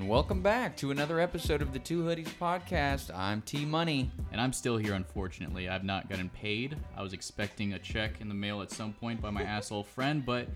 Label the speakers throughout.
Speaker 1: welcome back to another episode of the Two Hoodies podcast. I'm T Money.
Speaker 2: And I'm still here, unfortunately. I've not gotten paid. I was expecting a check in the mail at some point by my asshole friend, but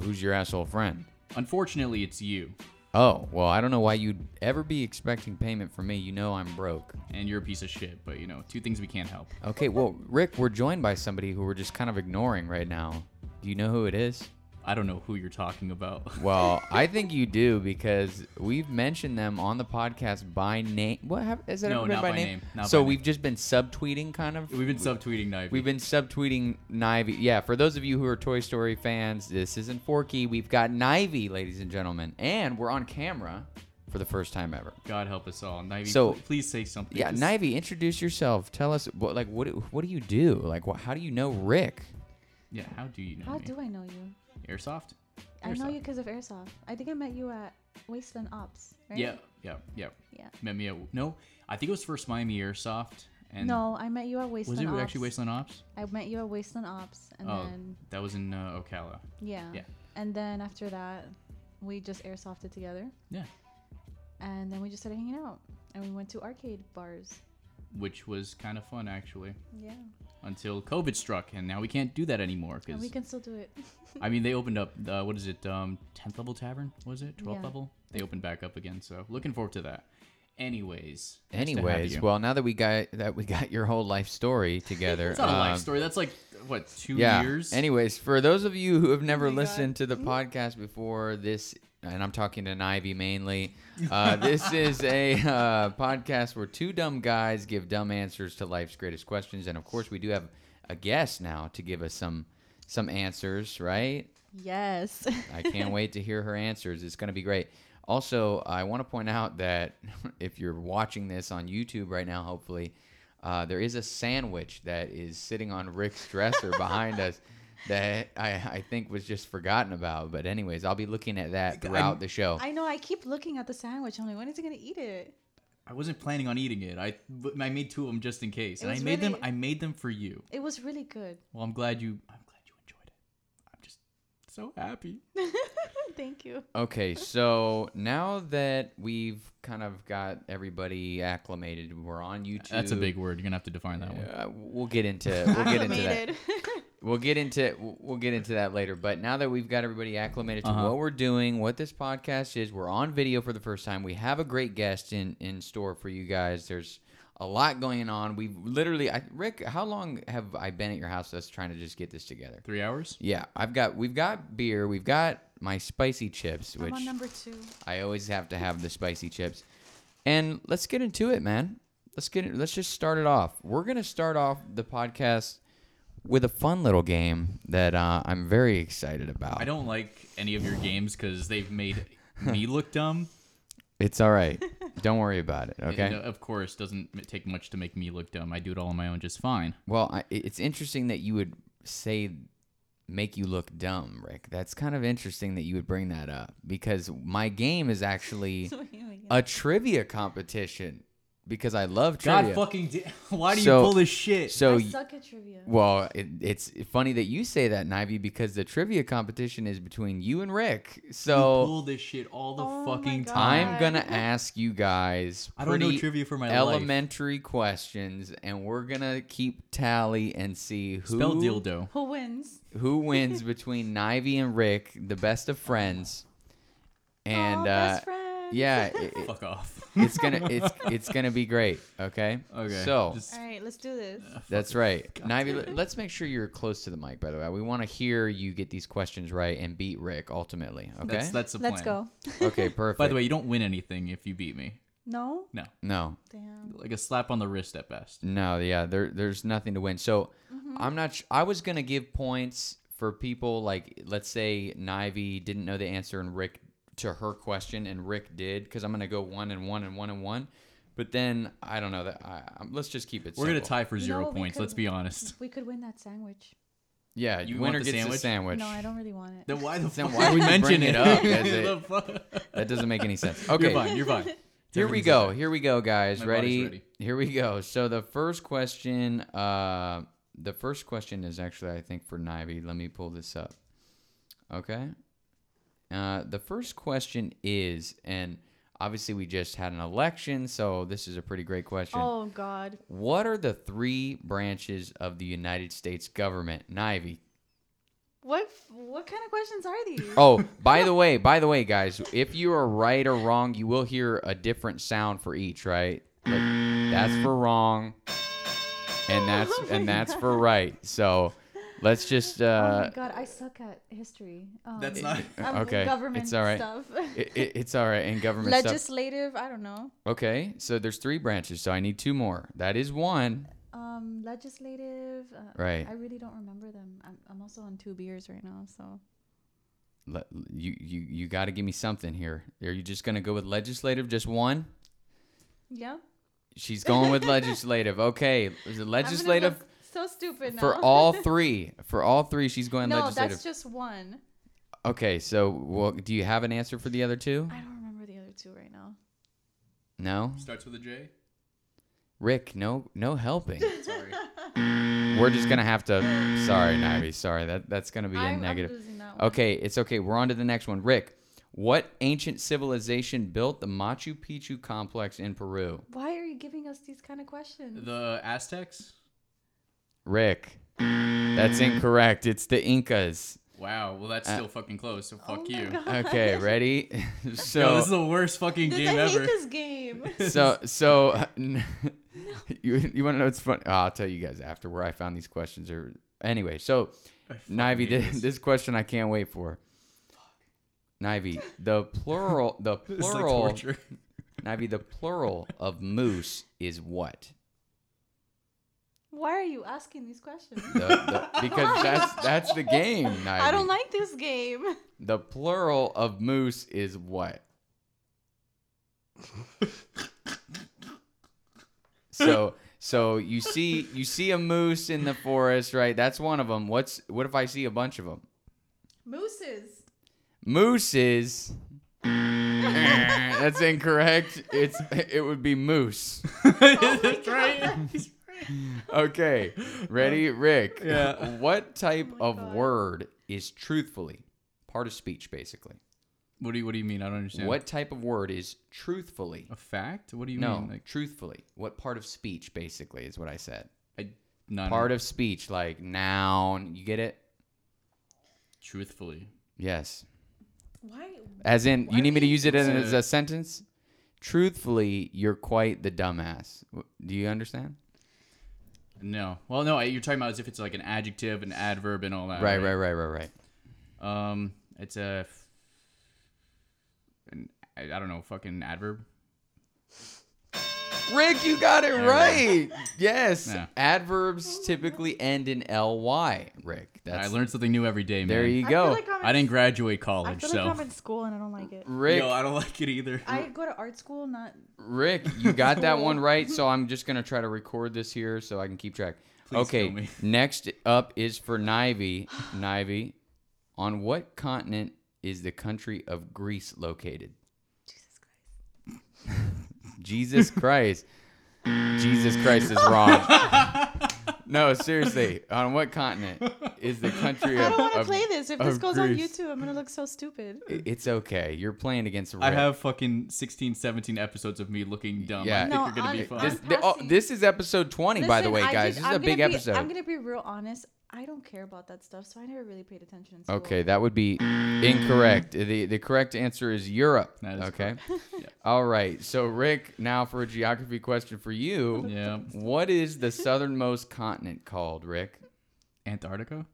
Speaker 1: Who's your asshole friend?
Speaker 2: unfortunately, it's you.
Speaker 1: Oh, well, I don't know why you'd ever be expecting payment from me. You know I'm broke.
Speaker 2: And you're a piece of shit, but you know, two things we can't help.
Speaker 1: Okay, well, Rick, we're joined by somebody who we're just kind of ignoring right now. Do you know who it is?
Speaker 2: I don't know who you're talking about.
Speaker 1: Well, I think you do because we've mentioned them on the podcast by name. What have, has that
Speaker 2: No,
Speaker 1: ever been
Speaker 2: not
Speaker 1: by,
Speaker 2: by
Speaker 1: name?
Speaker 2: name, not
Speaker 1: so
Speaker 2: by
Speaker 1: we've just been subtweeting, kind of.
Speaker 2: We've been subtweeting Nivey.
Speaker 1: We've been subtweeting Nivey. Yeah, for those of you who are Toy Story fans, this isn't Forky. We've got Nivey, ladies and gentlemen, and we're on camera for the first time ever.
Speaker 2: God help us all. Nivey,
Speaker 1: So-
Speaker 2: pl- please say something.
Speaker 1: Yeah,
Speaker 2: Just-
Speaker 1: Nivey, introduce yourself. Tell us what, like, what, what do you do? Like, what, how do you know Rick?
Speaker 2: Yeah, how do you know
Speaker 3: How
Speaker 2: me?
Speaker 3: do I know you?
Speaker 2: Airsoft?
Speaker 3: I know
Speaker 2: Airsoft.
Speaker 3: you because of Airsoft. I think I met you at Wasteland Ops, right?
Speaker 2: Yeah, yeah, yeah.
Speaker 3: Yeah.
Speaker 2: Met me at, no, I think it was first Miami Airsoft. And
Speaker 3: No, I met you at
Speaker 2: Was
Speaker 3: Wasteland
Speaker 2: it
Speaker 3: Ops.
Speaker 2: actually Wasteland Ops?
Speaker 3: I met you at Wasteland Ops, and
Speaker 2: oh,
Speaker 3: then,
Speaker 2: that was in uh, Ocala.
Speaker 3: yeah.
Speaker 2: yeah.
Speaker 3: And then after that, we just Airsofted together,
Speaker 2: Yeah.
Speaker 3: and then we just started hanging out, and we went to arcade bars.
Speaker 2: Which was kind of fun, actually.
Speaker 3: Yeah.
Speaker 2: until COVID struck, and now we can't do that anymore.
Speaker 3: And
Speaker 2: Because
Speaker 3: we can still do it.
Speaker 2: I mean, they opened up. Uh, what is it? Um, tenth level tavern was it? Twelfth
Speaker 3: Yeah.
Speaker 2: level? They opened back up again. So looking forward to that. Anyways. nice to have
Speaker 1: Anyways,
Speaker 2: you.
Speaker 1: well, now that we got that we got your whole life story together,
Speaker 2: it's not a
Speaker 1: um,
Speaker 2: life story. That's like what two
Speaker 1: yeah.
Speaker 2: years?
Speaker 1: Anyways, for those of you who have never
Speaker 3: Oh my God. Mm-hmm.
Speaker 1: listened to the podcast before, this, and I'm talking to Ivy mainly, uh, this is a uh, podcast where two dumb guys give dumb answers to life's greatest questions, and of course, we do have a guest now to give us some some answers, right?
Speaker 3: yes.
Speaker 1: I can't wait to hear her answers. It's going to be great. Also, I want to point out that if you're watching this on YouTube right now, hopefully, uh, there is a sandwich that is sitting on Rick's dresser behind us that I, I think was just forgotten about. But, anyways, I'll be looking at that throughout the show.
Speaker 3: I know. I keep looking at the sandwich. I'm like, when is he gonna eat it?
Speaker 2: I wasn't planning on eating it. I but I made two of them just in case,
Speaker 3: It
Speaker 2: and I
Speaker 3: was
Speaker 2: made them.
Speaker 3: really-
Speaker 2: I made them for you.
Speaker 3: It was really good.
Speaker 2: Well, I'm glad you. I'm glad you enjoyed it. I'm just so happy.
Speaker 3: Thank you.
Speaker 1: Okay, so now that we've kind of got everybody acclimated, we're on YouTube.
Speaker 2: That's a big word. You're gonna have to define that one.
Speaker 1: Uh, we'll get into we'll get into that.
Speaker 3: Acclimated.
Speaker 1: We'll get into we'll get into that later. But now that we've got everybody acclimated to
Speaker 2: Uh-huh.
Speaker 1: what we're doing, what this podcast is, we're on video for the first time. We have a great guest in in store for you guys. There's a lot going on. We've literally, I, Rick, how long have I been at your house? Us trying to just get this together.
Speaker 2: Three hours.
Speaker 1: Yeah, I've got we've got beer. We've got my spicy chips,
Speaker 3: I'm
Speaker 1: which
Speaker 3: on number two.
Speaker 1: I always have to have the spicy chips. And let's get into it, man. Let's get it. Let's just start it off. We're gonna start off the podcast with a fun little game that uh, I'm very excited about.
Speaker 2: I don't like any of your games because they've made me look dumb.
Speaker 1: It's all right. don't worry about it. Okay.
Speaker 2: And, uh, of course, doesn't m- take much to make me look dumb. I do it all on my own just fine.
Speaker 1: Well, I, it- it's interesting that you would say make you look dumb, Rick. That's kind of interesting that you would bring that up because my game is actually a trivia competition because I love
Speaker 2: God
Speaker 1: trivia.
Speaker 2: fucking, da- why do
Speaker 1: So-
Speaker 2: you pull this shit?
Speaker 1: so
Speaker 3: I
Speaker 1: y-
Speaker 3: suck at trivia.
Speaker 1: Well, it, it's funny that you say that, Nivey, because the trivia competition is between you and Rick.
Speaker 2: you
Speaker 1: So
Speaker 2: pull this shit all the
Speaker 3: Oh my
Speaker 2: fucking
Speaker 3: God.
Speaker 2: time.
Speaker 1: I'm gonna ask you guys
Speaker 2: I don't know
Speaker 1: pretty
Speaker 2: trivia for my life.
Speaker 1: elementary questions, and we're gonna keep tally and see who
Speaker 2: Spell dildo.
Speaker 3: Who wins?
Speaker 1: who wins between Nivey and Rick, the best of friends. And
Speaker 3: Aw,
Speaker 1: uh,
Speaker 3: best friends.
Speaker 1: yeah, it- it-
Speaker 2: Fuck off.
Speaker 1: it's gonna it's it's gonna be great. Okay.
Speaker 2: okay.
Speaker 1: So
Speaker 2: just-
Speaker 3: All right, let's do this.
Speaker 1: That's right. Nivy, l- let's make sure you're close to the mic, by the way. We want to hear you get these questions right and beat Rick ultimately. Okay.
Speaker 2: that's that's the plan.
Speaker 3: Let's go.
Speaker 1: okay, perfect.
Speaker 2: By the way, you don't win anything if you beat me.
Speaker 3: No?
Speaker 2: No,
Speaker 1: no,
Speaker 3: Damn.
Speaker 2: like a slap on the wrist at best.
Speaker 1: no, yeah, there, there's nothing to win. So
Speaker 2: Mm-hmm.
Speaker 1: I'm not, sh- I was going to give points for people like, let's say Nivy didn't know the answer and Rick to her question and Rick did, because I'm going to go one and one and one and one. But then I don't know that I, I'm, let's just keep it.
Speaker 2: We're gonna
Speaker 1: simple.
Speaker 2: tie for
Speaker 3: You know
Speaker 2: zero
Speaker 3: what we
Speaker 2: points.
Speaker 3: could-
Speaker 2: Let's be honest.
Speaker 3: We could win that sandwich.
Speaker 1: Yeah,
Speaker 2: You
Speaker 1: winner
Speaker 2: want the
Speaker 1: gets the sandwich.
Speaker 3: No, I don't really want it.
Speaker 2: Then why the
Speaker 1: Then
Speaker 2: fuck
Speaker 1: why
Speaker 2: did we
Speaker 1: would you
Speaker 2: mention
Speaker 1: bring it
Speaker 2: it
Speaker 1: up?
Speaker 2: The fuck?
Speaker 1: That doesn't make any sense. Okay,
Speaker 2: You're fine. You're fine.
Speaker 1: Here we
Speaker 2: Everything's
Speaker 1: go.
Speaker 2: okay.
Speaker 1: Here we go, guys.
Speaker 2: My body's
Speaker 1: ready?
Speaker 2: ready.
Speaker 1: Here we go. So the first question, uh, the first question is actually, I think, for Nivey. Let me pull this up. Okay. Uh, the first question is, and Obviously, we just had an election, so this is a pretty great question.
Speaker 3: Oh God.
Speaker 1: What are the three branches of the United States government? Nivey.
Speaker 3: What f- what kind of questions are these?
Speaker 1: Oh, by the way, by the way, guys, if you are right or wrong, you will hear a different sound for each, right? Like, that's for wrong, and that's
Speaker 3: Oh my
Speaker 1: and that's for right. So, let's just.
Speaker 3: Oh
Speaker 1: Uh,
Speaker 3: my God, I suck at history. Um,
Speaker 2: That's not-
Speaker 3: um,
Speaker 1: Okay,
Speaker 3: Government
Speaker 1: it's all right.
Speaker 3: stuff.
Speaker 1: it, it, it's all right, and government stuff.
Speaker 3: Legislative. I don't know.
Speaker 1: Okay, so there's three branches, so I need two more. That is one.
Speaker 3: Um, legislative. Uh,
Speaker 1: Right.
Speaker 3: I really don't remember them. I'm, I'm also on two beers right now, so
Speaker 1: Le- you you you got to give me something here. Are you just gonna go with legislative? Just one?
Speaker 3: yeah.
Speaker 1: She's going with legislative. Okay, is it
Speaker 3: I'm gonna
Speaker 1: legislative
Speaker 3: look So stupid now.
Speaker 1: for all three? For all three, she's going
Speaker 3: no,
Speaker 1: legislative.
Speaker 3: that's just one.
Speaker 1: okay, so well, do you have an answer for the other two?
Speaker 3: I don't remember the other two right now.
Speaker 1: No,
Speaker 2: Starts with a J.
Speaker 1: Rick. No, no helping.
Speaker 2: Sorry.
Speaker 1: We're just gonna have to. Sorry, Nivy. Sorry that that's gonna be a
Speaker 3: I'm,
Speaker 1: negative.
Speaker 3: I'm losing that one.
Speaker 1: Okay, it's okay. We're on to the next one. Rick, what ancient civilization built the Machu Picchu complex in Peru?
Speaker 3: Why are you giving us these kind of questions?
Speaker 2: The Aztecs.
Speaker 1: Rick, that's incorrect. It's the Incas.
Speaker 2: Wow. Well,
Speaker 1: Uh,
Speaker 2: that's still fucking close. So fuck
Speaker 3: oh
Speaker 2: you.
Speaker 3: My God.
Speaker 1: Okay, ready?
Speaker 2: Yo,
Speaker 1: so,
Speaker 2: this is the worst fucking
Speaker 3: This-
Speaker 2: game
Speaker 3: I hate
Speaker 2: ever.
Speaker 3: this game.
Speaker 1: so, so, uh, n- you you want to know what's fun? I'll tell you guys after where I found these questions. Or anyway, so Nivy,
Speaker 2: hate
Speaker 1: this,
Speaker 2: this.
Speaker 1: this question I can't wait for. Nivy, the plural, the
Speaker 2: It's like
Speaker 1: plural.
Speaker 2: torture.
Speaker 1: Nivy, the plural of moose is what?
Speaker 3: Why are you asking these questions?
Speaker 1: The, the, because that's that's the game. Nivy.
Speaker 3: I don't like this game.
Speaker 1: the plural of moose is what? so so you see you see a moose in the forest, right? That's one of them. What's what if I see a bunch of them?
Speaker 3: Mooses.
Speaker 1: Mooses. That's incorrect. It's it would be moose.
Speaker 3: Oh
Speaker 2: That's right.
Speaker 1: Okay. Ready, Rick?
Speaker 2: Yeah.
Speaker 1: What type
Speaker 3: Oh my
Speaker 1: of
Speaker 3: God.
Speaker 1: word is truthfully part of speech basically?
Speaker 2: What do you What do you mean? I don't understand.
Speaker 1: What type of word is truthfully?
Speaker 2: A fact? What do you
Speaker 1: No,
Speaker 2: mean? Like,
Speaker 1: truthfully. What part of speech basically is what I said.
Speaker 2: I not
Speaker 1: Part of speech like noun, you get it?
Speaker 2: truthfully.
Speaker 1: Yes.
Speaker 3: Why?
Speaker 1: As in,
Speaker 3: Why
Speaker 1: you need me to
Speaker 3: would
Speaker 1: use it
Speaker 2: It's
Speaker 1: as
Speaker 2: a-
Speaker 1: a sentence? Truthfully, you're quite the dumbass. W- Do you understand?
Speaker 2: No. Well, no. I- You're talking about as if it's like an adjective, an adverb, and all that.
Speaker 1: Right, right, right, right, right.
Speaker 2: Um, it's a. f- An, I, I don't know. Fucking adverb.
Speaker 1: Rick, you got it
Speaker 2: Yeah.
Speaker 1: right. Yes.
Speaker 2: Yeah.
Speaker 1: Adverbs typically end in ly, Rick. That's
Speaker 2: I learned something new every day, man.
Speaker 1: There you
Speaker 3: I
Speaker 1: go.
Speaker 3: feel like I'm in,
Speaker 2: I didn't graduate
Speaker 3: I
Speaker 2: college,
Speaker 3: feel
Speaker 2: so.
Speaker 3: like I'm in school and I don't like it.
Speaker 1: Rick,
Speaker 2: Yo, I don't like it either.
Speaker 3: I go to art school, not.
Speaker 1: Rick, you got that one right, so I'm just gonna try to record this here so I can keep track.
Speaker 2: Please
Speaker 1: okay,
Speaker 2: kill me.
Speaker 1: next up is for Nivy. Nivy, on what continent is the country of Greece located?
Speaker 3: Jesus Christ.
Speaker 1: Jesus Christ. Jesus Christ is wrong. no, seriously, on what continent is the country
Speaker 3: I
Speaker 1: of?
Speaker 3: don't want to
Speaker 1: of-
Speaker 3: play this. If
Speaker 1: of
Speaker 3: this goes
Speaker 1: Greece.
Speaker 3: on YouTube, I'm gonna look so stupid.
Speaker 1: It's okay. You're playing against.
Speaker 2: I
Speaker 1: Rick.
Speaker 2: have fucking 16, 17 episodes of me looking dumb.
Speaker 1: Yeah.
Speaker 2: I think
Speaker 3: No,
Speaker 2: you're gonna be
Speaker 3: I'm-
Speaker 2: fun.
Speaker 1: This,
Speaker 3: I'm
Speaker 1: th- oh,
Speaker 3: passing.
Speaker 1: this is episode 20, by the
Speaker 3: Listen,
Speaker 1: way,
Speaker 3: I
Speaker 1: guys.
Speaker 3: just-
Speaker 1: this is
Speaker 3: I'm
Speaker 1: a big
Speaker 3: gonna be-
Speaker 1: episode.
Speaker 3: I'm gonna be real honest. I don't care about that stuff, so I never really paid attention. In school.
Speaker 1: Okay, that would be incorrect. The the correct answer is Europe.
Speaker 2: That is
Speaker 1: okay. All right. So Rick, now for a geography question for you.
Speaker 2: yeah.
Speaker 1: What is the southernmost continent called, Rick?
Speaker 2: Antarctica?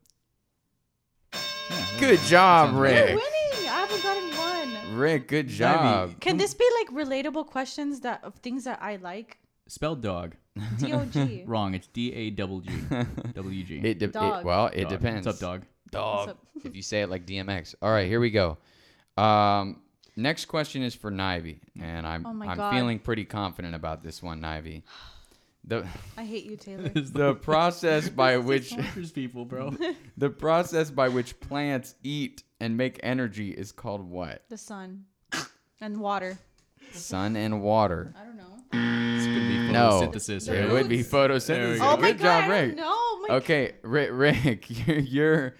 Speaker 2: Yeah, there
Speaker 1: Good
Speaker 2: we go.
Speaker 1: job,
Speaker 2: Sounds
Speaker 1: Rick.
Speaker 3: You're
Speaker 2: right.
Speaker 3: winning. I haven't gotten one.
Speaker 1: Rick, good job.
Speaker 3: Can this be like relatable questions that of things that I like?
Speaker 2: Spelled dog.
Speaker 3: D O G.
Speaker 2: Wrong. It's D A W G. W G.
Speaker 1: It, de- it-
Speaker 3: Dog.
Speaker 1: well, it
Speaker 2: Dog.
Speaker 1: depends.
Speaker 2: What's up, dog?
Speaker 1: Dog.
Speaker 3: What's
Speaker 1: if you say it like DMX. All right, here we go. Um, next question is for Nivy, and I'm
Speaker 3: Oh my
Speaker 1: I'm
Speaker 3: God.
Speaker 1: feeling pretty confident about this one, Nivy. The
Speaker 3: I hate you, Taylor.
Speaker 1: the process by which
Speaker 2: Tortures people, bro.
Speaker 1: The process by which plants eat and make energy is called what?
Speaker 3: The sun and water.
Speaker 1: Sun and water.
Speaker 3: I don't know.
Speaker 2: It's gonna be
Speaker 1: No.
Speaker 2: photosynthesis,
Speaker 1: It
Speaker 2: right?
Speaker 1: would be
Speaker 3: Roots.
Speaker 1: photosynthesis.
Speaker 2: go.
Speaker 3: Oh my
Speaker 1: Good
Speaker 3: god!
Speaker 1: job,
Speaker 3: I
Speaker 1: Rick.
Speaker 3: don't know. Oh My
Speaker 1: Okay, Rick, Rick your, your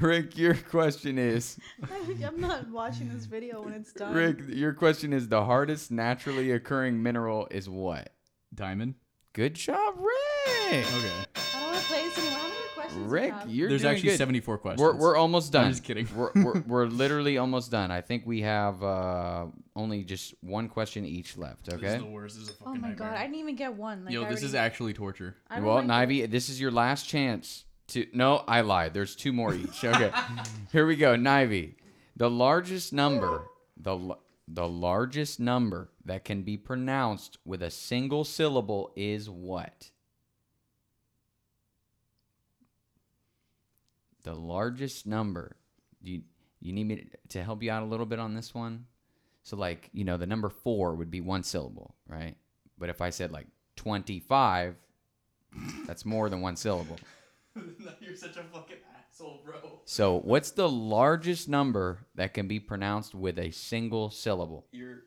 Speaker 1: Rick, your question is
Speaker 3: I'm not watching this video when it's done.
Speaker 1: Rick, your question is the hardest naturally occurring mineral is what?
Speaker 2: Diamond.
Speaker 1: Good job, Rick.
Speaker 2: Okay.
Speaker 3: I don't want to play this anymore. How many questions? do you
Speaker 1: Rick,
Speaker 3: have?
Speaker 1: you're
Speaker 2: There's
Speaker 1: doing
Speaker 2: actually
Speaker 1: good.
Speaker 2: 74 questions.
Speaker 1: We're, we're almost done.
Speaker 2: I'm just kidding.
Speaker 1: We're, we're, we're literally almost done. I think we have uh, only just one question each left.
Speaker 4: This is
Speaker 1: Okay.
Speaker 4: the worst. This is a fucking
Speaker 3: Oh my
Speaker 4: nightmare.
Speaker 3: god, I didn't even get one. Like,
Speaker 2: Yo,
Speaker 3: I
Speaker 2: this is
Speaker 3: already-
Speaker 2: actually torture.
Speaker 3: I don't
Speaker 1: Well,
Speaker 3: like it.
Speaker 1: Nivy, this is your last chance to. No, I lied. There's two more each. Okay. Here we go, Nivy. The largest number, the l- the largest number that can be pronounced with a single syllable is what? The largest number. Do you you need me to help you out a little bit on this one? So like, you know, the number 4 would be one syllable, right? But if I said like 25, that's more than one syllable.
Speaker 4: You're such a fucking asshole, bro.
Speaker 1: So, what's the largest number that can be pronounced with a single syllable?
Speaker 4: You're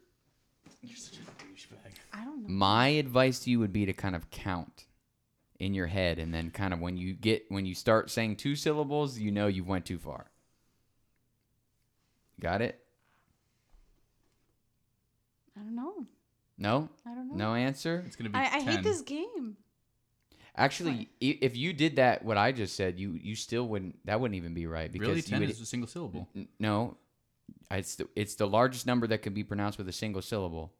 Speaker 4: you're such a douchebag.
Speaker 3: I don't know.
Speaker 1: My advice to you would be to kind of count in your head and then kind of when you get when you start saying two syllables, you know you went too far. Got it?
Speaker 3: I don't know.
Speaker 1: No?
Speaker 3: I don't know.
Speaker 1: No answer?
Speaker 2: It's gonna be.
Speaker 3: I, I
Speaker 2: 10.
Speaker 3: hate this game.
Speaker 1: Actually, i- if you did that what I just said, you you still wouldn't that wouldn't even be right because
Speaker 2: Really,
Speaker 1: you
Speaker 2: ten
Speaker 1: would,
Speaker 2: is a single syllable.
Speaker 1: N- No, it's the, it's the largest number that can be pronounced with a single syllable.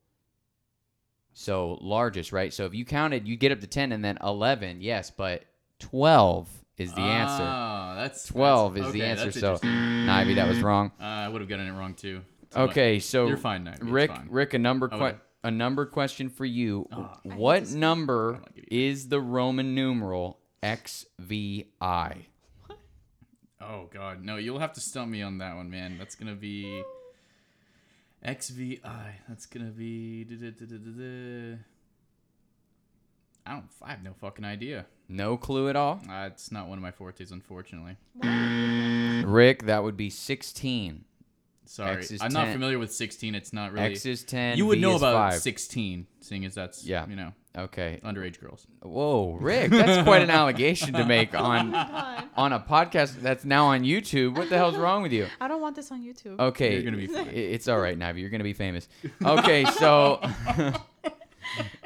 Speaker 1: So largest, right? So if you counted, you get up to ten, and then eleven, yes, but twelve is the answer.
Speaker 2: Ah, that's
Speaker 1: Twelve
Speaker 2: that's-
Speaker 1: is the
Speaker 2: okay,
Speaker 1: answer.
Speaker 2: that's
Speaker 1: So
Speaker 2: interesting.
Speaker 1: Nivy, that was wrong.
Speaker 2: uh, I would have gotten it wrong too. So,
Speaker 1: Okay, so
Speaker 2: you're fine, Nivy. it's
Speaker 1: Rick,
Speaker 2: fine.
Speaker 1: Rick, a number
Speaker 2: I
Speaker 1: que-
Speaker 2: would've-
Speaker 1: a number question for you.
Speaker 2: Ah.
Speaker 3: I hate
Speaker 1: what
Speaker 3: this.
Speaker 1: number
Speaker 2: I'm not giving
Speaker 1: is the Roman numeral XVI?
Speaker 2: Oh god, no! You'll have to stump me on that one, man. That's gonna be XVI. That's gonna be. du-du-du-du-du-du. I don't. I have no fucking idea.
Speaker 1: No clue at all.
Speaker 2: Uh, it's not one of my fortes, unfortunately.
Speaker 1: Rick, that would be sixteen.
Speaker 2: Sorry,
Speaker 1: X is
Speaker 2: I'm not
Speaker 1: 10.
Speaker 2: familiar with 16. It's not really.
Speaker 1: X is ten.
Speaker 2: you would
Speaker 1: V
Speaker 2: know
Speaker 1: is
Speaker 2: about
Speaker 1: five.
Speaker 2: 16, seeing as that's
Speaker 1: Yeah.
Speaker 2: you know
Speaker 1: Okay.
Speaker 2: underage girls.
Speaker 1: Whoa, Rick, that's quite an allegation to make
Speaker 3: Oh
Speaker 1: on
Speaker 3: my god.
Speaker 1: on a podcast that's now on YouTube. What the hell's wrong with you?
Speaker 3: I don't want this on YouTube.
Speaker 1: Okay,
Speaker 2: You're gonna be fine.
Speaker 1: i- It's all right, Navi. You're gonna be famous. Okay, so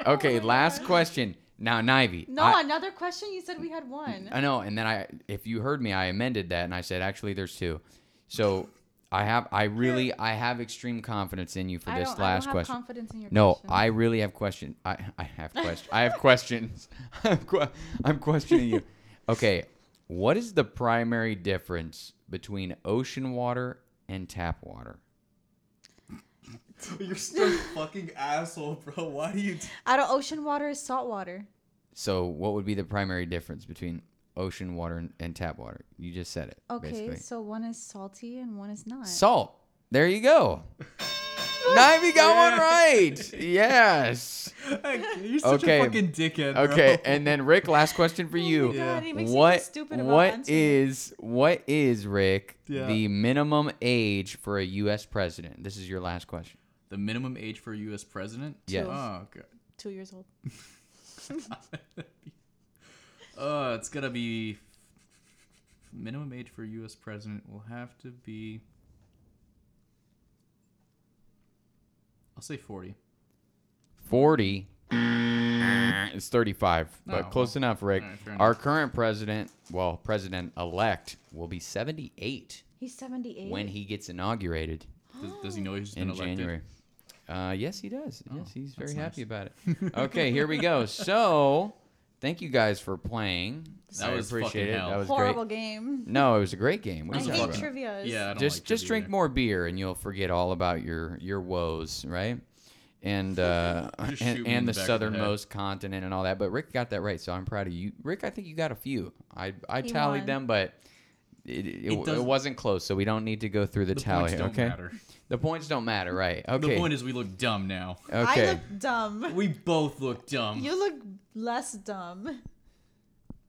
Speaker 1: okay, last question. Now, Nivy.
Speaker 3: no,
Speaker 1: I, Mm,
Speaker 3: another question. You said we had one.
Speaker 1: I know, and then I, if you heard me, I amended that, and I said actually there's two. So I have, I really, I have extreme confidence in you for
Speaker 3: I
Speaker 1: this
Speaker 3: don't, I
Speaker 1: last
Speaker 3: don't have
Speaker 1: question.
Speaker 3: confidence in your
Speaker 1: No,
Speaker 3: question.
Speaker 1: I really have question. I, I have question. I have questions. I'm, que- I'm questioning you. Okay, what is the primary difference between ocean water and tap water?
Speaker 4: You're such a fucking asshole, bro. Why do you?
Speaker 3: Out of ocean water is salt water.
Speaker 1: So, what would be the primary difference between ocean water and, and tap water? You just said it.
Speaker 3: Okay,
Speaker 1: basically.
Speaker 3: so one is salty and one is not.
Speaker 1: salt. There you go. Nivey got one right. Yes.
Speaker 4: You're such
Speaker 1: Okay.
Speaker 4: a fucking dickhead. Bro.
Speaker 1: Okay, and then Rick, last question for you.
Speaker 3: Oh God,
Speaker 4: Yeah.
Speaker 3: he makes me feel
Speaker 1: what
Speaker 3: stupid about
Speaker 1: what
Speaker 3: answering.
Speaker 1: is what is Rick
Speaker 4: Yeah.
Speaker 1: the minimum age for a U.S. president? This is your last question.
Speaker 2: The minimum age for a U.S. president?
Speaker 1: Yes.
Speaker 2: Oh god.
Speaker 3: two years old?
Speaker 2: Uh, it's gonna be minimum age for U.S. president will have to be. I'll say forty.
Speaker 1: Forty. it's thirty-five,
Speaker 2: Mm. Oh,
Speaker 1: but
Speaker 2: well.
Speaker 1: close enough, Rick.
Speaker 2: All right, fair
Speaker 1: Our current president, well, president elect, will be seventy-eight
Speaker 3: He's 78.
Speaker 1: when he gets inaugurated
Speaker 2: Does, does he know he's been
Speaker 1: in
Speaker 2: elected? Oh,
Speaker 1: January. Uh, yes, he does. yes, he's very
Speaker 2: that's
Speaker 1: happy about
Speaker 2: nice.
Speaker 1: it. okay, here we go. So, thank you guys for playing.
Speaker 2: That
Speaker 1: I
Speaker 2: was fucking
Speaker 1: appreciate it.
Speaker 2: hell.
Speaker 1: That was great.
Speaker 3: Horrible game.
Speaker 1: No, it was a great game. What
Speaker 3: I
Speaker 1: are you
Speaker 3: hate
Speaker 1: talking about?
Speaker 3: trivias.
Speaker 2: Yeah. I don't
Speaker 1: Just
Speaker 2: like
Speaker 1: just
Speaker 2: trivia
Speaker 1: drink
Speaker 2: either.
Speaker 1: more beer and you'll forget all about your your woes, right? And uh,
Speaker 2: Just shoot
Speaker 1: and,
Speaker 2: me in
Speaker 1: and
Speaker 2: the
Speaker 1: the
Speaker 2: back of the
Speaker 1: southernmost continent and all that. But Rick got that right, so I'm proud of you. Rick, I think you got a few. I I
Speaker 3: He
Speaker 1: tallied
Speaker 3: won.
Speaker 1: them, but it, it, it,
Speaker 2: doesn't-
Speaker 1: wasn't close, so we don't need to go through the,
Speaker 2: The
Speaker 1: tally.
Speaker 2: points don't
Speaker 1: okay,
Speaker 2: matter.
Speaker 1: the points don't matter, right? Okay.
Speaker 2: The point is we look dumb now.
Speaker 1: okay.
Speaker 3: I look dumb.
Speaker 2: We both look dumb.
Speaker 3: You look less dumb.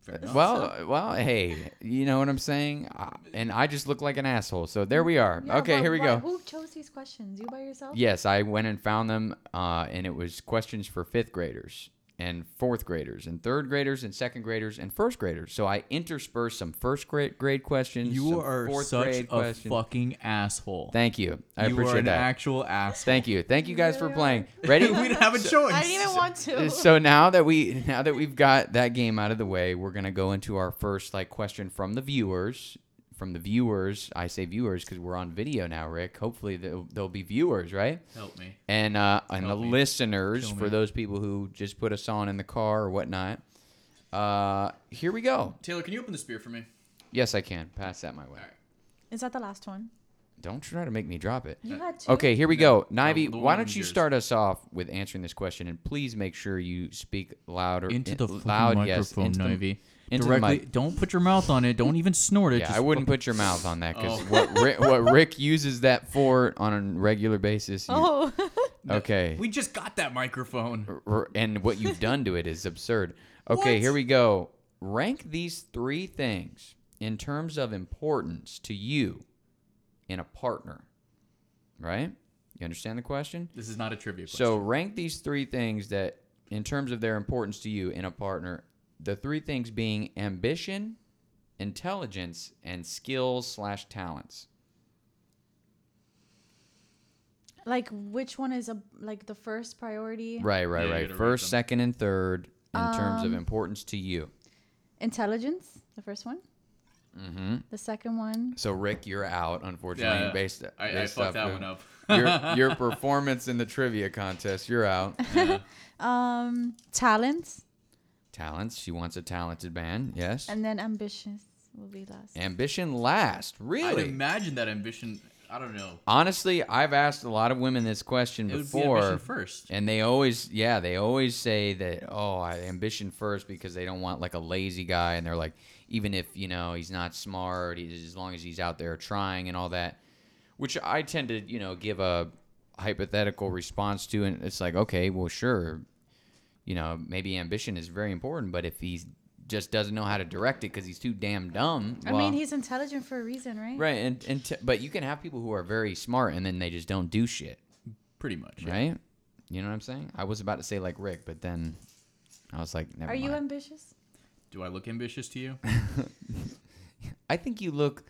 Speaker 2: Fair enough.
Speaker 1: Well, well, hey, you know what I'm saying, I, and I just look like an asshole. So there we are.
Speaker 3: Yeah,
Speaker 1: okay,
Speaker 3: but
Speaker 1: here we
Speaker 3: why-
Speaker 1: go.
Speaker 3: Who chose these questions? You by yourself?
Speaker 1: Yes, I went and found them, uh, and it was questions for fifth graders. and fourth graders and third graders and second graders and first graders. So I interspersed some first grade grade questions.
Speaker 2: You
Speaker 1: some
Speaker 2: are
Speaker 1: fourth
Speaker 2: such a
Speaker 1: grade questions.
Speaker 2: fucking asshole.
Speaker 1: Thank you. I
Speaker 2: you
Speaker 1: appreciate
Speaker 2: are an
Speaker 1: that.
Speaker 2: actual asshole.
Speaker 1: Thank you. Thank you
Speaker 3: You
Speaker 1: guys for
Speaker 3: really are.
Speaker 1: playing. Ready? Uh,
Speaker 4: we didn't have a choice.
Speaker 3: I didn't even want to.
Speaker 1: so now that we now that we've got that game out of the way, we're gonna go into our first like question from the viewers. From the viewers, I say viewers because we're on video now, Rick. Hopefully there'll, there'll be viewers, right?
Speaker 2: Help me.
Speaker 1: And uh, and the
Speaker 2: Help me.
Speaker 1: listeners
Speaker 2: Kill
Speaker 1: for
Speaker 2: me.
Speaker 1: those people who just put us on in the car or whatnot. Uh, here we go.
Speaker 2: Taylor, can you open this beer for me?
Speaker 1: Yes, I can pass that my way.
Speaker 2: All right.
Speaker 3: Is that the last one?
Speaker 1: Don't try to make me drop it.
Speaker 3: You had two.
Speaker 1: Okay, here we go. Nivy,
Speaker 2: the one
Speaker 1: why don't
Speaker 2: is
Speaker 1: you
Speaker 2: yours.
Speaker 1: start us off with answering this question, and please make sure you speak louder
Speaker 2: Into
Speaker 1: in-
Speaker 2: the fucking
Speaker 1: loud,
Speaker 2: microphone,
Speaker 1: yes, into the-
Speaker 2: Nivy.
Speaker 1: into the
Speaker 2: Directly.
Speaker 1: mic.
Speaker 2: Don't put your mouth on it. Don't even snort it.
Speaker 1: Yeah,
Speaker 2: Just
Speaker 1: I wouldn't put your mouth on that because
Speaker 2: Oh.
Speaker 1: what, Rick, what Rick uses that for on a regular basis. you-
Speaker 3: Oh.
Speaker 1: Okay.
Speaker 2: We just got that microphone.
Speaker 1: R- r- and what you've done to it is absurd. Okay,
Speaker 2: What?
Speaker 1: here we go. Rank these three things in terms of importance to you in a partner. Right? You understand the question?
Speaker 2: This is not a trivia question.
Speaker 1: So rank these three things that, in terms of their importance to you in a partner, the three things being ambition, intelligence, and skills slash talents.
Speaker 3: like which one is a like the first priority?
Speaker 1: Right, right,
Speaker 2: you
Speaker 1: right.
Speaker 2: gotta rank
Speaker 1: First,
Speaker 2: them.
Speaker 1: second, and third in terms of importance to you.
Speaker 3: Intelligence, the first one. Mm-hmm. The second one.
Speaker 1: So Rick, you're out, unfortunately,
Speaker 2: yeah,
Speaker 1: based, uh,
Speaker 2: I, I
Speaker 1: based
Speaker 2: fucked that
Speaker 1: off
Speaker 2: one
Speaker 1: of
Speaker 2: up.
Speaker 1: your, your performance in the trivia contest. You're out.
Speaker 3: Um, talents,
Speaker 1: Talents. She wants a talented man. Yes.
Speaker 3: and then ambitions will be last.
Speaker 1: Ambition last.
Speaker 2: I'd
Speaker 1: Really.
Speaker 2: imagine that ambition. I don't know.
Speaker 1: Honestly, I've asked a lot of women this question
Speaker 2: It would be
Speaker 1: before.
Speaker 2: ambition first.
Speaker 1: And they always, yeah, they always say that, oh, I ambition first because they don't want like a lazy guy. And they're like, even if, you know, he's not smart, he's, as long as he's out there trying and all that, which I tend to, you know, give a hypothetical response to. And it's like, okay, well, sure, you know, maybe ambition is very important, but if he's just doesn't know how to direct it because he's too damn dumb.
Speaker 3: I
Speaker 1: well-
Speaker 3: mean, he's intelligent for a reason, right?
Speaker 1: Right, and, and t- but you can have people who are very smart and then they just don't do shit,
Speaker 2: Pretty much. yeah.
Speaker 1: right? You know what I'm saying? I was about to say like Rick, but then I was like, never
Speaker 3: Are you
Speaker 1: mind.
Speaker 3: ambitious?
Speaker 2: Do I look ambitious to you?
Speaker 1: I think you look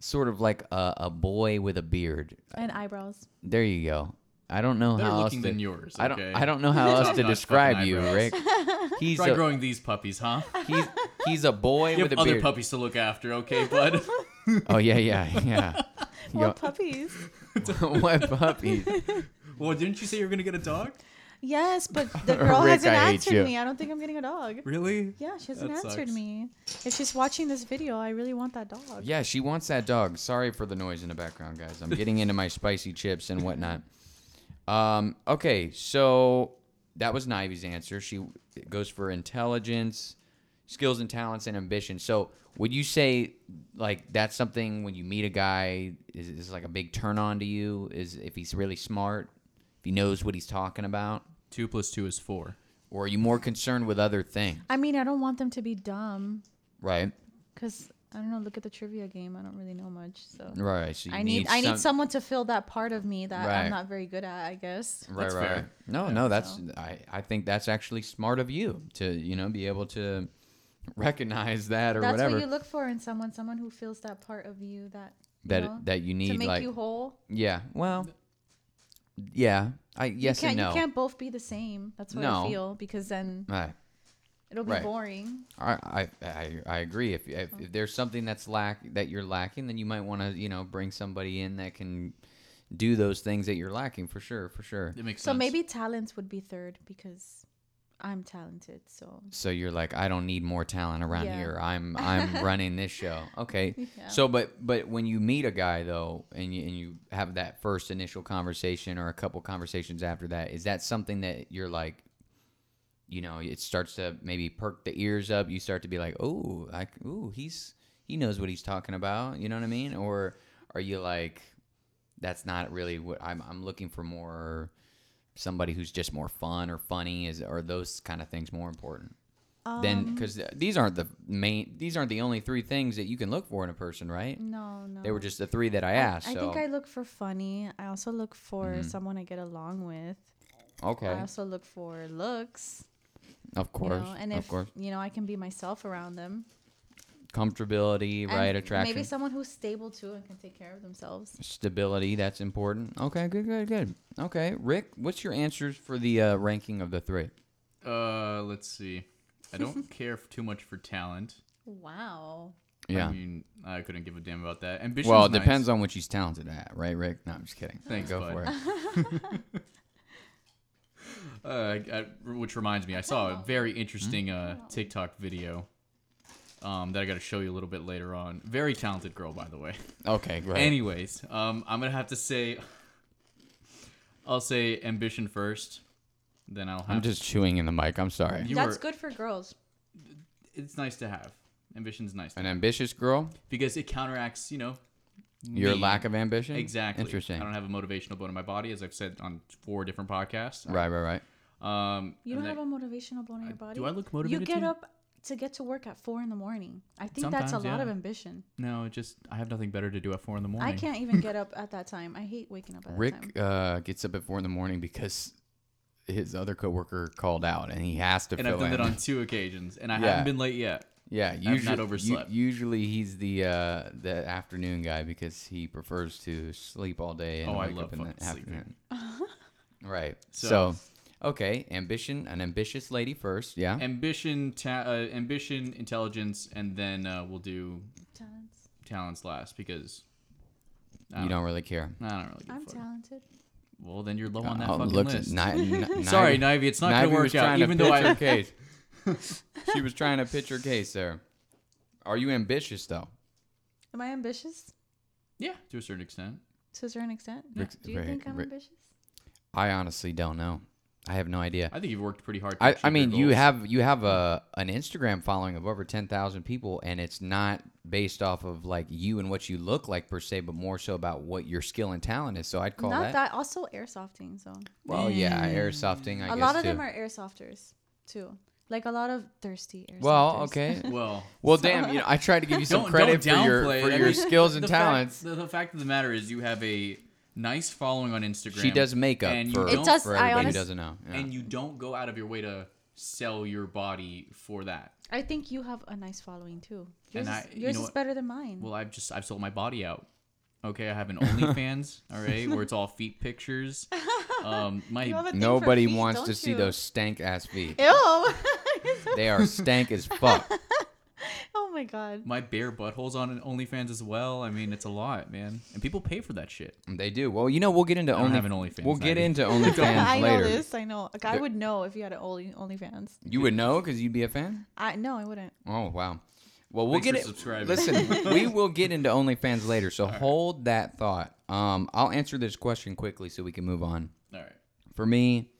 Speaker 1: sort of like a, a boy with a beard.
Speaker 3: And eyebrows.
Speaker 1: There you go. I don't know
Speaker 2: Better
Speaker 1: how else
Speaker 2: looking
Speaker 1: to,
Speaker 2: than yours.
Speaker 1: I don't.
Speaker 2: okay?
Speaker 1: I don't know how else
Speaker 2: Top
Speaker 1: to
Speaker 2: notch
Speaker 1: describe
Speaker 2: fucking
Speaker 1: you,
Speaker 2: eyebrows.
Speaker 1: Rick. He's
Speaker 2: Try
Speaker 1: a,
Speaker 2: growing these puppies, huh?
Speaker 1: he's he's a boy
Speaker 2: You
Speaker 1: with
Speaker 2: have
Speaker 1: a
Speaker 2: other
Speaker 1: beard.
Speaker 2: puppies to look after, okay, bud?
Speaker 1: Oh yeah, yeah, yeah.
Speaker 3: Well,
Speaker 1: Yo-
Speaker 3: puppies.
Speaker 1: what puppies?
Speaker 2: well, didn't you say you were gonna get a dog?
Speaker 3: Yes, but the girl
Speaker 1: Rick,
Speaker 3: hasn't
Speaker 1: I hate
Speaker 3: answered
Speaker 1: you.
Speaker 3: me. I don't think I'm getting a dog.
Speaker 2: Really?
Speaker 3: Yeah, she hasn't
Speaker 2: That
Speaker 3: answered
Speaker 2: sucks.
Speaker 3: me. If she's watching this video, I really want that dog.
Speaker 1: Yeah, she wants that dog. Sorry for the noise in the background, guys. I'm getting into my spicy chips and whatnot. Um, okay, so that was Nivy's answer. She goes for intelligence, skills and talents, and ambition. So would you say like that's something when you meet a guy is, is like a big turn on to you? Is if he's really smart, if he knows what he's talking about,
Speaker 2: Two plus two is four.
Speaker 1: or are you more concerned with other things?
Speaker 3: I mean, I don't want them to be dumb
Speaker 1: Right,
Speaker 3: because I don't know. Look at the trivia game. I don't really know much, so
Speaker 1: right. So you
Speaker 3: I need, I need
Speaker 1: some-
Speaker 3: someone to fill that part of me that
Speaker 1: Right.
Speaker 3: I'm not very good at. I guess.
Speaker 1: Right,
Speaker 2: That's
Speaker 1: right.
Speaker 2: fair.
Speaker 1: right. No, no, that's I, I think that's actually smart of you to, you know, be able to recognize that or
Speaker 3: That's
Speaker 1: whatever
Speaker 3: what you look for in someone. Someone who fills that part of you that you
Speaker 1: that
Speaker 3: know,
Speaker 1: that you
Speaker 3: to
Speaker 1: need
Speaker 3: make
Speaker 1: like
Speaker 3: you whole.
Speaker 1: yeah. Well, yeah. I yes
Speaker 3: you
Speaker 1: and
Speaker 3: can't,
Speaker 1: no.
Speaker 3: You can't both be the same. That's what
Speaker 1: No.
Speaker 3: I feel because then
Speaker 1: All right.
Speaker 3: it'll be
Speaker 1: Right.
Speaker 3: boring.
Speaker 1: I, I I I agree. If,
Speaker 3: Oh.
Speaker 1: if if there's something that's lack that you're lacking, then you might want to you know bring somebody in that can do those things that you're lacking for sure, for sure.
Speaker 2: It makes
Speaker 3: So
Speaker 2: sense.
Speaker 3: maybe talents would be third because I'm talented. So
Speaker 1: So you're like, I don't need more talent around
Speaker 3: Yeah.
Speaker 1: here. I'm I'm running this show. Okay.
Speaker 3: Yeah.
Speaker 1: So, but but when you meet a guy though, and you, and you have that first initial conversation or a couple conversations after that, is that something that you're like, you know, it starts to maybe perk the ears up. You start to be like, oh, I ooh, he's he knows what he's talking about. You know what I mean? Or are you like, that's not really what I'm I'm looking for more. Somebody who's just more fun or funny is, are those kind of things more important?
Speaker 3: Um,
Speaker 1: then because these aren't the main these aren't the only three things that you can look for in a person right
Speaker 3: no, no.
Speaker 1: they were just the three that i asked
Speaker 3: I
Speaker 1: so Mm-hmm.
Speaker 3: think I look for funny. I also look for someone I get along with.
Speaker 1: okay
Speaker 3: I also look for looks.
Speaker 1: Of
Speaker 3: you
Speaker 1: course.
Speaker 3: know, and
Speaker 1: of
Speaker 3: if
Speaker 1: course.
Speaker 3: you know I can be myself around them,
Speaker 1: Comfortability,
Speaker 3: And
Speaker 1: right? Attraction.
Speaker 3: Maybe someone who's stable too and can take care of themselves.
Speaker 1: Stability, that's important. Okay, good, good, good. Okay, Rick, what's your answers for the uh, ranking of the three?
Speaker 2: Uh, let's see. I don't care f- too much for talent.
Speaker 3: Wow.
Speaker 1: Yeah.
Speaker 2: I mean, I couldn't give a damn about that. Ambition.
Speaker 1: well, it depends on what she's talented at, right, Rick? No, I'm just kidding.
Speaker 2: Thanks,
Speaker 1: Go
Speaker 2: bud.
Speaker 1: for it.
Speaker 2: Uh, I, I- which reminds me, I saw a very interesting
Speaker 1: Hmm?
Speaker 2: uh, TikTok video um, that I got to show you a little bit later on. Very talented girl, by the way.
Speaker 1: Okay, great.
Speaker 2: Anyways, um, I'm gonna have to say, I'll say ambition first. Then I'll have.
Speaker 1: I'm just chewing in the mic. I'm sorry.
Speaker 2: You
Speaker 3: That's
Speaker 2: were-
Speaker 3: good for girls.
Speaker 2: It's nice to have. Ambition's nice to
Speaker 1: An
Speaker 2: have.
Speaker 1: ambitious girl,
Speaker 2: because it counteracts, you know,
Speaker 1: your
Speaker 2: me.
Speaker 1: lack of ambition?
Speaker 2: Exactly.
Speaker 1: Interesting.
Speaker 2: I don't have a motivational bone in my body, as I've said on four different podcasts.
Speaker 1: Right, right, right.
Speaker 2: Um,
Speaker 3: You
Speaker 2: and
Speaker 3: don't have
Speaker 2: that-
Speaker 3: a motivational bone in your body.
Speaker 2: do I look
Speaker 3: You
Speaker 2: motivated
Speaker 3: get
Speaker 2: to you?
Speaker 3: up to get to work at four in the morning. I think that's a
Speaker 2: Sometimes,
Speaker 3: lot
Speaker 2: yeah.
Speaker 3: of ambition.
Speaker 2: no, it just I have nothing better to do at four in the morning.
Speaker 3: I can't even get up at that time. I hate waking up at that time.
Speaker 1: Rick uh, gets up at four in the morning because his other coworker called out, and he has to
Speaker 2: And
Speaker 1: fill
Speaker 2: I've done
Speaker 1: in.
Speaker 2: that on two occasions, and I
Speaker 1: Yeah.
Speaker 2: haven't been late yet.
Speaker 1: yeah,
Speaker 2: not
Speaker 1: usually
Speaker 2: overslept.
Speaker 1: usually he's the uh, the afternoon guy because he prefers to sleep all day. And
Speaker 2: Oh, I
Speaker 1: wake up
Speaker 2: love
Speaker 1: in the
Speaker 2: fucking sleeping.
Speaker 1: afternoon. right. So.
Speaker 2: So-
Speaker 1: okay, ambition, an ambitious lady first. Yeah.
Speaker 2: Ambition, ta- uh, ambition, intelligence, and then uh, we'll do
Speaker 3: Talents.
Speaker 2: talents last because
Speaker 1: you don't really care.
Speaker 2: I don't really give
Speaker 3: I'm
Speaker 2: a fuck.
Speaker 3: talented.
Speaker 2: Well, then you're low on that
Speaker 1: Oh,
Speaker 2: fucking
Speaker 1: looks-
Speaker 2: list.
Speaker 1: Ni- ni-
Speaker 2: Sorry,
Speaker 1: neither-
Speaker 2: Nivy, it's not going
Speaker 1: Nivea
Speaker 2: to
Speaker 1: was
Speaker 2: work out.
Speaker 1: trying to
Speaker 2: Even though
Speaker 1: pitch
Speaker 2: I
Speaker 1: her case. she was trying to pitch her case there. Are you ambitious though?
Speaker 3: Am I ambitious
Speaker 2: yeah, to a certain extent.
Speaker 3: to a certain extent?
Speaker 1: Rick's
Speaker 3: Do you
Speaker 1: very-
Speaker 3: think I'm
Speaker 1: Rick-
Speaker 3: ambitious?
Speaker 1: I honestly don't know. I have no idea.
Speaker 2: I think you've worked pretty hard. To
Speaker 1: I,
Speaker 2: achieve
Speaker 1: I
Speaker 2: your
Speaker 1: mean, you
Speaker 2: goals.
Speaker 1: have you have a an Instagram following of over ten thousand people, and it's not based off of like you and what you look like per se, but more so about what your skill and talent is. So I'd call
Speaker 3: Not
Speaker 1: that,
Speaker 3: that. Also airsofting. So
Speaker 1: Well, yeah, airsofting. I
Speaker 3: a
Speaker 1: guess
Speaker 3: lot of
Speaker 1: too.
Speaker 3: them are airsofters too. Like a lot of thirsty airsofters.
Speaker 1: Well, okay.
Speaker 2: Well,
Speaker 1: Well, damn. You know, I tried to give you some
Speaker 2: don't
Speaker 1: credit
Speaker 2: don't
Speaker 1: for your
Speaker 2: downplay it.
Speaker 1: for
Speaker 2: I
Speaker 1: your
Speaker 2: mean,
Speaker 1: skills and
Speaker 2: the
Speaker 1: talents.
Speaker 2: Fact, the, the fact of the matter is, you have a nice following on Instagram.
Speaker 1: she does makeup
Speaker 2: and you
Speaker 1: for,
Speaker 2: don't-
Speaker 3: It does-
Speaker 1: for
Speaker 3: I
Speaker 1: everybody
Speaker 3: honest-
Speaker 1: who doesn't know. Yeah.
Speaker 2: and you don't go out of your way to sell your body for that.
Speaker 3: I think you have a nice following too. Yours,
Speaker 2: And I-
Speaker 3: is,
Speaker 2: you
Speaker 3: yours
Speaker 2: know
Speaker 3: is
Speaker 2: what?
Speaker 3: better than mine.
Speaker 2: Well, I've just I've sold my body out. Okay, I have an OnlyFans, all right, where it's all feet pictures. Um, my
Speaker 3: You have a thing for
Speaker 1: Nobody
Speaker 3: feet,
Speaker 1: wants
Speaker 3: don't
Speaker 1: to see
Speaker 3: you?
Speaker 1: those stank ass feet.
Speaker 3: Ew! oh
Speaker 1: They are stank as fuck.
Speaker 3: my god.
Speaker 2: my bare butthole's on an OnlyFans as well. I mean, it's a lot, man, and people pay for that shit.
Speaker 1: They do. Well, you know, we'll get into
Speaker 2: don't
Speaker 1: only.
Speaker 2: have an OnlyFans,
Speaker 1: We'll get
Speaker 2: Ivy.
Speaker 1: into OnlyFans
Speaker 3: I
Speaker 1: later.
Speaker 3: know this. I know. Like, I
Speaker 1: There-
Speaker 3: would know if you had an Only OnlyFans.
Speaker 1: You would know because you'd be a fan.
Speaker 3: I no, I wouldn't.
Speaker 1: Oh wow. Well, we'll
Speaker 2: Thanks
Speaker 1: get
Speaker 2: for
Speaker 1: it.
Speaker 2: subscribing.
Speaker 1: Listen, we will get into OnlyFans later, so hold that thought. Um, I'll answer this question quickly so we can move on.
Speaker 2: All right.
Speaker 1: For me,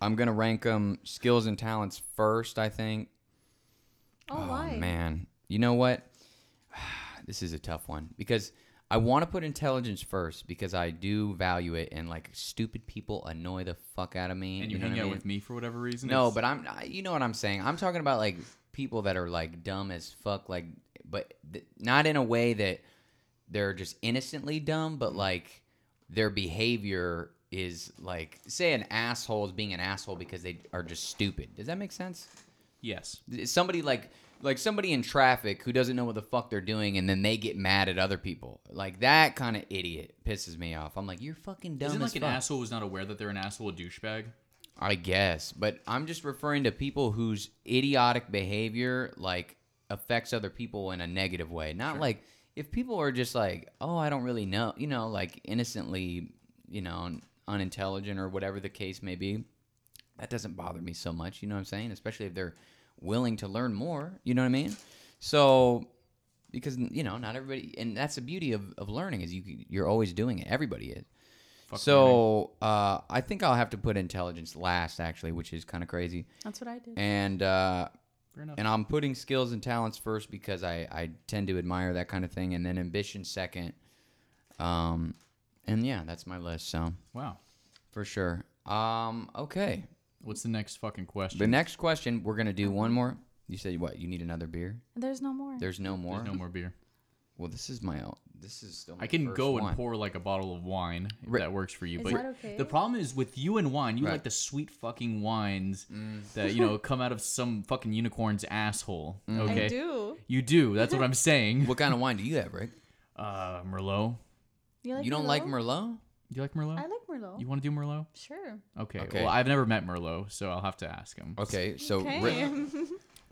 Speaker 1: I'm gonna rank them skills and talents first. I think.
Speaker 3: Oh, why?
Speaker 1: man, you know what? this is a tough one because I want to put intelligence first because I do value it, and like stupid people annoy the fuck out of me.
Speaker 2: And you,
Speaker 1: know
Speaker 2: hang
Speaker 1: what I
Speaker 2: out
Speaker 1: mean?
Speaker 2: with me for whatever reason.
Speaker 1: No,
Speaker 2: It's-
Speaker 1: but I'm. I- You know what I'm saying. I'm talking about like people that are like dumb as fuck, like, but th- not in a way that they're just innocently dumb, but
Speaker 2: Mm-hmm.
Speaker 1: like their behavior is like, say, an asshole is being an asshole because they are just stupid. Does that make sense?
Speaker 2: yes,
Speaker 1: Is somebody like like somebody in traffic who doesn't know what the fuck they're doing and then they get mad at other people like that kind of idiot pisses me off i'm like you're fucking dumb
Speaker 2: isn't
Speaker 1: as
Speaker 2: like an
Speaker 1: fuck.
Speaker 2: asshole who's not aware that they're an asshole a douchebag?
Speaker 1: I guess, but I'm just referring to people whose idiotic behavior like affects other people in a negative way. Not like if people are just like, "Oh, I don't really know," you know, like innocently, you know, un- unintelligent or whatever the case may be. That doesn't bother me so much, you know what I'm saying? Especially if they're willing to learn more, you know what I mean? So because you know, not everybody and that's the beauty of, of learning is you you're always doing it. Everybody is.
Speaker 2: Fuck
Speaker 1: So uh, I think I'll have to put intelligence last, actually, which is kind of crazy.
Speaker 3: That's what I did.
Speaker 1: And uh,
Speaker 2: Fair enough.
Speaker 1: and I'm putting skills and talents first because I, I tend to admire that kind of thing, and then ambition second. Um, and yeah, that's my list. So
Speaker 2: Wow.
Speaker 1: for sure. Um, okay.
Speaker 2: What's the next fucking question?
Speaker 1: The next question, we're gonna do one more. You said what? You need another beer?
Speaker 3: There's no more.
Speaker 1: There's no more.
Speaker 2: There's no more beer.
Speaker 1: Well, this is my own. This is still. My
Speaker 2: I can
Speaker 1: first
Speaker 2: go and
Speaker 1: one.
Speaker 2: pour like a bottle of wine if
Speaker 1: Ri-
Speaker 2: that works for you.
Speaker 3: Is
Speaker 2: but
Speaker 3: that okay?
Speaker 2: the problem is with you and wine, you
Speaker 1: Right. Mm.
Speaker 2: like the sweet fucking wines that you know come out of some fucking unicorn's asshole.
Speaker 1: Mm.
Speaker 2: Okay,
Speaker 3: I do.
Speaker 2: you do. That's what I'm saying.
Speaker 1: What kind of wine do you have, Rick?
Speaker 2: Uh, Merlot.
Speaker 3: You, like
Speaker 1: you don't
Speaker 3: Merlot?
Speaker 1: like Merlot?
Speaker 2: Do you like Merlot?
Speaker 3: I like Merlot.
Speaker 2: you want to do Merlot?
Speaker 3: sure.
Speaker 2: Okay.
Speaker 1: Okay.
Speaker 2: Well, I've never met Merlot, so I'll have to ask him.
Speaker 1: Okay, so
Speaker 3: okay.
Speaker 1: Rick,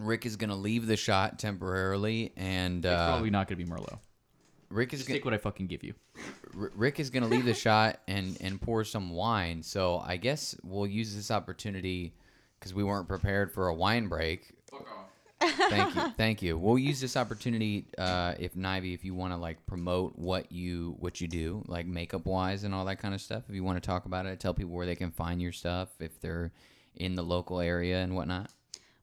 Speaker 1: Rick is gonna leave the shot temporarily, and
Speaker 2: It's
Speaker 1: uh,
Speaker 2: probably not gonna be Merlot.
Speaker 1: Rick is
Speaker 2: Just
Speaker 1: gonna
Speaker 2: take what I fucking give you.
Speaker 1: R- Rick is gonna leave the shot and and pour some wine. So I guess we'll use this opportunity because we weren't prepared for a wine break. Thank you, thank you. We'll use this opportunity uh, if Nivy, if you want to like promote what you what you do, like makeup wise and all that kind of stuff. If you want to talk about it, tell people where they can find your stuff if they're in the local area and whatnot.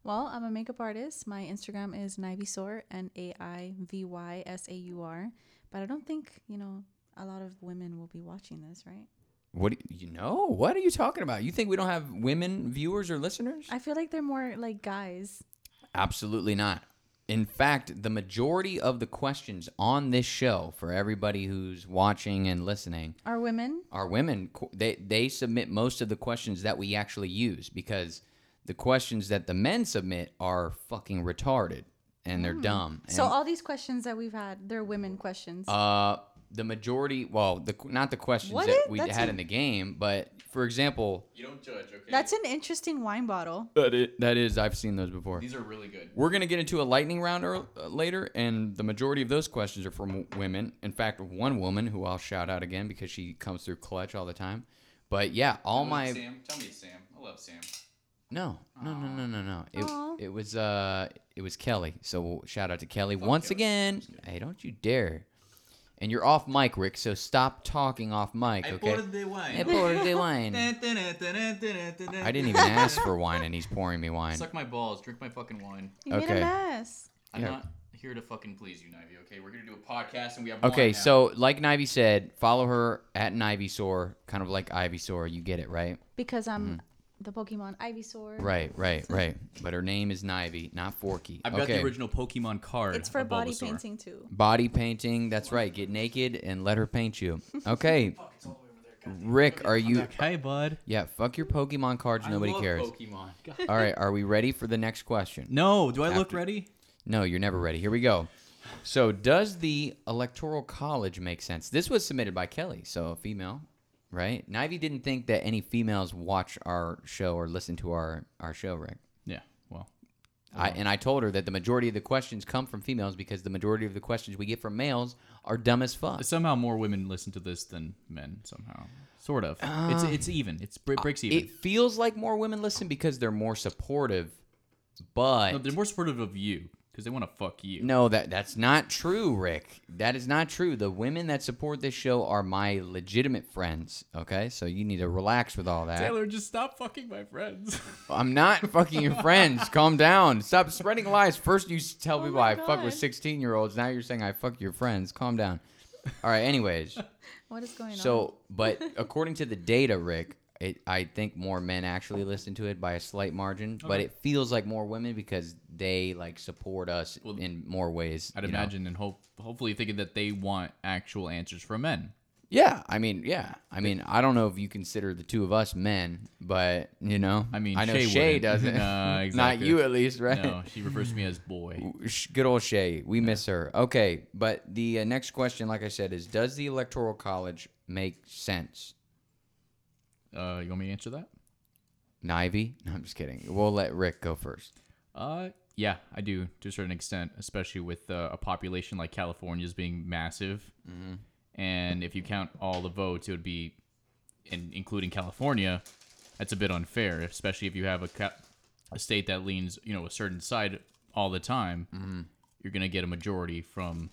Speaker 3: Well, I'm a makeup artist. My Instagram is Nivysaur, N A I V Y S A U R. But I don't think, you know, a lot of women will be watching this, right?
Speaker 1: What do you, you know? What are you talking about? You think we don't have women viewers or listeners?
Speaker 3: I feel like they're more like guys.
Speaker 1: Absolutely not. In fact, the majority of the questions on this show for everybody who's watching and listening
Speaker 3: Are women?
Speaker 1: are women. Qu- They they submit most of the questions that we actually use because the questions that the men submit are fucking retarded and they're dumb. And,
Speaker 3: Hmm. So all these questions that we've had, they're women questions.
Speaker 1: uh, the majority, well, the qu- not the questions
Speaker 3: What?
Speaker 1: that we
Speaker 3: That's
Speaker 1: had
Speaker 3: a-
Speaker 1: in the game, but for example,
Speaker 2: You don't judge, okay?
Speaker 3: That's an interesting wine bottle.
Speaker 1: that is, that is I've seen those before.
Speaker 2: These are really good.
Speaker 1: We're going to get into a lightning round ear- uh, later, and the majority of those questions are from w- women. In fact, one woman who I'll shout out again because she comes through clutch all the time. But yeah, all my
Speaker 2: Sam, tell me Sam. I love Sam.
Speaker 1: no, no, no, no, no, no.
Speaker 3: Aw.
Speaker 1: It, it was uh, it was Kelly. So shout out to Kelly once again. Hey, don't you dare! And you're off mic, Rick. So stop talking off mic, okay?
Speaker 4: the wine.
Speaker 1: I poured the wine. I didn't even ask for wine, and he's pouring me wine.
Speaker 2: Suck my balls. Drink my fucking wine.
Speaker 3: You made
Speaker 1: Okay.
Speaker 3: a mess.
Speaker 2: I'm
Speaker 1: Yeah.
Speaker 2: not here to fucking please you, Nivy. Okay, we're here to do a podcast, and we have wine
Speaker 1: Okay,
Speaker 2: now.
Speaker 1: so like Nivy said, follow her at Nivysaur, kind of like Ivysaur. You get it, right?
Speaker 3: Because I'm the Pokemon Ivysaur.
Speaker 1: Mm-hmm. Right, right, right. But her name is Nivy, not Forky.
Speaker 2: I've got
Speaker 1: okay.
Speaker 2: the original Pokemon card.
Speaker 3: It's for
Speaker 2: of
Speaker 3: body
Speaker 2: Bulbasaur.
Speaker 3: painting too.
Speaker 1: Body painting. That's right. Get naked and let her paint you. Okay. Rick, are you?
Speaker 2: Okay, bud.
Speaker 1: Yeah. Fuck your Pokemon cards. Nobody cares.
Speaker 2: Pokemon.
Speaker 1: All right. Are we ready for the next question?
Speaker 2: No, do I look
Speaker 1: After-
Speaker 2: ready?
Speaker 1: No, you're never ready. Here we go. So, does the electoral college make sense? This was submitted by Kelly, so a female, right? Nivy didn't think that any females watch our show or listen to our our show, Rick.
Speaker 2: Yeah. Well,
Speaker 1: I,
Speaker 2: Uh-huh.
Speaker 1: and I told her that the majority of the questions come from females because the majority of the questions we get from males are dumb as fuck.
Speaker 2: somehow more women listen to this than men. Somehow, sort of.
Speaker 1: Uh,
Speaker 2: it's it's even. It's it breaks even.
Speaker 1: It feels like more women listen because they're more supportive, but
Speaker 2: No, they're more supportive of you because they want to fuck you.
Speaker 1: No, that that's not true, Rick. That is not true. The women that support this show are my legitimate friends. Okay, so you need to relax with all that.
Speaker 2: Taylor, just stop fucking my friends.
Speaker 1: I'm not fucking your friends. Calm down. Stop spreading lies. First you s- tell
Speaker 3: Oh
Speaker 1: people
Speaker 3: my
Speaker 1: I fuck with
Speaker 3: God.
Speaker 1: 16 year olds. Now you're saying I fuck your friends. Calm down. All right. Anyways,
Speaker 3: What is going on?
Speaker 1: so but according to the data, Rick. It, I think more men actually listen to it by a slight margin, but
Speaker 2: Okay.
Speaker 1: it feels like more women because they like support us
Speaker 2: Well,
Speaker 1: in more ways.
Speaker 2: I'd
Speaker 1: you know?
Speaker 2: imagine and hope, hopefully, thinking that they want actual answers from men.
Speaker 1: Yeah, I mean, yeah, I mean, I don't know if you consider the two of us men, but you know,
Speaker 2: I mean,
Speaker 1: I know
Speaker 2: Shay
Speaker 1: Shay
Speaker 2: wouldn't.
Speaker 1: doesn't.
Speaker 2: Nah,
Speaker 1: Not
Speaker 2: exactly.
Speaker 1: you, at least, right?
Speaker 2: No, she refers to me as boy.
Speaker 1: Sh- Good old Shay, we miss her. Okay, but the uh, next question, like I said, is does the electoral college make sense?
Speaker 2: Uh, you want me to answer that?
Speaker 1: Nivy? No, I'm just kidding. We'll let Rick go first.
Speaker 2: Uh, yeah, I do to a certain extent, especially with uh, a population like California's being massive.
Speaker 1: Mm-hmm.
Speaker 2: And if you count all the votes, it would be, and including California, that's a bit unfair, especially if you have a ca- a state that leans, you know, a certain side all the time.
Speaker 1: Mm-hmm.
Speaker 2: You're gonna get a majority from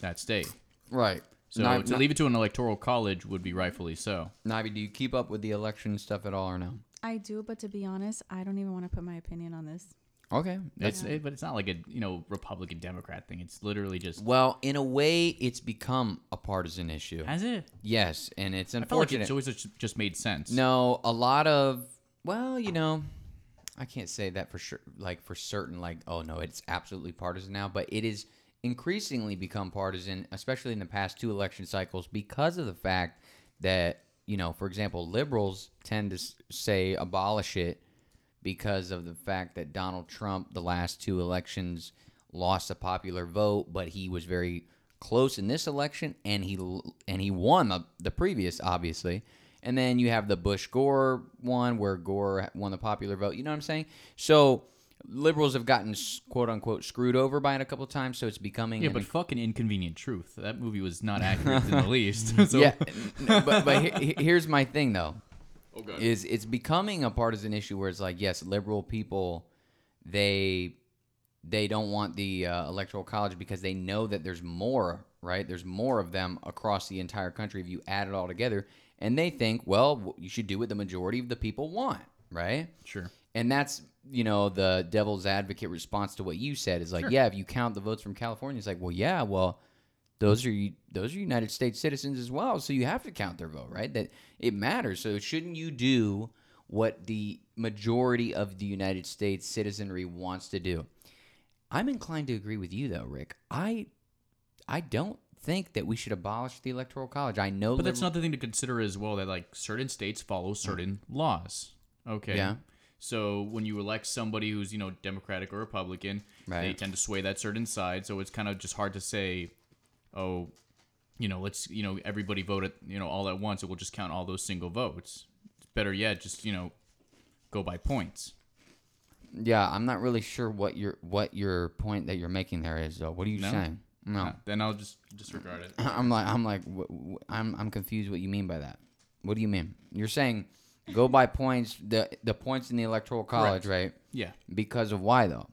Speaker 2: that state.
Speaker 1: Right.
Speaker 2: So to leave it to an electoral college would be rightfully so.
Speaker 1: Nivy, do you keep up with the election stuff at all or no?
Speaker 3: I do, but to be honest, I don't even want to put my opinion on this.
Speaker 1: Okay.
Speaker 2: It's it, but it's not like a you know Republican Democrat thing. It's literally just
Speaker 1: Well, in a way, it's become a partisan issue.
Speaker 2: has it.
Speaker 1: Yes, and it's
Speaker 2: I felt like
Speaker 1: unfortunate.
Speaker 2: it's always just- just made sense.
Speaker 1: No, a lot of well, you know, I can't say that for sure like for certain like oh no, it's absolutely partisan now, but it is increasingly become partisan, especially in the past two election cycles, because of the fact that, you know, for example, liberals tend to s- say abolish it because of the fact that Donald Trump, the last two elections, lost a popular vote, but he was very close in this election and he l- and he won the, the previous, obviously. And then you have the Bush Gore one where Gore won the popular vote. You know what I'm saying? So liberals have gotten s- quote unquote screwed over by it a couple of times, so it's becoming
Speaker 2: Yeah,
Speaker 1: an
Speaker 2: but fucking inconvenient truth. That movie was not accurate in the least. So,
Speaker 1: yeah, n- but but he- he- here's my thing though,
Speaker 2: Oh god.
Speaker 1: is it's becoming a partisan issue where it's like yes, liberal people, they they don't want the uh, electoral college because they know that there's more right, there's more of them across the entire country if you add it all together, and they think well w- you should do what the majority of the people want, right?
Speaker 2: sure.
Speaker 1: And that's you know the devil's advocate response to what you said is like yeah if you count the votes from California it's like well yeah well those are those are United States citizens as well, so you have to count their vote, right? That it matters. So shouldn't you do what the majority of the United States citizenry wants to do? I'm inclined to agree with you though, Rick. I I don't think that we should abolish the electoral college. I know
Speaker 2: But that's
Speaker 1: liber-
Speaker 2: another thing to consider as well that like certain states follow certain laws. Okay.
Speaker 1: Yeah.
Speaker 2: So when you elect somebody who's, you know, Democratic or Republican, they
Speaker 1: Right.
Speaker 2: tend to sway that certain side. So it's kind of just hard to say, oh, you know, let's, you know, everybody vote at, you know, all at once and we'll just count all those single votes. Better yet, just, you know, go by points.
Speaker 1: Yeah, I'm not really sure what your what your point that you're making there is though. What are you
Speaker 2: No?
Speaker 1: saying? No.
Speaker 2: Uh, Then I'll just disregard it.
Speaker 1: I'm like I'm like wh- wh- I'm I'm confused what you mean by that. What do you mean? You're saying go by points the the points in the electoral college, right?
Speaker 2: Yeah.
Speaker 1: Because of why though?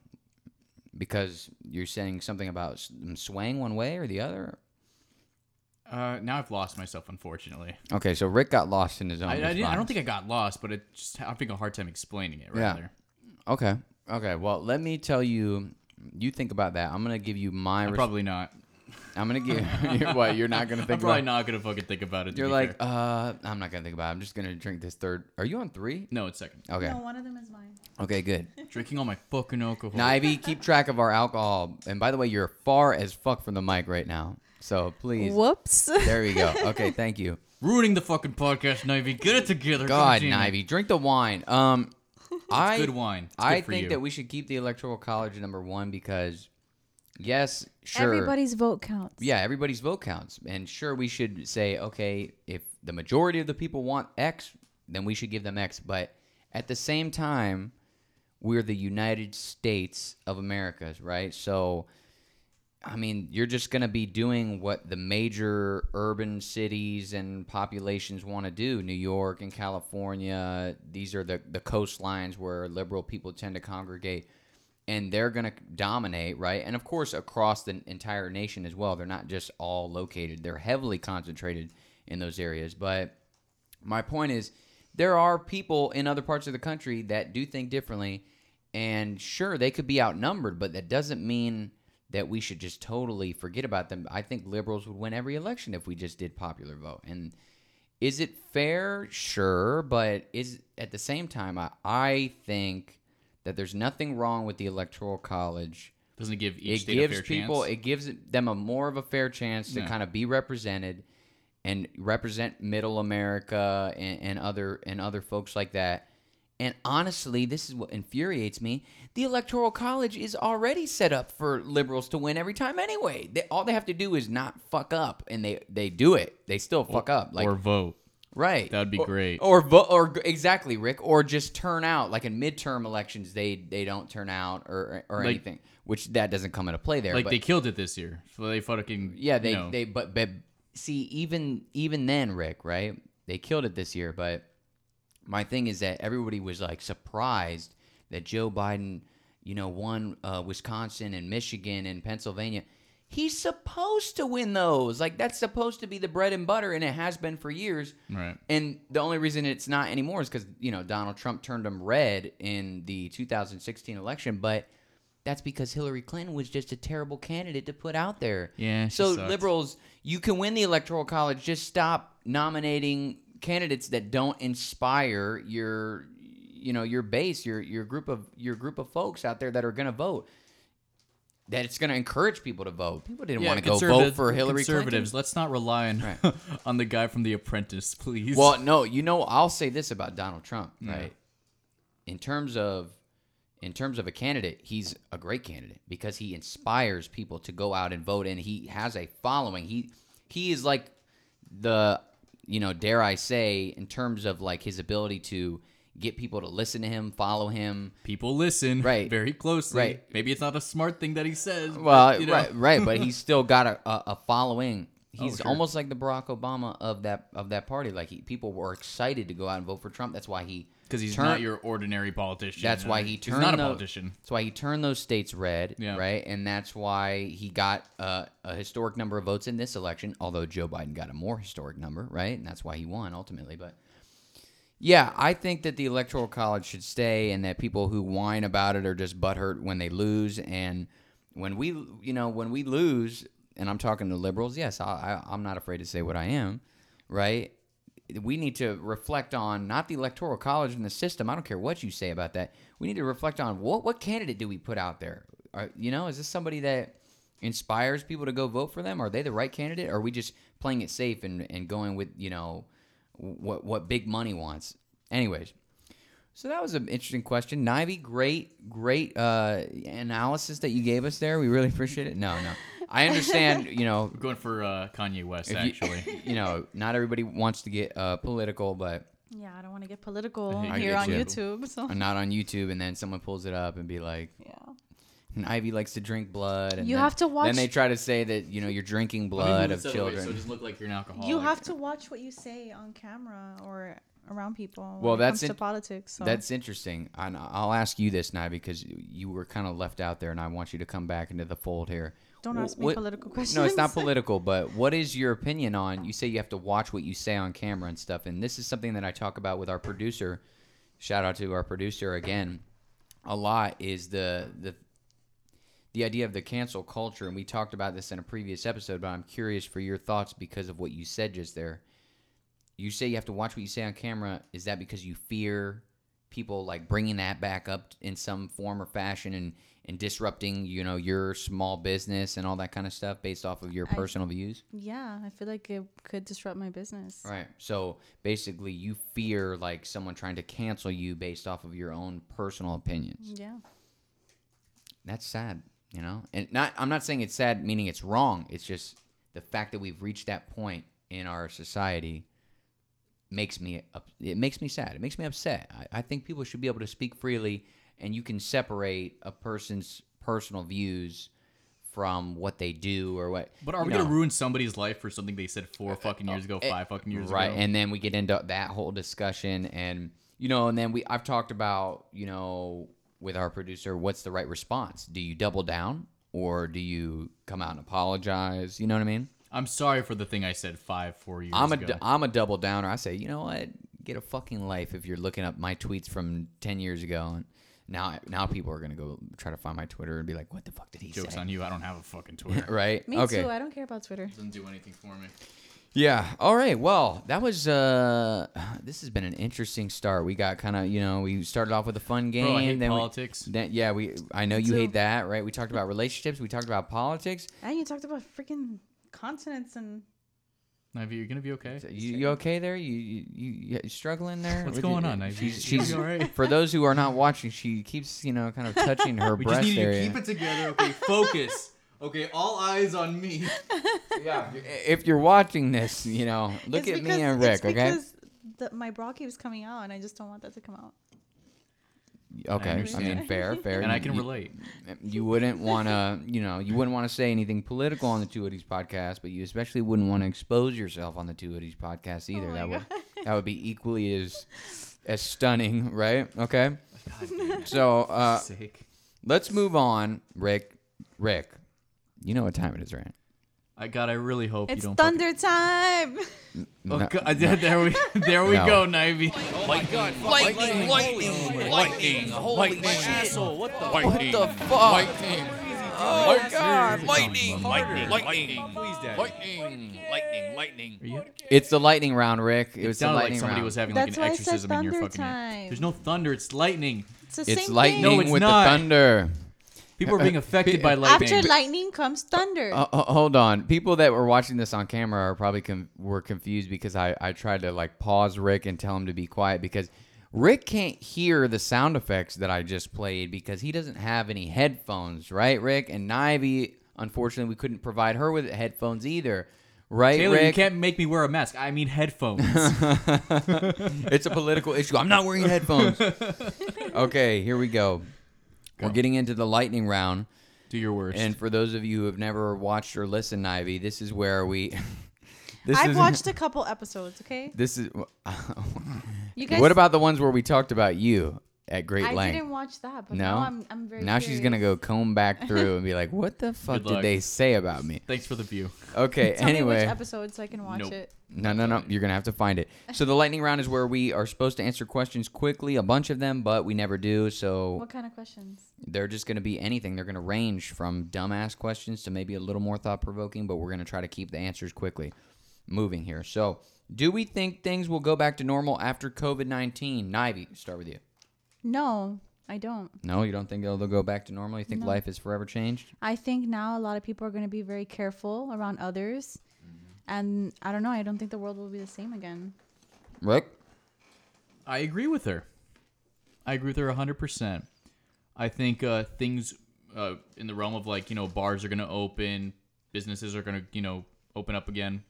Speaker 1: Because you're saying something about s- them swaying one way or the other.
Speaker 2: Uh, now I've lost myself, unfortunately.
Speaker 1: Okay, so Rick got lost in his own.
Speaker 2: I, I, didn't, I don't
Speaker 1: response.
Speaker 2: think I got lost, but it just I'm having a hard time explaining it.
Speaker 1: Yeah.
Speaker 2: Rather.
Speaker 1: Okay. Okay. Well, let me tell you. You think about that. I'm gonna give you my. Resp-
Speaker 2: Probably not.
Speaker 1: I'm gonna give. you're, what? You're not gonna
Speaker 2: I'm
Speaker 1: think
Speaker 2: probably
Speaker 1: about.
Speaker 2: not gonna fucking think about it. to
Speaker 1: You're
Speaker 2: be
Speaker 1: like,
Speaker 2: fair.
Speaker 1: uh, I'm not gonna think about. it. I'm just gonna drink this third. Are you on three?
Speaker 2: no, it's second.
Speaker 1: Okay.
Speaker 3: No, one of them is mine.
Speaker 1: Okay. Good.
Speaker 2: Drinking all my fucking alcohol.
Speaker 1: Nivey, keep track of our alcohol. And by the way, you're far as fuck from the mic right now. So please.
Speaker 3: Whoops.
Speaker 1: There we go. Okay, thank you.
Speaker 2: Ruining the fucking podcast, Nivey. Get it together.
Speaker 1: God,
Speaker 2: damn it.
Speaker 1: Nivey, drink the wine. Um, I
Speaker 2: Good wine. It's
Speaker 1: I
Speaker 2: good for
Speaker 1: think
Speaker 2: you.
Speaker 1: that we should keep the electoral college number one because, yes, sure,
Speaker 3: Everybody's vote counts.
Speaker 1: yeah, everybody's vote counts, and sure, we should say, okay, if the majority of the people want X, then we should give them X. But at the same time, we're the United States of America, right? So, I mean, you're just going to be doing what the major urban cities and populations want to do. New York and California, these are the, the coastlines where liberal people tend to congregate. And they're going to dominate, right? And of course, across the entire nation as well. They're not just all located, they're heavily concentrated in those areas. But my point is, there are people in other parts of the country that do think differently, and sure, they could be outnumbered, but that doesn't mean that we should just totally forget about them. I think liberals would win every election if we just did popular vote. And is it fair? Sure, but is at the same time, I, I think that there's nothing wrong with the electoral college
Speaker 2: doesn't it give each
Speaker 1: it
Speaker 2: state a
Speaker 1: gives
Speaker 2: fair
Speaker 1: people
Speaker 2: chance.
Speaker 1: it gives them a more of a fair chance to
Speaker 2: Yeah.
Speaker 1: kind of be represented and represent middle america and, and other and other folks like that and honestly this is what infuriates me the electoral college is already set up for liberals to win every time anyway they, all they have to do is not fuck up and they they do it they still fuck up like
Speaker 2: or vote.
Speaker 1: right
Speaker 2: that'd be
Speaker 1: Or-
Speaker 2: great.
Speaker 1: or vo- or g- exactly rick or just turn out like in midterm elections they they don't turn out or or
Speaker 2: Like-
Speaker 1: anything which that doesn't come into play there
Speaker 2: Like
Speaker 1: but-
Speaker 2: they killed it this year. So they fucking
Speaker 1: yeah, they
Speaker 2: you know,
Speaker 1: they but but see even even then Rick, right? They killed it this year, but my thing is that everybody was like surprised that Joe Biden, you know, won uh, Wisconsin and Michigan and Pennsylvania. He's supposed to win those. Like that's supposed to be the bread and butter and it has been for years.
Speaker 2: right.
Speaker 1: And the only reason it's not anymore is because you know Donald Trump turned him red in the 2016 election, but that's because Hillary Clinton was just a terrible candidate to put out there.
Speaker 2: Yeah, she
Speaker 1: So
Speaker 2: sucked.
Speaker 1: liberals, you can win the electoral college. Just stop nominating candidates that don't inspire your, you know, your base, your your group of your group of folks out there that are going to vote that it's going to encourage people to vote. People didn't
Speaker 2: Yeah,
Speaker 1: want to go
Speaker 2: conservative-
Speaker 1: vote for Hillary
Speaker 2: Conservatives,
Speaker 1: Clinton.
Speaker 2: let's not rely on
Speaker 1: Right.
Speaker 2: on the guy from The Apprentice, please.
Speaker 1: Well, no, you know, I'll say this about Donald Trump, right? In terms of in terms of a candidate, he's a great candidate because he inspires people to go out and vote and he has a following. He he is like the you know, dare I say in terms of like his ability to get people to listen to him, follow him,
Speaker 2: people listen
Speaker 1: Right.
Speaker 2: very closely.
Speaker 1: Right.
Speaker 2: Maybe it's not a smart thing that he says. but,
Speaker 1: Well,
Speaker 2: you know.
Speaker 1: right, right, but he's still got a, a, a following. He's
Speaker 2: sure.
Speaker 1: almost like the Barack Obama of that of that party. Like he, people were excited to go out and vote for Trump. That's why he
Speaker 2: because he's
Speaker 1: turn-
Speaker 2: not your ordinary politician.
Speaker 1: That's why he
Speaker 2: he's
Speaker 1: turned
Speaker 2: not a
Speaker 1: the-
Speaker 2: politician.
Speaker 1: That's why he turned those states red,
Speaker 2: Yeah.
Speaker 1: right? And that's why he got uh, a historic number of votes in this election. Although Joe Biden got a more historic number, right? And that's why he won ultimately. But yeah, I think that the electoral college should stay, and that people who whine about it are just butthurt when they lose. And when we, you know, when we lose, and I'm talking to liberals, yes, I, I, I'm not afraid to say what I am, right? We need to reflect on not the electoral college and the system. I don't care what you say about that. We need to reflect on what what candidate do we put out there? Are, you know, is this somebody that inspires people to go vote for them? Are they the right candidate? Or are we just playing it safe and, and going with you know? what what big money wants. Anyways, so that was an interesting question, Nivey. Great, great uh, analysis that you gave us there. We really appreciate it. No, no, I understand. You know,
Speaker 2: We're going for uh, Kanye West,
Speaker 1: if you-
Speaker 2: actually.
Speaker 1: you know, not everybody wants to get uh, political, but
Speaker 3: Yeah, I don't want to get political
Speaker 2: I
Speaker 3: here
Speaker 1: get
Speaker 3: on
Speaker 1: you.
Speaker 3: YouTube. So
Speaker 1: not on YouTube. And then someone pulls it up and be like.
Speaker 3: yeah.
Speaker 1: And Ivy likes to drink blood. And
Speaker 3: You
Speaker 1: then-
Speaker 3: have to watch-
Speaker 1: Then they try to say that you know you're drinking
Speaker 2: Let me
Speaker 1: blood
Speaker 2: move
Speaker 1: of
Speaker 2: this out the way
Speaker 1: children.
Speaker 2: so it doesn't look like you're an alcoholic.
Speaker 3: You have to watch what you say on camera or around people. When
Speaker 1: Well,
Speaker 3: it
Speaker 1: that's
Speaker 3: comes
Speaker 1: in-
Speaker 3: to politics. So.
Speaker 1: That's interesting. And I'll ask you this now because you were kind of left out there, and I want you to come back into the fold here.
Speaker 3: Don't
Speaker 1: Wh-
Speaker 3: ask me political
Speaker 1: No, it's not
Speaker 3: questions.
Speaker 1: political, but what is your opinion on? You say you have to watch what you say on camera and stuff, and this is something that I talk about with our producer. Shout out to our producer again. A lot is the the the idea of the cancel culture, and we talked about this in a previous episode. But I'm curious for your thoughts because of what you said just there. You say you have to watch what you say on camera. Is that because you fear people like bringing that back up in some form or fashion and and disrupting you know your small business and all that kind of stuff based off of your
Speaker 3: I-
Speaker 1: personal views?
Speaker 3: yeah, I feel like it could disrupt my business.
Speaker 1: Right. So basically, you fear like someone trying to cancel you based off of your own personal opinions.
Speaker 3: Yeah.
Speaker 1: That's sad, you know. And not I'm not saying it's sad meaning it's wrong. It's just the fact that we've reached that point in our society makes me up, it makes me sad. It makes me upset. I, I think people should be able to speak freely, and you can separate a person's personal views from what they do or what.
Speaker 2: But are
Speaker 1: you
Speaker 2: we
Speaker 1: know.
Speaker 2: going to ruin somebody's life for something they said four fucking years ago, five fucking years
Speaker 1: Eh, right
Speaker 2: ago?
Speaker 1: and then we get into that whole discussion and you know and then we i've talked about you know with our producer what's the right response do you double down or do you come out and apologize you know what i mean
Speaker 2: I'm sorry for the thing I said five, four years
Speaker 1: i'm a
Speaker 2: ago.
Speaker 1: d- i'm a double downer i say you know what get a fucking life if you're looking up my tweets from 10 years ago and now now people are gonna go try to find my twitter and be like what the fuck did he
Speaker 2: Joke's
Speaker 1: say
Speaker 2: on you. I don't have a fucking Twitter.
Speaker 1: right
Speaker 3: Me
Speaker 1: okay
Speaker 3: too. I don't care about Twitter.
Speaker 2: doesn't do anything for me.
Speaker 1: Yeah. All right. Well, that was uh this has been an interesting start. We got kind of, you know, we started off with a fun game
Speaker 2: Bro, I hate
Speaker 1: then we-
Speaker 2: politics.
Speaker 1: then- yeah, we I know you
Speaker 3: too.
Speaker 1: hate that, right? We talked about relationships, we talked about politics.
Speaker 3: And you talked about freaking continents and
Speaker 2: Nivy, you're going to be okay?
Speaker 1: So You, you okay there? You you, you you struggling there?
Speaker 2: What's
Speaker 1: Would
Speaker 2: going
Speaker 1: you-
Speaker 2: on, Ivy?
Speaker 1: She's,
Speaker 2: You
Speaker 1: she's
Speaker 2: all right?
Speaker 1: for those who are not watching, she keeps, you know, kind of touching her
Speaker 2: We
Speaker 1: breast
Speaker 2: just need you to
Speaker 1: area.
Speaker 2: keep it together. Okay, focus. Okay, all eyes on me.
Speaker 1: Yeah. If you're watching this, you know, look
Speaker 3: It's
Speaker 1: at
Speaker 3: because-
Speaker 1: me and
Speaker 3: it's
Speaker 1: Rick, okay?
Speaker 3: because The, my bra keeps coming out, and I just don't want that to come out.
Speaker 1: Okay. I,
Speaker 2: understand.
Speaker 1: mean, fair, fair.
Speaker 2: And I
Speaker 1: You-
Speaker 2: can
Speaker 1: you-
Speaker 2: relate.
Speaker 1: you wouldn't want to, you know, you wouldn't want to say anything political on the Two Hoodies podcast, but you especially wouldn't want to expose yourself on the Two Hoodies podcast either.
Speaker 3: Oh my
Speaker 1: that would that would be equally as as stunning, right? Okay.
Speaker 2: God damn it.
Speaker 1: So uh,
Speaker 2: Sake.
Speaker 1: let's move on, Rick. Rick, you know what time it is, right?
Speaker 2: I God, I really hope
Speaker 3: It's
Speaker 2: you don't.
Speaker 3: thunder time.
Speaker 2: Fucking,
Speaker 1: No-
Speaker 2: oh God, there we there we
Speaker 1: No.
Speaker 2: go, Nivy.
Speaker 3: Oh
Speaker 1: lightning, lightning, lightning, holy shit! What the fuck? Oh God! Lightning, lightning, lightning,
Speaker 2: Please, Dad.
Speaker 1: lightning, lightning, lightning.
Speaker 2: Are you-
Speaker 1: It's the lightning round, Rick. It,
Speaker 2: It
Speaker 1: was the
Speaker 2: sounded like
Speaker 1: lightning
Speaker 2: somebody
Speaker 1: round.
Speaker 2: was having
Speaker 3: That's
Speaker 2: like
Speaker 3: why
Speaker 2: an
Speaker 3: I said
Speaker 2: exorcism in your
Speaker 3: thunder
Speaker 2: fucking. ear.
Speaker 3: time.
Speaker 2: There's no thunder. It's lightning.
Speaker 3: It's the
Speaker 1: It's
Speaker 3: same
Speaker 1: lightning
Speaker 2: No,
Speaker 3: thing.
Speaker 2: it's
Speaker 1: with
Speaker 2: not.
Speaker 1: the thunder.
Speaker 2: People are being affected by lightning.
Speaker 3: After lightning comes thunder.
Speaker 1: Uh, uh, hold on. People that were watching this on camera are probably com- were confused because I, I tried to like pause Rick and tell him to be quiet because Rick can't hear the sound effects that I just played because he doesn't have any headphones, right, Rick? And Nivey, unfortunately, we couldn't provide her with headphones either, right,
Speaker 2: Taylor, you
Speaker 1: Rick?
Speaker 2: can't make me wear a mask. I mean headphones.
Speaker 1: it's a political issue. I'm not wearing headphones. okay, here we go. We're getting into the lightning round.
Speaker 2: Do your worst.
Speaker 1: And for those of you who have never watched or listened, Ivy, this is where we. this
Speaker 3: I've
Speaker 1: is-
Speaker 3: watched a couple episodes, okay?
Speaker 1: This is.
Speaker 3: You guys
Speaker 1: what about the ones where we talked about you at great
Speaker 3: I
Speaker 1: length?
Speaker 3: didn't watch that, but
Speaker 1: no.
Speaker 3: now I'm I'm very
Speaker 1: now she's gonna
Speaker 3: curious.
Speaker 1: go comb back through and be like, "What the fuck did
Speaker 2: luck.
Speaker 1: they say about me?"
Speaker 2: Thanks for the view.
Speaker 1: Okay.
Speaker 3: Tell me which
Speaker 1: anyway,
Speaker 3: episode so I can watch
Speaker 2: Nope.
Speaker 3: it.
Speaker 1: no, no, no. You're gonna have to find it. So the lightning round is where we are supposed to answer questions quickly, a bunch of them, but we never do. So
Speaker 3: What kind of questions?
Speaker 1: they're just going to be anything. They're going to range from dumbass questions to maybe a little more thought provoking, but we're going to try to keep the answers quickly moving here. So, do we think things will go back to normal after COVID 19? Nivey, start with you.
Speaker 3: No, I don't.
Speaker 1: No, you don't think they'll they'll go back to normal? You think life is forever changed?
Speaker 3: I think now a lot of people are going to be very careful around others. And I don't know. I don't think the world will be the same again.
Speaker 1: Rick?
Speaker 2: I agree with her. I agree with her 100%. I think uh, things uh, in the realm of like, you know, bars are going to open, businesses are going to, you know, open up again.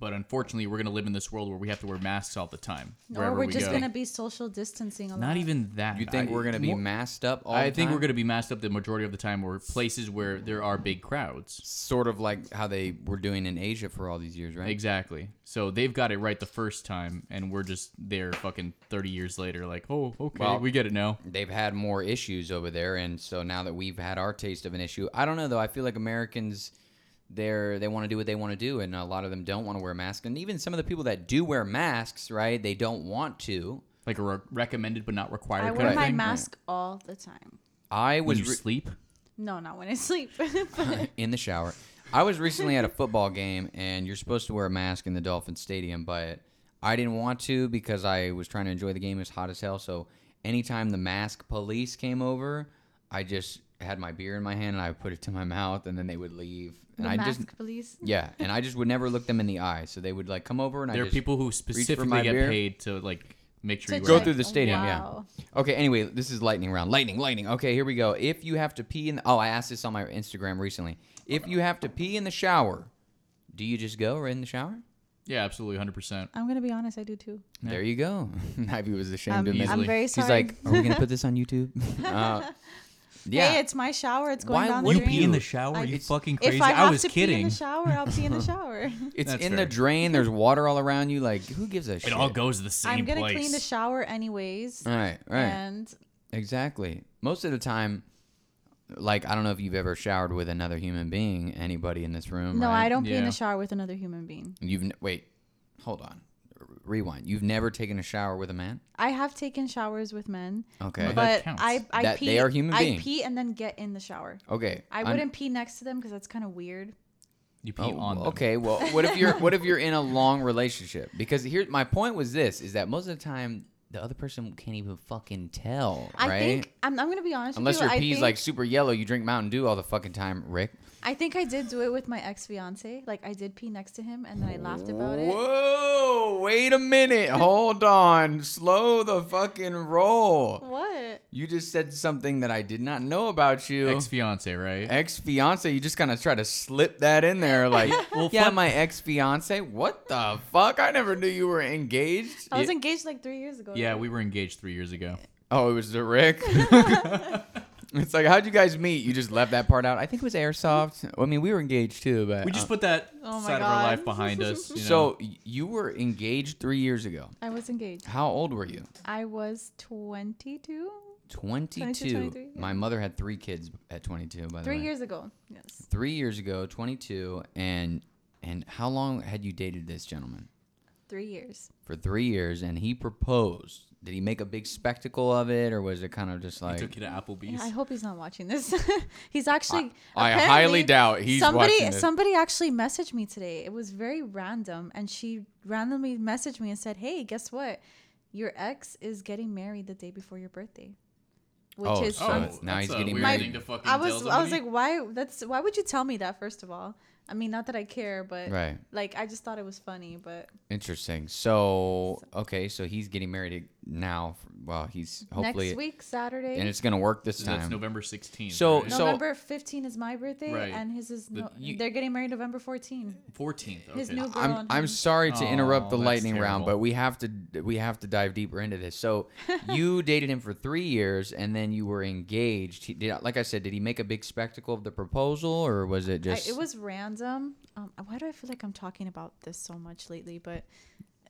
Speaker 2: But unfortunately, we're going to live in this world where we have to wear masks all the time.
Speaker 3: or
Speaker 2: wherever
Speaker 3: we're
Speaker 2: we
Speaker 3: just
Speaker 2: go.
Speaker 3: going to be social distancing a lot.
Speaker 2: Not even that.
Speaker 1: You think
Speaker 2: I-
Speaker 1: we're going to be
Speaker 2: more-
Speaker 1: masked up all
Speaker 2: I
Speaker 1: the
Speaker 2: think
Speaker 1: time?
Speaker 2: we're going to be masked up the majority of the time or places where there are big crowds.
Speaker 1: Sort of like how they were doing in Asia for all these years, right?
Speaker 2: Exactly. So they've got it right the first time, and we're just there fucking 30 years later, like, oh, okay,
Speaker 1: Well-
Speaker 2: we get it now.
Speaker 1: they've had more issues over there and so now that we've had our taste of an issue i don't know though i feel like americans they're they want to do what they want to do and a lot of them don't want to wear masks and even some of the people that do wear masks right they don't want to
Speaker 2: Like a re- recommended but not required
Speaker 3: I
Speaker 2: kind
Speaker 3: wear
Speaker 2: of
Speaker 3: my
Speaker 2: thing.
Speaker 3: mask all the time.
Speaker 1: i
Speaker 2: when
Speaker 1: was
Speaker 2: you
Speaker 1: re-
Speaker 2: sleep.
Speaker 3: No, not when I sleep. But
Speaker 1: in the shower i was recently at a football game and you're supposed to wear a mask in the dolphin stadium but i didn't want to because i was trying to enjoy the game it was hot as hell so anytime the mask police came over i just had my beer in my hand and i would put it to my mouth and then they would leave
Speaker 3: the
Speaker 1: and i
Speaker 3: mask,
Speaker 1: just
Speaker 3: please.
Speaker 1: Yeah, and I just would never look them in the eye. So they would like come over and I
Speaker 2: There are
Speaker 1: just
Speaker 2: people who
Speaker 1: my
Speaker 2: specifically get
Speaker 1: beer.
Speaker 2: paid to like make sure
Speaker 3: To
Speaker 2: you
Speaker 1: go
Speaker 2: wear
Speaker 3: check.
Speaker 1: through the stadium.
Speaker 3: Wow.
Speaker 1: Yeah. Okay. Anyway, this is lightning round. Lightning, lightning. Okay, here we go. If you have to pee in, the, oh, I asked this on my Instagram recently. If you have to pee in the shower, do you just go right in the shower?
Speaker 2: Yeah, absolutely, hundred percent.
Speaker 3: I'm going to be honest. I do too.
Speaker 1: There you go. Ivy was ashamed
Speaker 3: Um,
Speaker 1: of
Speaker 2: Easily.
Speaker 1: me.
Speaker 3: I'm very
Speaker 1: She's
Speaker 3: sorry.
Speaker 1: like, are we gonna put this on YouTube? Uh, yeah.
Speaker 3: Hey, it's my shower. It's
Speaker 1: Why
Speaker 3: going down
Speaker 1: would
Speaker 3: the drain.
Speaker 1: you pee in the
Speaker 2: shower?
Speaker 3: I-
Speaker 2: fucking
Speaker 3: if I, have to pee in the shower, I'll pee in the shower.
Speaker 1: it's
Speaker 2: That's
Speaker 1: in
Speaker 2: fair.
Speaker 1: the drain. There's water all around you. Like, who gives a shit?
Speaker 2: It all goes to the same
Speaker 3: I'm going to
Speaker 2: place.
Speaker 3: clean the shower anyways.
Speaker 1: All right. All right.
Speaker 3: And
Speaker 1: Exactly. Most of the time, like I don't know if you've ever showered with another human being. Anybody in this room?
Speaker 3: no,
Speaker 1: right?
Speaker 3: I don't pee in
Speaker 2: Yeah.
Speaker 3: the shower with another human being.
Speaker 1: You've n- wait, hold on, R- rewind. You've never taken a shower with a man?
Speaker 3: I have taken showers with men,
Speaker 1: Okay.
Speaker 2: That
Speaker 3: but
Speaker 2: counts.
Speaker 3: I, I
Speaker 1: That-
Speaker 3: pee.
Speaker 1: they are human
Speaker 3: I
Speaker 1: beings.
Speaker 3: pee and then get in the shower.
Speaker 1: okay.
Speaker 3: I
Speaker 1: I'm-
Speaker 3: wouldn't pee next to them because that's kind of weird.
Speaker 2: You pee
Speaker 1: Oh,
Speaker 2: on them.
Speaker 1: okay. Well, what if you're what if you're in a long relationship? Because here, my point was this: is that most of the time the other person can't even fucking tell, right?
Speaker 3: I think I'm, I'm gonna be honest
Speaker 1: Unless
Speaker 3: with you.
Speaker 1: your pee's
Speaker 3: I think,
Speaker 1: like super yellow, you drink Mountain Dew all the fucking time, Rick.
Speaker 3: I think I did do it with my ex fiance. Like I did pee next to him and then I laughed about it.
Speaker 1: Whoa! Wait a minute. Hold on. Slow the fucking roll.
Speaker 3: What?
Speaker 1: You just said something that I did not know about you.
Speaker 2: Ex fiance, right?
Speaker 1: Ex fiance, you just kind of try to slip that in there, like,
Speaker 2: Well,
Speaker 1: yeah,
Speaker 2: fuck-
Speaker 1: my ex fiance. What the fuck? I never knew you were engaged.
Speaker 3: I was engaged like three years ago.
Speaker 2: yeah, we were engaged three years ago.
Speaker 1: Oh, it was the Rick. it's like, how'd you guys meet? You just left that part out. I think it was airsoft. I mean, we were engaged too, but
Speaker 2: We just put that
Speaker 3: Oh my
Speaker 2: side of our
Speaker 3: God.
Speaker 2: life behind us. You know?
Speaker 1: So y- you were engaged three years ago.
Speaker 3: I was engaged.
Speaker 1: How old were you?
Speaker 3: I was 22,
Speaker 1: 22.
Speaker 3: 22, yeah.
Speaker 1: My mother had three kids at 22, by the
Speaker 3: three
Speaker 1: way.
Speaker 3: years ago. Yes,
Speaker 1: Three years ago, 22. And and how long had you dated this gentleman?
Speaker 3: three years.
Speaker 1: For three years. And he proposed. Did he make a big spectacle of it? Or was it kind of just like.
Speaker 2: took you to Applebee's.
Speaker 3: Yeah, I hope he's not watching this. he's actually.
Speaker 1: I
Speaker 3: apparently-
Speaker 1: highly doubt he's
Speaker 3: somebody,
Speaker 1: watching this.
Speaker 3: Somebody actually messaged me today. It was very random, and she randomly messaged me and said, "Hey, guess what? Your ex is getting married the day before your birthday." which
Speaker 1: Oh,
Speaker 3: is
Speaker 1: so
Speaker 3: un-
Speaker 1: it's- now he's
Speaker 2: a
Speaker 1: getting
Speaker 2: weird
Speaker 1: married.
Speaker 2: thing to fucking
Speaker 3: I
Speaker 2: tell
Speaker 3: was I was
Speaker 2: somebody.
Speaker 3: like, why? That's why would you tell me that? First of all, I mean, not that I care, but
Speaker 1: Right.
Speaker 3: like I just thought it was funny. But
Speaker 1: Interesting. So okay, so he's getting married now. f- Well, he's hopefully,
Speaker 3: next week, Saturday,
Speaker 1: and it's gonna work this
Speaker 2: So that's
Speaker 1: time.
Speaker 2: November 16th.
Speaker 1: So-
Speaker 2: right?
Speaker 1: so-
Speaker 3: November 15 is my birthday,
Speaker 2: Right.
Speaker 3: and his is
Speaker 2: The-
Speaker 3: no,
Speaker 2: you-
Speaker 3: they're getting married November 14.
Speaker 2: 14th. Okay.
Speaker 3: His new girl.
Speaker 1: I'm
Speaker 3: and
Speaker 1: I'm
Speaker 3: him.
Speaker 1: sorry to interrupt the
Speaker 2: Oh, that's
Speaker 1: lightning round,
Speaker 2: terrible.
Speaker 1: but we have to we have to dive deeper into this. So you dated him for three years, and then you were engaged. He, did, like I said, did he make a big spectacle of the proposal, or was it
Speaker 3: I-
Speaker 1: just?
Speaker 3: it was random. Um, why do I feel like I'm talking about this so much lately? But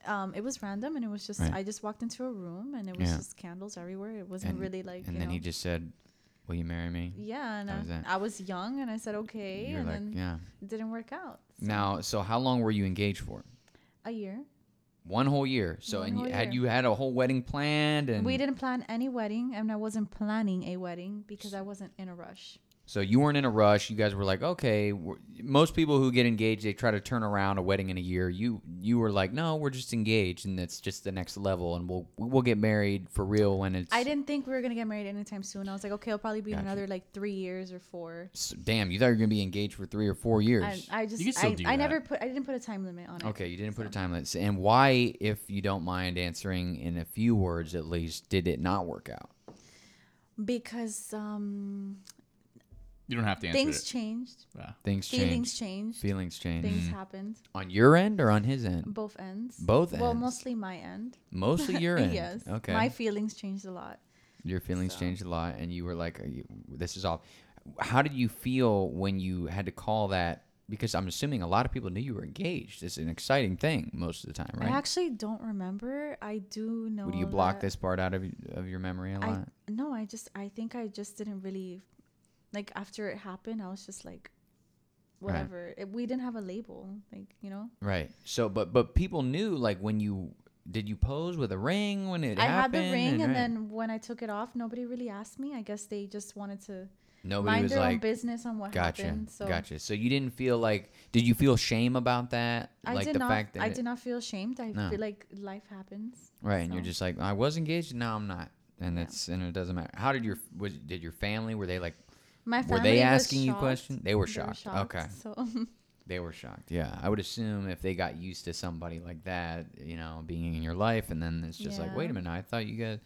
Speaker 3: um, it was random, and it was just
Speaker 1: Right.
Speaker 3: I just walked into a room, and it was
Speaker 1: Yeah.
Speaker 3: just candles everywhere. It wasn't
Speaker 1: And-
Speaker 3: really like
Speaker 1: and
Speaker 3: you
Speaker 1: then
Speaker 3: know,
Speaker 1: he just said, "Will you marry me?"
Speaker 3: yeah. And
Speaker 1: That
Speaker 3: I,
Speaker 1: was it.
Speaker 3: I was young, and I said okay,
Speaker 1: You're
Speaker 3: and
Speaker 1: like,
Speaker 3: then
Speaker 1: yeah.
Speaker 3: it didn't work out.
Speaker 1: Now, so how long were you engaged for?
Speaker 3: A year.
Speaker 1: One whole year. So,
Speaker 3: One
Speaker 1: and
Speaker 3: whole
Speaker 1: you, had
Speaker 3: year.
Speaker 1: you had a whole wedding planned, and
Speaker 3: we didn't plan any wedding, and I wasn't planning a wedding because I wasn't in a rush.
Speaker 1: so you weren't in a rush. You guys were like, okay. We're, most people who get engaged, they try to turn around a wedding in a year. You you were like, no, we're just engaged, and that's just the next level, and we'll we'll get married for real when it's.
Speaker 3: I didn't think we were gonna get married anytime soon. I was like, okay, it'll probably be
Speaker 1: Gotcha.
Speaker 3: another like three years or four.
Speaker 1: S- Damn, you thought you were gonna be engaged for three or four
Speaker 3: And
Speaker 1: years.
Speaker 3: I
Speaker 2: can
Speaker 3: just,
Speaker 2: still
Speaker 3: I,
Speaker 2: do
Speaker 3: I
Speaker 2: that.
Speaker 3: never put, I didn't put a time limit on it.
Speaker 1: okay, you didn't put a time limit. And why, if you don't mind answering in a few words at least, did it not work out?
Speaker 3: Because um,
Speaker 2: you don't have to answer
Speaker 3: things
Speaker 2: it.
Speaker 3: changed,
Speaker 2: Yeah.
Speaker 1: Things
Speaker 3: feelings
Speaker 1: changed.
Speaker 3: changed,
Speaker 1: Feelings changed. Mm.
Speaker 3: things happened,
Speaker 1: On your end or on his end?
Speaker 3: both ends.
Speaker 1: Both
Speaker 3: Well,
Speaker 1: ends.
Speaker 3: mostly my end.
Speaker 1: Mostly your end.
Speaker 3: yes.
Speaker 1: Okay.
Speaker 3: My feelings changed a lot.
Speaker 1: your feelings changed a lot, and you were like, Are you, "This is off." How did you feel when you had to call that? Because I'm assuming a lot of people knew you were engaged. It's an exciting thing most of the time, right?
Speaker 3: I actually don't remember. I do know.
Speaker 1: Would you block
Speaker 3: that-
Speaker 1: this part out of y- of your memory a
Speaker 3: I
Speaker 1: lot?
Speaker 3: no, I just I think I just didn't really like after it happened. I was just like,
Speaker 1: Right.
Speaker 3: whatever. It, we didn't have a label, like you know.
Speaker 1: right. So, but but people knew like when you did you pose with a ring when it
Speaker 3: I had
Speaker 1: happened.
Speaker 3: the ring, and,
Speaker 1: right.
Speaker 3: then when I took it off, nobody really asked me. I guess they just wanted to
Speaker 1: nobody
Speaker 3: mind
Speaker 1: was
Speaker 3: their own
Speaker 1: like,
Speaker 3: business on what
Speaker 1: "Gotcha,
Speaker 3: happened. So
Speaker 1: gotcha." So you didn't feel like did you feel shame about that?
Speaker 3: I
Speaker 1: like
Speaker 3: did
Speaker 1: the
Speaker 3: not.
Speaker 1: fact that
Speaker 3: I
Speaker 1: it-
Speaker 3: did not feel ashamed. I
Speaker 1: No.
Speaker 3: feel like life happens.
Speaker 1: Right, and you're
Speaker 3: So-
Speaker 1: just like, I was engaged, now I'm not, and
Speaker 3: Yeah.
Speaker 1: that's and it doesn't matter. How did your was, did your family were they like
Speaker 3: My
Speaker 1: were
Speaker 3: family
Speaker 1: they
Speaker 3: was
Speaker 1: asking you
Speaker 3: shocked.
Speaker 1: questions? They were
Speaker 3: They
Speaker 1: shocked. Okay,
Speaker 3: So
Speaker 1: they were shocked. Yeah, I would assume if they got used to somebody like that, you know, being in your life, and then it's just like, wait a
Speaker 3: Yeah.
Speaker 1: minute, I thought you guys.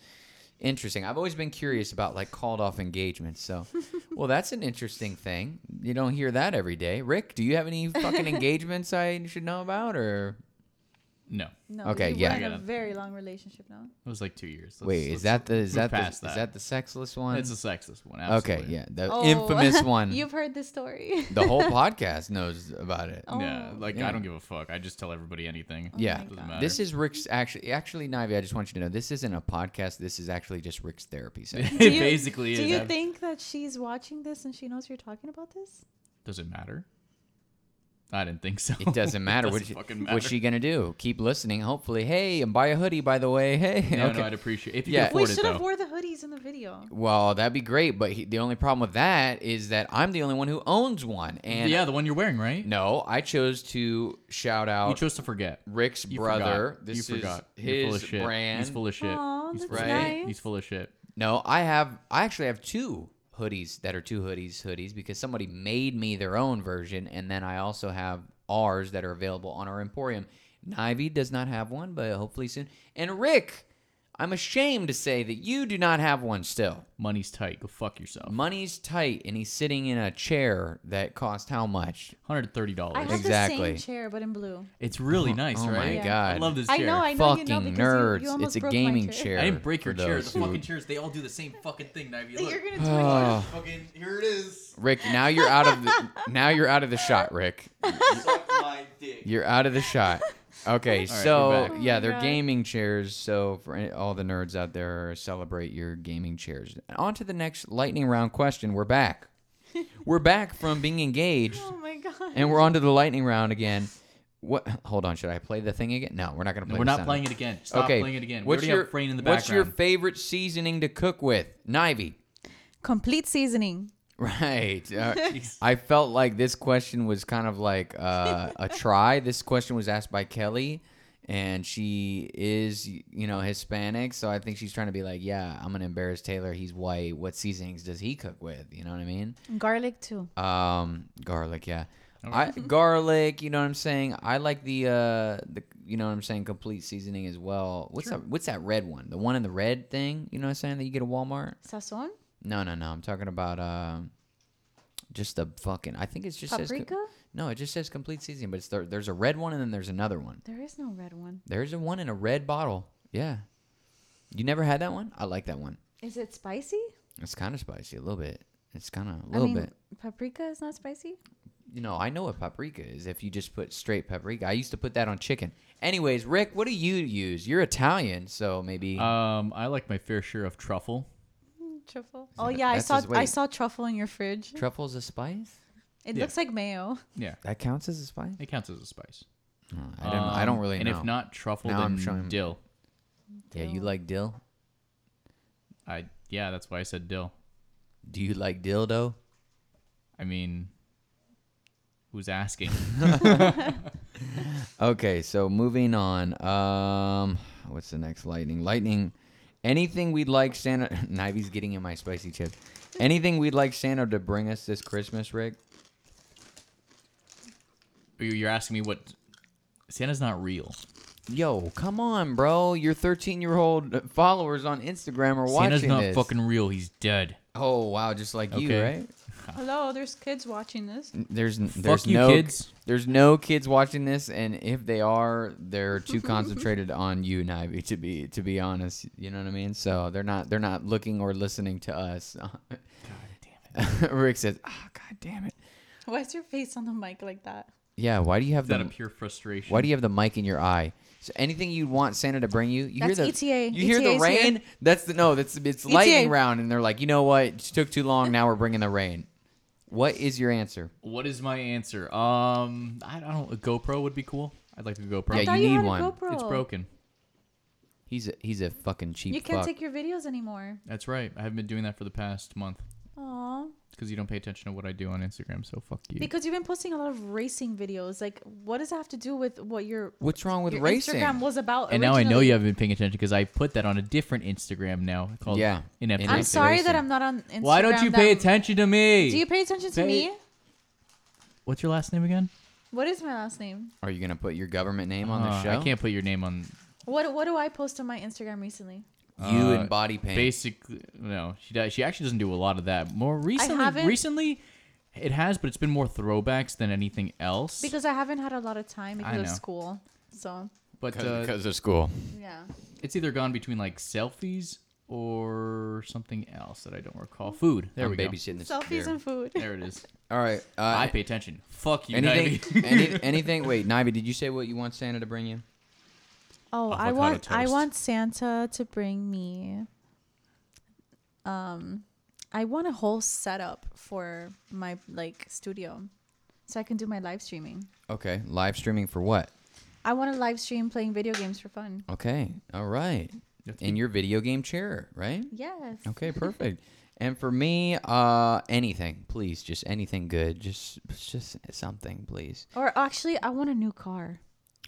Speaker 1: Interesting. I've always been curious about like called off engagements. So, well, that's an interesting thing. You don't hear that every day. Rick, do you have any fucking engagements I should know about or
Speaker 2: No,
Speaker 3: no.
Speaker 1: Okay,
Speaker 3: you
Speaker 1: yeah.
Speaker 3: We're in
Speaker 2: Yeah.
Speaker 3: a very long relationship now.
Speaker 2: it was like two years. Let's-
Speaker 1: wait,
Speaker 2: let's
Speaker 1: is that the is
Speaker 2: move
Speaker 1: that the, is
Speaker 2: past that.
Speaker 1: that the sexless one?
Speaker 2: It's a sexist one.
Speaker 1: Okay,
Speaker 2: Absolutely.
Speaker 1: yeah, the
Speaker 3: Oh,
Speaker 1: infamous one.
Speaker 3: You've heard this story.
Speaker 1: the whole podcast knows about it.
Speaker 3: Oh.
Speaker 2: Yeah, like
Speaker 1: Yeah.
Speaker 2: I don't give a fuck. I just tell everybody anything.
Speaker 1: yeah,
Speaker 3: my
Speaker 2: Doesn't
Speaker 3: God.
Speaker 2: matter.
Speaker 1: This is Rick's actually actually Navi. I just want you to know this isn't a podcast. This is actually just Rick's therapy session.
Speaker 2: it
Speaker 3: you-
Speaker 2: basically
Speaker 3: Do
Speaker 2: is.
Speaker 3: you
Speaker 2: Ab-
Speaker 3: think that she's watching this and she knows you're talking about this?
Speaker 2: Does it matter? I didn't think so.
Speaker 1: It doesn't matter. what
Speaker 2: doesn't
Speaker 1: she-
Speaker 2: fucking
Speaker 1: What's
Speaker 2: matter.
Speaker 1: she gonna do? Keep listening. Hopefully, hey, and buy a hoodie. By the way, hey.
Speaker 2: No,
Speaker 1: okay.
Speaker 2: no, I'd appreciate if you
Speaker 1: Yeah.
Speaker 2: can
Speaker 3: We
Speaker 2: afford it
Speaker 3: should
Speaker 2: though.
Speaker 3: have wore the hoodies in the video.
Speaker 1: well, that'd be great, but he, the only problem with that is that I'm the only one who owns one, and
Speaker 2: yeah, the one you're wearing, right?
Speaker 1: no, I chose to shout
Speaker 2: You
Speaker 1: out
Speaker 2: chose to forget.
Speaker 1: Rick's
Speaker 2: You
Speaker 1: brother.
Speaker 2: Forgot.
Speaker 1: This
Speaker 2: you
Speaker 1: is
Speaker 2: forgot. You're full
Speaker 1: his
Speaker 2: of shit.
Speaker 1: brand.
Speaker 2: He's full of shit.
Speaker 3: Aw,
Speaker 2: He's
Speaker 3: that's
Speaker 2: full of
Speaker 1: Right.
Speaker 2: shit.
Speaker 3: nice.
Speaker 2: He's full of shit.
Speaker 1: No, I have. I actually have two hoodies that are two hoodies hoodies because somebody made me their own version, and then I also have ours that are available on our Emporium. Nivy does not have one, but hopefully soon. And Rick, I'm ashamed to say that you do not have one still.
Speaker 2: Money's tight. Go fuck yourself.
Speaker 1: Money's tight, and he's sitting in a chair that cost how much?
Speaker 2: Hundred thirty
Speaker 3: I
Speaker 2: dollars.
Speaker 3: have the
Speaker 1: Exactly.
Speaker 3: same chair, but in blue.
Speaker 2: It's really nice,
Speaker 1: oh my
Speaker 2: right?
Speaker 1: God.
Speaker 2: I love this chair.
Speaker 3: I know, I know you
Speaker 1: Fucking
Speaker 3: know because you-
Speaker 1: nerds!
Speaker 3: you, almost
Speaker 1: it's a
Speaker 3: broke
Speaker 1: gaming
Speaker 3: my
Speaker 1: chair.
Speaker 2: I didn't break your
Speaker 1: for
Speaker 2: chair. The
Speaker 1: those who-
Speaker 2: fucking chairs, they all do the same fucking thing, Nivey.
Speaker 3: You're
Speaker 2: Look.
Speaker 3: gonna do it.
Speaker 1: Oh,
Speaker 4: Fucking here it is.
Speaker 1: Rick, now you're out of the now you're out of the shot, Rick.
Speaker 4: Suck my dick.
Speaker 1: You're out of the shot. Okay,
Speaker 2: we're
Speaker 1: so
Speaker 2: back.
Speaker 1: yeah,
Speaker 3: Oh my
Speaker 1: they're
Speaker 3: God.
Speaker 1: gaming chairs. So for any, all the nerds out there, celebrate your gaming chairs. On to the next lightning round question. We're back. we're back from being engaged,
Speaker 3: Oh my god.
Speaker 1: and we're on to the lightning round again. What? Hold on. Should I play the thing again? No, we're not gonna play.
Speaker 2: We're
Speaker 1: the
Speaker 2: not
Speaker 1: sound
Speaker 2: playing it
Speaker 1: effect.
Speaker 2: again. Stop
Speaker 1: okay.
Speaker 2: playing it again.
Speaker 1: What's
Speaker 2: we already
Speaker 1: your
Speaker 2: have Frayne in the
Speaker 1: What's your
Speaker 2: background.
Speaker 1: favorite seasoning to cook with? Nivy.
Speaker 3: Complete seasoning.
Speaker 1: Right. Uh, I felt like this question was kind of like uh, a try. This question was asked by Kelly, and she is you know Hispanic, so I think she's trying to be like, yeah, I'm gonna embarrass Taylor. He's white. What seasonings does he cook with? You know what I mean?
Speaker 3: Garlic too.
Speaker 1: Um, garlic, yeah. I, garlic, you know what I'm saying. I like the uh, the you know what I'm saying, complete seasoning as well. What's that? What's that red one? The one in the red thing? You know what I'm saying that you get at Walmart?
Speaker 3: Sazon?
Speaker 1: No, no, no. I'm talking about um, just the fucking. I think it's just Says,
Speaker 3: Paprika?
Speaker 1: co- no, it just says complete seasoning, but it's there, there's a red one and then there's another one.
Speaker 3: There is no red one.
Speaker 1: There's a one in a red bottle. Yeah, you never had that one? I like that one.
Speaker 3: Is it spicy?
Speaker 1: It's kind of spicy a little bit. It's kind of a little
Speaker 3: I mean,
Speaker 1: bit.
Speaker 3: paprika is not spicy.
Speaker 1: you know, I know what paprika is. If you just put straight paprika, I used to put that on chicken. Anyways, Rick, what do you use? You're Italian, so maybe
Speaker 2: Um, I like my fair share of truffle.
Speaker 3: Truffle. Oh yeah, I
Speaker 1: that's
Speaker 3: saw
Speaker 1: his
Speaker 3: I
Speaker 1: weight.
Speaker 3: saw truffle in your fridge.
Speaker 1: truffle's a spice.
Speaker 3: It
Speaker 2: Yeah.
Speaker 3: looks like mayo.
Speaker 2: Yeah,
Speaker 1: That counts as a spice.
Speaker 2: it counts as a spice.
Speaker 1: I don't. I don't
Speaker 2: Um,
Speaker 1: really
Speaker 2: And
Speaker 1: know.
Speaker 2: if not truffle,
Speaker 1: Now I'm
Speaker 2: then
Speaker 1: showing-
Speaker 2: dill.
Speaker 1: yeah, you like dill?
Speaker 2: I yeah, that's why I said dill.
Speaker 1: Do you like dildo?
Speaker 2: I mean, who's asking?
Speaker 1: Okay, so moving on. Um, what's the next lightning? Lightning. Anything we'd like Santa. Nivy's getting in my spicy chip. Anything we'd like Santa to bring us this Christmas, Rick?
Speaker 2: You- You're asking me what? Santa's not real.
Speaker 1: Yo, come on, bro. Your 13 year old followers on Instagram are
Speaker 2: Santa's
Speaker 1: watching
Speaker 2: not
Speaker 1: this.
Speaker 2: fucking real. He's dead.
Speaker 1: oh, wow. Just like you,
Speaker 2: Okay.
Speaker 1: right?
Speaker 3: Hello, there's kids watching this.
Speaker 1: There's, n- there's
Speaker 2: you,
Speaker 1: no
Speaker 2: kids.
Speaker 1: There's no kids watching this, and if they are, they're too concentrated on you, and Ivy. To be to be honest, you know what I mean. So they're not they're not looking or listening to us. Rick says, "Ah, god damn it!
Speaker 3: Why is your face on the mic like that?
Speaker 1: Yeah, why do you have
Speaker 2: Is that
Speaker 1: the
Speaker 2: a pure frustration?
Speaker 1: why do you have the mic in your eye? So anything you want Santa to bring you, you
Speaker 3: That's
Speaker 1: hear the
Speaker 3: ETA.
Speaker 1: you hear the
Speaker 3: ETA's here.
Speaker 1: rain. That's the no, that's it's
Speaker 3: ETA.
Speaker 1: lightning round, and they're like, you know what, it took too long. Now we're bringing the rain. What is your answer?
Speaker 2: What is my answer? Um, I don't. A GoPro would be cool. I'd like a GoPro.
Speaker 1: Yeah,
Speaker 3: Thought
Speaker 1: you need
Speaker 3: had a
Speaker 1: one.
Speaker 3: GoPro.
Speaker 2: it's broken.
Speaker 1: He's a, he's a fucking cheap.
Speaker 3: You can't
Speaker 1: fuck.
Speaker 3: take your videos anymore.
Speaker 2: That's right. I haven't been doing that for the past month
Speaker 3: Aw.
Speaker 2: because you don't pay attention to what I do on Instagram. So fuck you.
Speaker 3: Because you've been posting a lot of racing videos. Like, what does that have to do with what your,
Speaker 1: What's wrong with
Speaker 3: your
Speaker 1: racing?
Speaker 3: Instagram was about?
Speaker 2: and now I know
Speaker 3: originally?
Speaker 2: you haven't been paying attention because I put that on a different Instagram now called
Speaker 1: Yeah.
Speaker 2: Inept
Speaker 1: I'm
Speaker 3: I'm
Speaker 2: Racing.
Speaker 3: sorry that
Speaker 1: racing.
Speaker 3: I'm not on Instagram.
Speaker 2: Why don't you pay
Speaker 3: that-
Speaker 2: attention to me?
Speaker 3: Do you pay attention to
Speaker 2: Pay-
Speaker 3: me?
Speaker 2: What's your last name again?
Speaker 3: What is my last name?
Speaker 1: Are you gonna put your government name on
Speaker 2: Uh,
Speaker 1: the show?
Speaker 2: I can't put your name on.
Speaker 3: What What do I post on my Instagram recently?
Speaker 1: You
Speaker 2: Uh,
Speaker 1: and body paint.
Speaker 2: Basically, no. She does, she actually doesn't do a lot of that. More recently,
Speaker 3: haven't-
Speaker 2: recently, it has, but it's been more throwbacks than anything else.
Speaker 3: Because I haven't had a lot of time
Speaker 2: I
Speaker 3: because of
Speaker 2: know.
Speaker 3: school. So
Speaker 2: but uh,
Speaker 1: of school.
Speaker 3: yeah,
Speaker 2: it's either gone between like selfies or something else that I don't recall. Food. There
Speaker 1: I'm
Speaker 2: we go.
Speaker 1: babysitting this
Speaker 3: selfies
Speaker 1: beer.
Speaker 3: and food.
Speaker 2: There it is.
Speaker 1: All right. Uh,
Speaker 2: I pay attention. Fuck you,
Speaker 1: anything?
Speaker 2: Nivey.
Speaker 1: any, anything? Wait, Nivy, did you say what you want Santa to bring you?
Speaker 3: Oh, I
Speaker 2: Avocado
Speaker 3: want I
Speaker 2: toast.
Speaker 3: want Santa to bring me. Um, I want a whole setup for my like studio, so I can do my live streaming.
Speaker 1: Okay, live streaming for what?
Speaker 3: I want to live stream playing video games for fun.
Speaker 1: Okay. All right.
Speaker 2: That's
Speaker 1: In your video game chair, right?
Speaker 3: Yes.
Speaker 1: Okay, perfect. and for me, uh anything, please, just anything good, just just something, please.
Speaker 3: Or actually, I want a new car.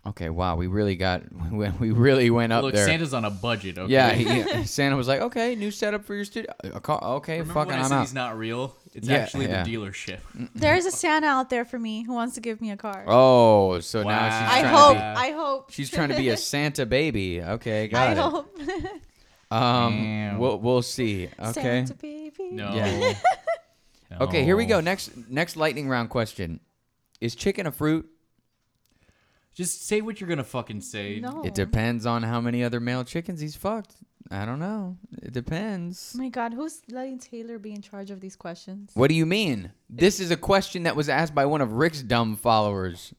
Speaker 1: Okay, wow, we really got we, we really went up
Speaker 2: Look,
Speaker 1: there.
Speaker 2: Santa's on a budget. Okay.
Speaker 1: yeah, he- yeah, Santa was like, "Okay, new setup for your studio." A car- Okay,
Speaker 2: Remember
Speaker 1: fucking
Speaker 2: when I
Speaker 1: I'm
Speaker 2: said
Speaker 1: out.
Speaker 2: he's not real? It's
Speaker 1: Yeah,
Speaker 2: actually
Speaker 1: yeah. Mm,
Speaker 2: the dealership.
Speaker 3: There is a Santa out there for me who wants to give me a car.
Speaker 1: Oh, so now
Speaker 2: Wow.
Speaker 1: she's
Speaker 3: I
Speaker 1: trying
Speaker 3: hope.
Speaker 1: to be
Speaker 3: I hope.
Speaker 1: She's trying to be a Santa baby. Okay, got
Speaker 3: I
Speaker 1: it.
Speaker 3: hope.
Speaker 1: Um,
Speaker 2: Damn.
Speaker 1: we'll we'll see. Okay.
Speaker 3: Santa baby.
Speaker 2: No.
Speaker 1: Yeah. Okay, here we
Speaker 2: No.
Speaker 1: go. Next next lightning round question. Is chicken a fruit?
Speaker 2: Just say what you're gonna fucking say.
Speaker 3: No.
Speaker 1: It depends on how many other male chickens he's fucked. I don't know. It depends.
Speaker 3: Oh my God, who's letting Taylor be in charge of these questions?
Speaker 1: What do you mean? This is a question that was asked by one of Rick's dumb followers.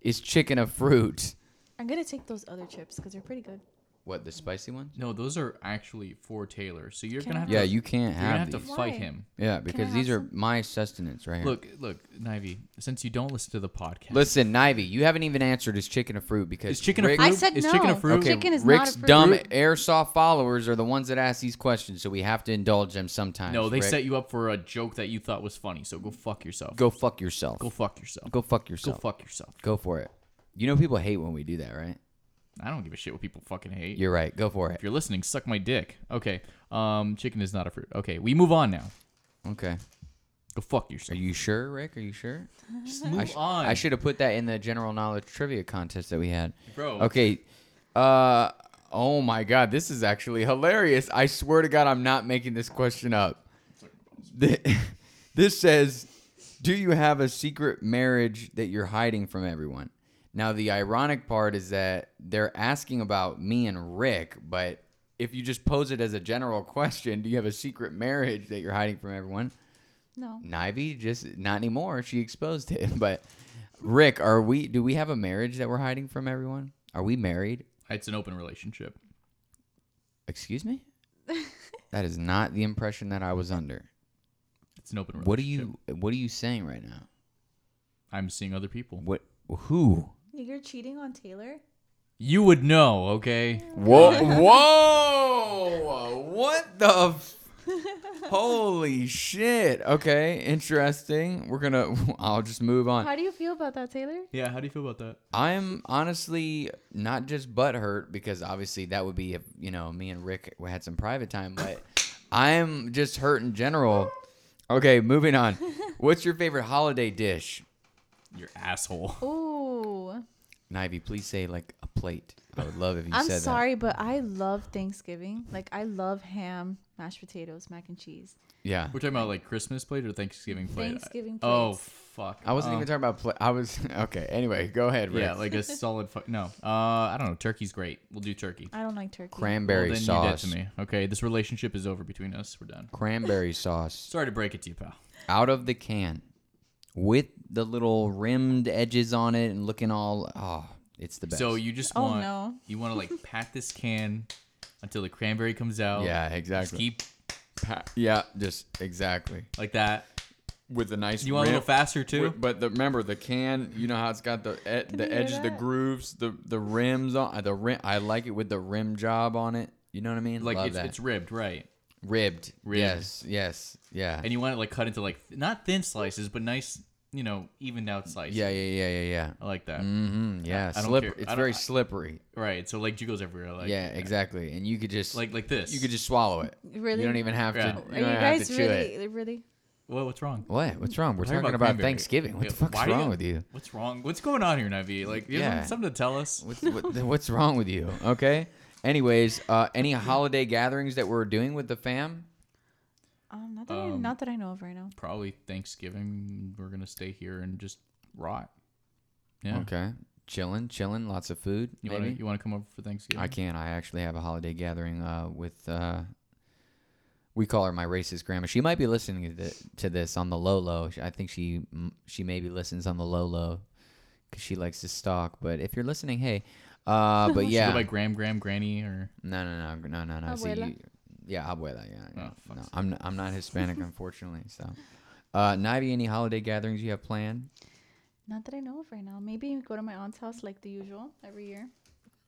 Speaker 1: Is chicken a fruit?
Speaker 3: I'm gonna take those other chips because they're pretty good.
Speaker 1: What, the spicy ones?
Speaker 2: No, those are actually for Taylor. So you're
Speaker 3: Can
Speaker 2: gonna
Speaker 3: I
Speaker 2: have
Speaker 1: Yeah,
Speaker 2: to,
Speaker 1: you can't
Speaker 2: you're gonna have
Speaker 1: have
Speaker 2: to
Speaker 1: these.
Speaker 2: fight
Speaker 3: Why?
Speaker 2: him.
Speaker 1: Yeah, because
Speaker 3: have
Speaker 1: these are
Speaker 3: some?
Speaker 1: my sustenance right here.
Speaker 2: Look, look, Nivy. Since you don't listen to the podcast,
Speaker 1: Listen, Nivy, you haven't even answered is chicken a fruit because
Speaker 2: Is chicken a
Speaker 1: Rick-
Speaker 2: fruit?
Speaker 3: I said
Speaker 2: Is
Speaker 3: no.
Speaker 2: chicken a fruit?
Speaker 1: Okay,
Speaker 3: Chicken is
Speaker 1: Rick's
Speaker 3: not a fruit.
Speaker 1: dumb airsoft followers are the ones that ask these questions, so we have to indulge them sometimes.
Speaker 2: no, they
Speaker 1: Rick.
Speaker 2: set you up for a joke that you thought was funny. So go fuck yourself.
Speaker 1: go fuck yourself.
Speaker 2: Go fuck yourself.
Speaker 1: Go fuck
Speaker 2: Go
Speaker 1: yourself.
Speaker 2: fuck yourself.
Speaker 1: Go for it. You know people hate when we do that, right?
Speaker 2: I don't give a shit what people fucking hate.
Speaker 1: You're right. Go for it.
Speaker 2: if you're listening, suck my dick. Okay. Um, chicken is not a fruit. Okay, we move on now.
Speaker 1: Okay.
Speaker 2: Go fuck
Speaker 1: Are
Speaker 2: yourself.
Speaker 1: you sure, Rick? Are you sure?
Speaker 2: Just move
Speaker 1: I, sh-
Speaker 2: on.
Speaker 1: I should have put that in the general knowledge trivia contest that we had.
Speaker 2: Bro.
Speaker 1: Okay. Uh oh my god, this is actually hilarious. I swear to god I'm not making this question up. Th- This says, "Do you have a secret marriage that you're hiding from everyone?" Now the ironic part is that they're asking about me and Rick, but if you just pose it as a general question, do you have a secret marriage that you're hiding from everyone?
Speaker 3: No.
Speaker 1: Nivey just not anymore. She exposed it. But Rick, are we? Do we have a marriage that we're hiding from everyone? Are we married?
Speaker 2: It's an open relationship.
Speaker 1: Excuse me. that is not the impression that I was under.
Speaker 2: It's an open relationship.
Speaker 1: What are you? What are you saying right now?
Speaker 2: I'm seeing other people.
Speaker 1: What? Who?
Speaker 3: You're cheating on Taylor?
Speaker 2: You would know, okay?
Speaker 1: Whoa! Whoa! What the? F- Holy shit! Okay, interesting. We're gonna. I'll just move on.
Speaker 3: How do you feel about that, Taylor?
Speaker 2: Yeah, how do you feel about that?
Speaker 1: I'm honestly not just butthurt because obviously that would be if you know me and Rick had some private time, but I'm just hurt in general. Okay, moving on. What's your favorite holiday dish?
Speaker 2: Your asshole.
Speaker 3: Ooh.
Speaker 1: Nivy, please say like a plate. I would love if you
Speaker 3: I'm
Speaker 1: said
Speaker 3: sorry, but I love Thanksgiving. Like I love ham, mashed potatoes, mac and cheese.
Speaker 1: that. Yeah.
Speaker 2: We're talking about like Christmas plate or Thanksgiving plate?
Speaker 3: Thanksgiving
Speaker 2: Oh,
Speaker 3: plates.
Speaker 2: fuck.
Speaker 1: I wasn't
Speaker 2: Um,
Speaker 1: even talking about plate. I was okay. Anyway, go ahead, Rick.
Speaker 2: Yeah, like a solid fuck. No. Uh, I don't know. Turkey's great. We'll do turkey.
Speaker 3: I don't like turkey.
Speaker 2: Well,
Speaker 1: cranberry
Speaker 2: then you did
Speaker 1: sauce.
Speaker 2: to me. Okay, this relationship is over between us. We're done.
Speaker 1: Cranberry sauce
Speaker 2: Sorry to break it to you, pal.
Speaker 1: out of the can with the little rimmed edges on it and looking all oh, it's the best.
Speaker 2: So you just
Speaker 3: Oh,
Speaker 2: want
Speaker 3: no.
Speaker 2: you want to like pat this can until the cranberry comes out.
Speaker 1: yeah,
Speaker 2: Just
Speaker 1: exactly.
Speaker 2: keep
Speaker 1: Pa- yeah, just exactly
Speaker 2: like that.
Speaker 1: with a nice.
Speaker 2: You want a
Speaker 1: rim-
Speaker 2: little faster too?
Speaker 1: wi- But the, remember the can, you know how it's got the e-
Speaker 3: you
Speaker 1: the
Speaker 3: hear
Speaker 1: edges, the
Speaker 3: that?
Speaker 1: grooves, the the rims on uh, the rim. I like it with the rim job on it. You know what I mean?
Speaker 2: Like
Speaker 1: Love
Speaker 2: it's,
Speaker 1: that.
Speaker 2: it's ribbed, right?
Speaker 1: ribbed.
Speaker 2: ribbed.
Speaker 1: Yes, yes, yeah,
Speaker 2: And you want it like cut into like th- not thin slices, but nice, you know, evened out slices.
Speaker 1: yeah, yeah, yeah, yeah, yeah.
Speaker 2: I like that.
Speaker 1: Mm-hmm. Yeah,
Speaker 2: I don't
Speaker 1: slipper-
Speaker 2: care. I
Speaker 1: It's
Speaker 2: don't-
Speaker 1: very
Speaker 2: I-
Speaker 1: slippery.
Speaker 2: Right. So like jugos everywhere. Like
Speaker 1: yeah, exactly. And you could just
Speaker 2: Like like this.
Speaker 1: you could just swallow it.
Speaker 3: Really?
Speaker 1: You don't even have
Speaker 2: Yeah.
Speaker 1: to. You
Speaker 2: Are
Speaker 3: Are
Speaker 1: don't
Speaker 3: you
Speaker 1: have
Speaker 3: guys
Speaker 1: to chew
Speaker 3: really,
Speaker 1: it.
Speaker 3: really?
Speaker 2: What what's wrong?
Speaker 1: What? What's wrong? We're
Speaker 2: Talking
Speaker 1: talking about,
Speaker 2: cranberry.
Speaker 1: Thanksgiving. What
Speaker 2: Yeah,
Speaker 1: the fuck's
Speaker 2: why do
Speaker 1: wrong with you?
Speaker 2: What's wrong? What's going on here, Navi? Like you
Speaker 1: Yeah.
Speaker 2: have something to tell us.
Speaker 1: What's, what, th- what's wrong with you? Okay. Anyways, uh, any holiday gatherings that we're doing with the fam?
Speaker 3: Um, not that I, not that I know of right now.
Speaker 2: Probably Thanksgiving. We're gonna stay here and just rot. Yeah.
Speaker 1: Okay. Chilling, chilling, lots of food.
Speaker 2: You
Speaker 1: maybe.
Speaker 2: wanna you wanna come over for Thanksgiving?
Speaker 1: I can't. I actually have a holiday gathering uh, with. Uh, we call her my racist grandma. She might be listening to, thi- to this on the low low. Sh- I think she m- she maybe listens on the low low because she likes to stalk. But if you're listening, hey. Uh, but
Speaker 2: Should
Speaker 1: yeah.
Speaker 2: Go by Graham, Graham, Granny, or
Speaker 1: No, no, no, no, no, no. See,
Speaker 3: Abuela.
Speaker 1: you- yeah, abuela. Yeah, yeah.
Speaker 2: fuck's
Speaker 1: no, I'm I'm not Hispanic, unfortunately. So, uh, Nivy, any holiday gatherings you have planned?
Speaker 3: Not that I know of right now. Maybe go to my aunt's house like the usual every year.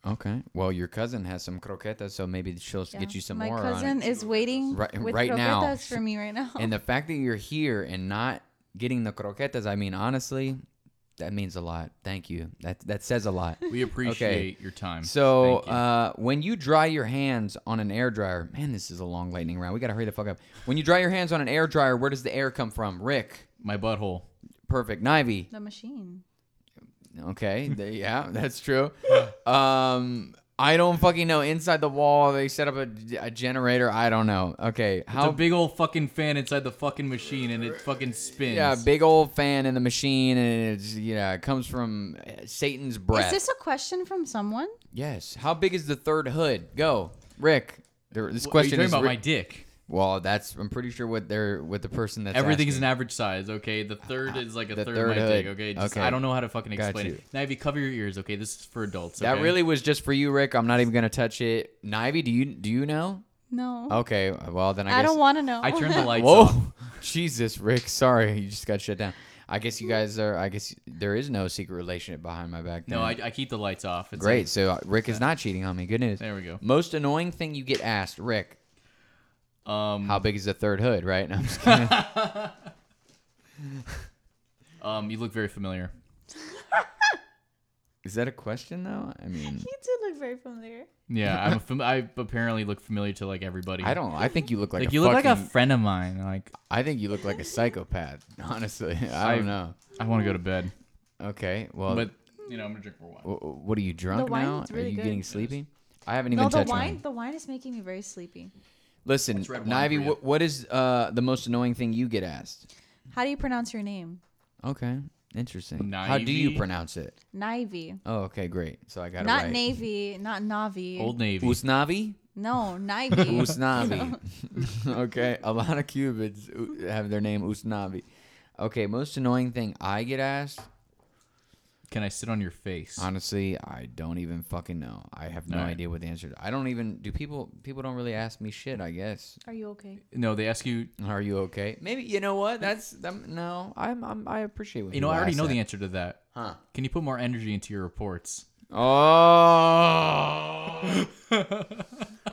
Speaker 1: Okay. Well, your cousin has some croquetas, so maybe she'll
Speaker 3: Yeah.
Speaker 1: get you some
Speaker 3: my
Speaker 1: more on
Speaker 3: cousin
Speaker 1: it.
Speaker 3: is waiting
Speaker 1: Right-
Speaker 3: with
Speaker 1: right now.
Speaker 3: croquetas for me right now.
Speaker 1: And the fact that you're here and not getting the croquetas, I mean, honestly, that means a lot. Thank you. That that says a lot.
Speaker 2: we appreciate your time.
Speaker 1: So
Speaker 2: Thank you.
Speaker 1: uh, when you dry your hands on an air dryer, man, this is a long lightning round. We gotta hurry the fuck up. When you dry your hands on an air dryer, where does the air come from? Rick,
Speaker 2: my butthole.
Speaker 1: perfect. Nivy,
Speaker 3: the machine.
Speaker 1: Okay. th- yeah, that's true. Um, I don't fucking know. Inside the wall, they set up a, a generator. I don't know. Okay.
Speaker 2: It's
Speaker 1: How
Speaker 2: a big old fucking fan inside the fucking machine, and it fucking spins.
Speaker 1: Yeah, big old fan in the machine, and it's yeah, it comes from uh, Satan's
Speaker 3: Is
Speaker 1: breath.
Speaker 3: this a question from someone?
Speaker 1: yes. How big is the third hood? Go, Rick. There- This
Speaker 2: What are you
Speaker 1: question
Speaker 2: talking
Speaker 1: is
Speaker 2: about
Speaker 1: Ri-
Speaker 2: my dick.
Speaker 1: well. That's I'm pretty sure what they're what the person that's
Speaker 2: Everything's an
Speaker 1: asking.
Speaker 2: average size, okay? The third is like a
Speaker 1: the
Speaker 2: third,
Speaker 1: third
Speaker 2: of my
Speaker 1: hood.
Speaker 2: dick, okay? Just,
Speaker 1: Okay.
Speaker 2: I don't know how to fucking
Speaker 1: Got
Speaker 2: explain
Speaker 1: you.
Speaker 2: it. Nivey, cover your ears, okay? This is for adults.
Speaker 1: That
Speaker 2: okay?
Speaker 1: really was just for you, Rick. I'm not even gonna touch it. Nivy, do you do you know?
Speaker 3: No.
Speaker 1: Okay, well then Oh, I,
Speaker 3: I,
Speaker 1: guess
Speaker 3: don't want to know.
Speaker 2: I turned the lights
Speaker 1: Whoa,
Speaker 2: off.
Speaker 1: Jesus, Rick. Sorry, you just got shut down. I guess you guys are. I guess there is no secret relationship behind my back.
Speaker 2: No,
Speaker 1: then.
Speaker 2: I, I keep the lights off. It's
Speaker 1: Great.
Speaker 2: like-
Speaker 1: So uh, Rick is not cheating on me. Good news.
Speaker 2: there we go.
Speaker 1: Most annoying thing you get asked, Rick.
Speaker 2: Um,
Speaker 1: How big is the third hood? Right. No, I'm just kidding.
Speaker 2: um, you look very familiar.
Speaker 1: Is that a question though? I mean,
Speaker 3: You do look very familiar.
Speaker 2: Yeah, I'm fam- I apparently look familiar to like everybody.
Speaker 1: I don't. I think you look like,
Speaker 2: like,
Speaker 1: a
Speaker 2: you look like a
Speaker 1: fucking-
Speaker 2: friend of mine. Like
Speaker 1: I think you look like a psychopath. Honestly, I don't know.
Speaker 2: I want to go to bed,
Speaker 1: Okay, well,
Speaker 2: but you know I'm gonna drink more wine.
Speaker 1: w- w- what are you drunk
Speaker 3: wine's
Speaker 1: now?
Speaker 3: really
Speaker 1: are you
Speaker 3: good.
Speaker 1: getting sleepy? I haven't even
Speaker 3: no, the
Speaker 1: touched
Speaker 3: wine.
Speaker 1: mine.
Speaker 3: The wine is making me very sleepy.
Speaker 1: Listen,
Speaker 2: red wine
Speaker 1: Nivy,
Speaker 2: for you.
Speaker 1: wh- what is uh, the most annoying thing you get asked?
Speaker 3: How do you pronounce your name?
Speaker 1: Okay, interesting. How do you
Speaker 2: Nivy?
Speaker 1: pronounce it?
Speaker 3: Navy.
Speaker 1: Oh, okay, great. So I got
Speaker 3: Not
Speaker 1: it right.
Speaker 3: navy. Not navi.
Speaker 2: Old Navy.
Speaker 1: Usnavi?
Speaker 3: No, Nivy.
Speaker 1: Usnavi. okay, a lot of Cubans u- have their name Usnavi. Okay, most annoying thing I get asked,
Speaker 2: Can I sit on your face?
Speaker 1: honestly, I don't even fucking know. I have no
Speaker 2: All right.
Speaker 1: idea what the answer is. I don't even do people people don't really ask me shit, I guess.
Speaker 3: Are you okay?
Speaker 2: no, they ask you.
Speaker 1: Are you okay? Maybe you know what? That's um, no. I'm, I'm I appreciate what
Speaker 2: You know, I already know the
Speaker 1: answer.
Speaker 2: answer to that.
Speaker 1: Huh.
Speaker 2: Can you put more energy into your reports?
Speaker 1: Oh.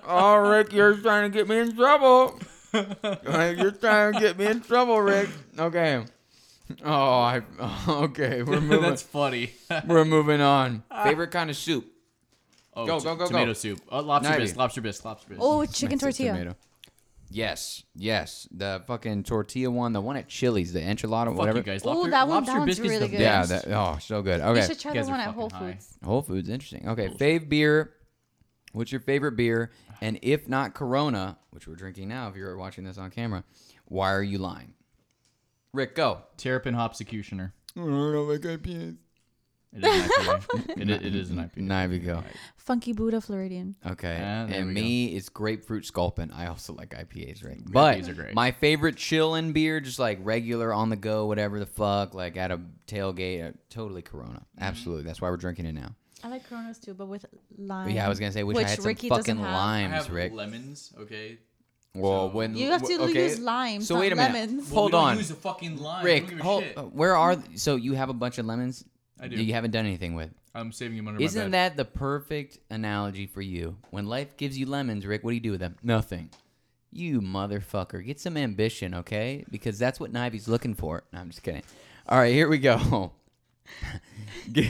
Speaker 1: oh, Rick, you're trying to get me in trouble. Like, you're trying to get me in trouble, Rick. Okay. Oh, I. Okay, we're moving.
Speaker 2: That's funny.
Speaker 1: we're moving on. Uh, Favorite kind of soup?
Speaker 2: Oh,
Speaker 1: Go,
Speaker 2: t-
Speaker 1: go, go, go.
Speaker 2: Tomato soup. Oh, lobster
Speaker 1: Navy.
Speaker 2: bisque. Lobster bisque. Lobster bisque.
Speaker 3: Oh, chicken
Speaker 1: Next to
Speaker 3: tortilla.
Speaker 1: Tomato. Yes, yes. The fucking tortilla one, the one at Chili's, the enchilada,
Speaker 2: Fuck
Speaker 1: whatever.
Speaker 2: you guys.
Speaker 3: Ooh,
Speaker 2: Lobster,
Speaker 3: that one-
Speaker 2: lobster
Speaker 3: that one's
Speaker 2: bisque is
Speaker 3: really
Speaker 2: the
Speaker 3: good.
Speaker 1: Yeah,
Speaker 2: best.
Speaker 1: that. Oh, so good.
Speaker 3: You
Speaker 1: Okay.
Speaker 3: should try
Speaker 2: You
Speaker 3: the
Speaker 2: guys are
Speaker 3: one at Whole
Speaker 2: fucking high.
Speaker 3: Foods.
Speaker 1: Whole Foods, interesting. Okay, fave beer. What's your favorite beer? And if not Corona, which we're drinking now, if you're watching this on camera, why are you lying? Rick, go.
Speaker 2: Terrapin Hopsecutioner.
Speaker 1: Nivey,
Speaker 2: It is an IPA. it, i- it is an IPA.
Speaker 1: go.
Speaker 3: Funky Buddha Floridian.
Speaker 1: Okay.
Speaker 2: Ah, there
Speaker 1: and
Speaker 2: we
Speaker 1: me, it's grapefruit sculpin. I also like IPAs, right? But
Speaker 2: IPAs are great.
Speaker 1: my favorite chillin' beer, just like regular on the go, whatever the fuck, like at a tailgate, uh, totally Corona.
Speaker 2: Mm-hmm.
Speaker 1: Absolutely. That's why we're drinking it now.
Speaker 3: I like Coronas too, but with lime.
Speaker 1: But yeah, I was going to say, wish
Speaker 3: Which
Speaker 1: I had some
Speaker 3: Ricky doesn't
Speaker 1: fucking
Speaker 3: have.
Speaker 2: Um, I
Speaker 1: limes,
Speaker 2: have
Speaker 1: Rick.
Speaker 2: lemons. Okay.
Speaker 1: Well,
Speaker 2: So-
Speaker 1: when
Speaker 3: You have to
Speaker 1: w- okay.
Speaker 3: use limes,
Speaker 1: So
Speaker 3: not
Speaker 1: wait a minute.
Speaker 3: lemons.
Speaker 1: Hold
Speaker 2: Well, we don't
Speaker 1: on,
Speaker 2: Use a fucking lime. I
Speaker 1: Rick.
Speaker 2: don't give a
Speaker 1: Hold,
Speaker 2: shit.
Speaker 1: uh, where are th- so you have a bunch of lemons?
Speaker 2: I do. Oh,
Speaker 1: that You haven't done anything with.
Speaker 2: I'm saving you money.
Speaker 1: Isn't that the perfect analogy for you? When life gives you lemons, Rick, what do you do with them? Nothing. You motherfucker, get some ambition, okay? Because that's what Nivy's looking for. No, I'm just kidding. All right, here we go. Gi-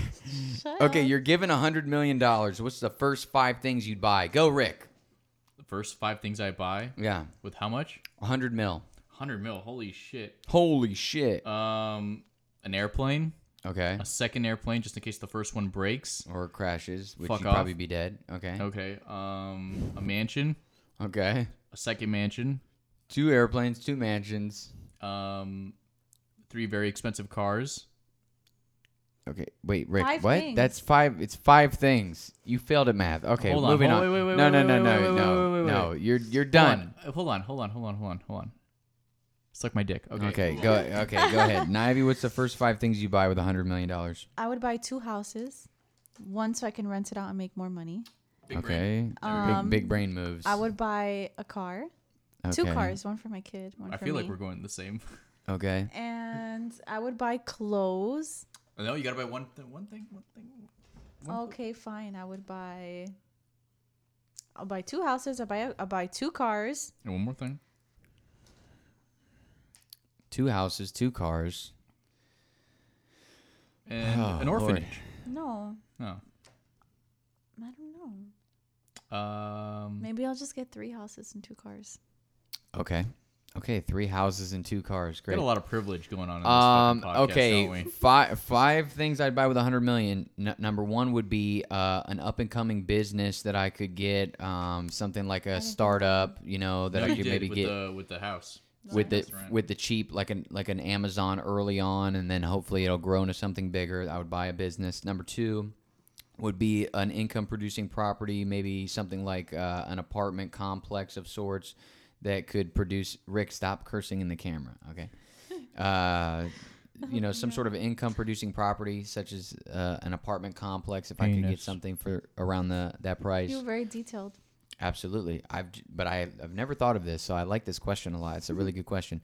Speaker 3: Shut
Speaker 1: okay,
Speaker 3: up.
Speaker 1: you're given a hundred million dollars. What's the first five things you'd buy? Go, Rick.
Speaker 2: the first five things I buy?
Speaker 1: Yeah,
Speaker 2: With how much?
Speaker 1: a hundred mil.
Speaker 2: 100 mil. Holy shit.
Speaker 1: Holy shit.
Speaker 2: Um, an airplane,
Speaker 1: Okay.
Speaker 2: a second airplane, just in case the first one breaks.
Speaker 1: or crashes, which
Speaker 2: Fuck
Speaker 1: you'd probably
Speaker 2: off.
Speaker 1: be dead. Okay.
Speaker 2: Okay. Um, a mansion,
Speaker 1: Okay.
Speaker 2: a second mansion,
Speaker 1: Two airplanes, two mansions.
Speaker 2: um, three very expensive cars.
Speaker 1: Okay. Wait, Rick.
Speaker 3: Five
Speaker 1: what?
Speaker 3: things.
Speaker 1: That's five. It's five things. You failed at math. Okay.
Speaker 2: Hold on,
Speaker 1: moving
Speaker 2: hold-
Speaker 1: on.
Speaker 2: wait, wait, wait,
Speaker 1: no,
Speaker 2: wait,
Speaker 1: no,
Speaker 2: wait,
Speaker 1: no, no,
Speaker 2: wait, wait, wait,
Speaker 1: no,
Speaker 2: wait, wait,
Speaker 1: no. You're you're
Speaker 2: Hold
Speaker 1: done.
Speaker 2: on, uh, Hold on. Hold on. Hold on. Hold on. Hold on. Suck my dick. Okay.
Speaker 1: Okay.
Speaker 2: cool.
Speaker 1: Go. Okay. Go ahead. Nivy, what's the first five things you buy with a hundred million dollars?
Speaker 3: I would buy two houses, one so I can rent it out and make more money.
Speaker 2: Big brain.
Speaker 1: Okay.
Speaker 3: Um,
Speaker 1: big, big brain moves.
Speaker 3: I would buy a car, two
Speaker 1: Okay.
Speaker 3: cars, one for my kid, one
Speaker 2: I
Speaker 3: for
Speaker 2: feel
Speaker 3: me.
Speaker 2: like we're going the same.
Speaker 1: Okay.
Speaker 3: and I would buy clothes.
Speaker 2: No, you gotta buy one th- one thing. One thing.
Speaker 3: Okay, fine. I would buy. I'll buy two houses. I buy. a- I'll buy two cars.
Speaker 2: And one more thing.
Speaker 1: Two houses, two cars.
Speaker 2: And
Speaker 1: Oh,
Speaker 2: an
Speaker 1: Lord.
Speaker 2: orphanage. Oh.
Speaker 3: No,
Speaker 2: No.
Speaker 3: I don't know.
Speaker 2: Um.
Speaker 3: Maybe I'll just get three houses and two cars.
Speaker 1: Okay. Okay. Three houses and two cars. Great.
Speaker 2: Got a lot of privilege going on in this
Speaker 1: Um.
Speaker 2: fucking podcast,
Speaker 1: okay.
Speaker 2: don't we?
Speaker 1: Five five things I'd buy with a hundred million. N- number one would be uh, an up and coming business that I could get. Um, something like a startup. You know that
Speaker 2: No,
Speaker 1: I
Speaker 2: you
Speaker 1: could
Speaker 2: did
Speaker 1: maybe
Speaker 2: with
Speaker 1: get
Speaker 2: the with the house.
Speaker 1: with the
Speaker 2: restaurant.
Speaker 1: with the cheap like an like an Amazon early on, and then hopefully it'll grow into something bigger. I would buy a business. Number two would be an income producing property, maybe something like uh, an apartment complex of sorts that could produce. Rick, stop cursing in the camera, okay? Uh, you know, some sort of income producing property, such as uh, an apartment complex. If I could get
Speaker 2: Penis.
Speaker 1: something for around the that price,
Speaker 3: You were very detailed.
Speaker 1: Absolutely. I've j- but I I've never thought of this, so I like this question a lot. It's a really good question.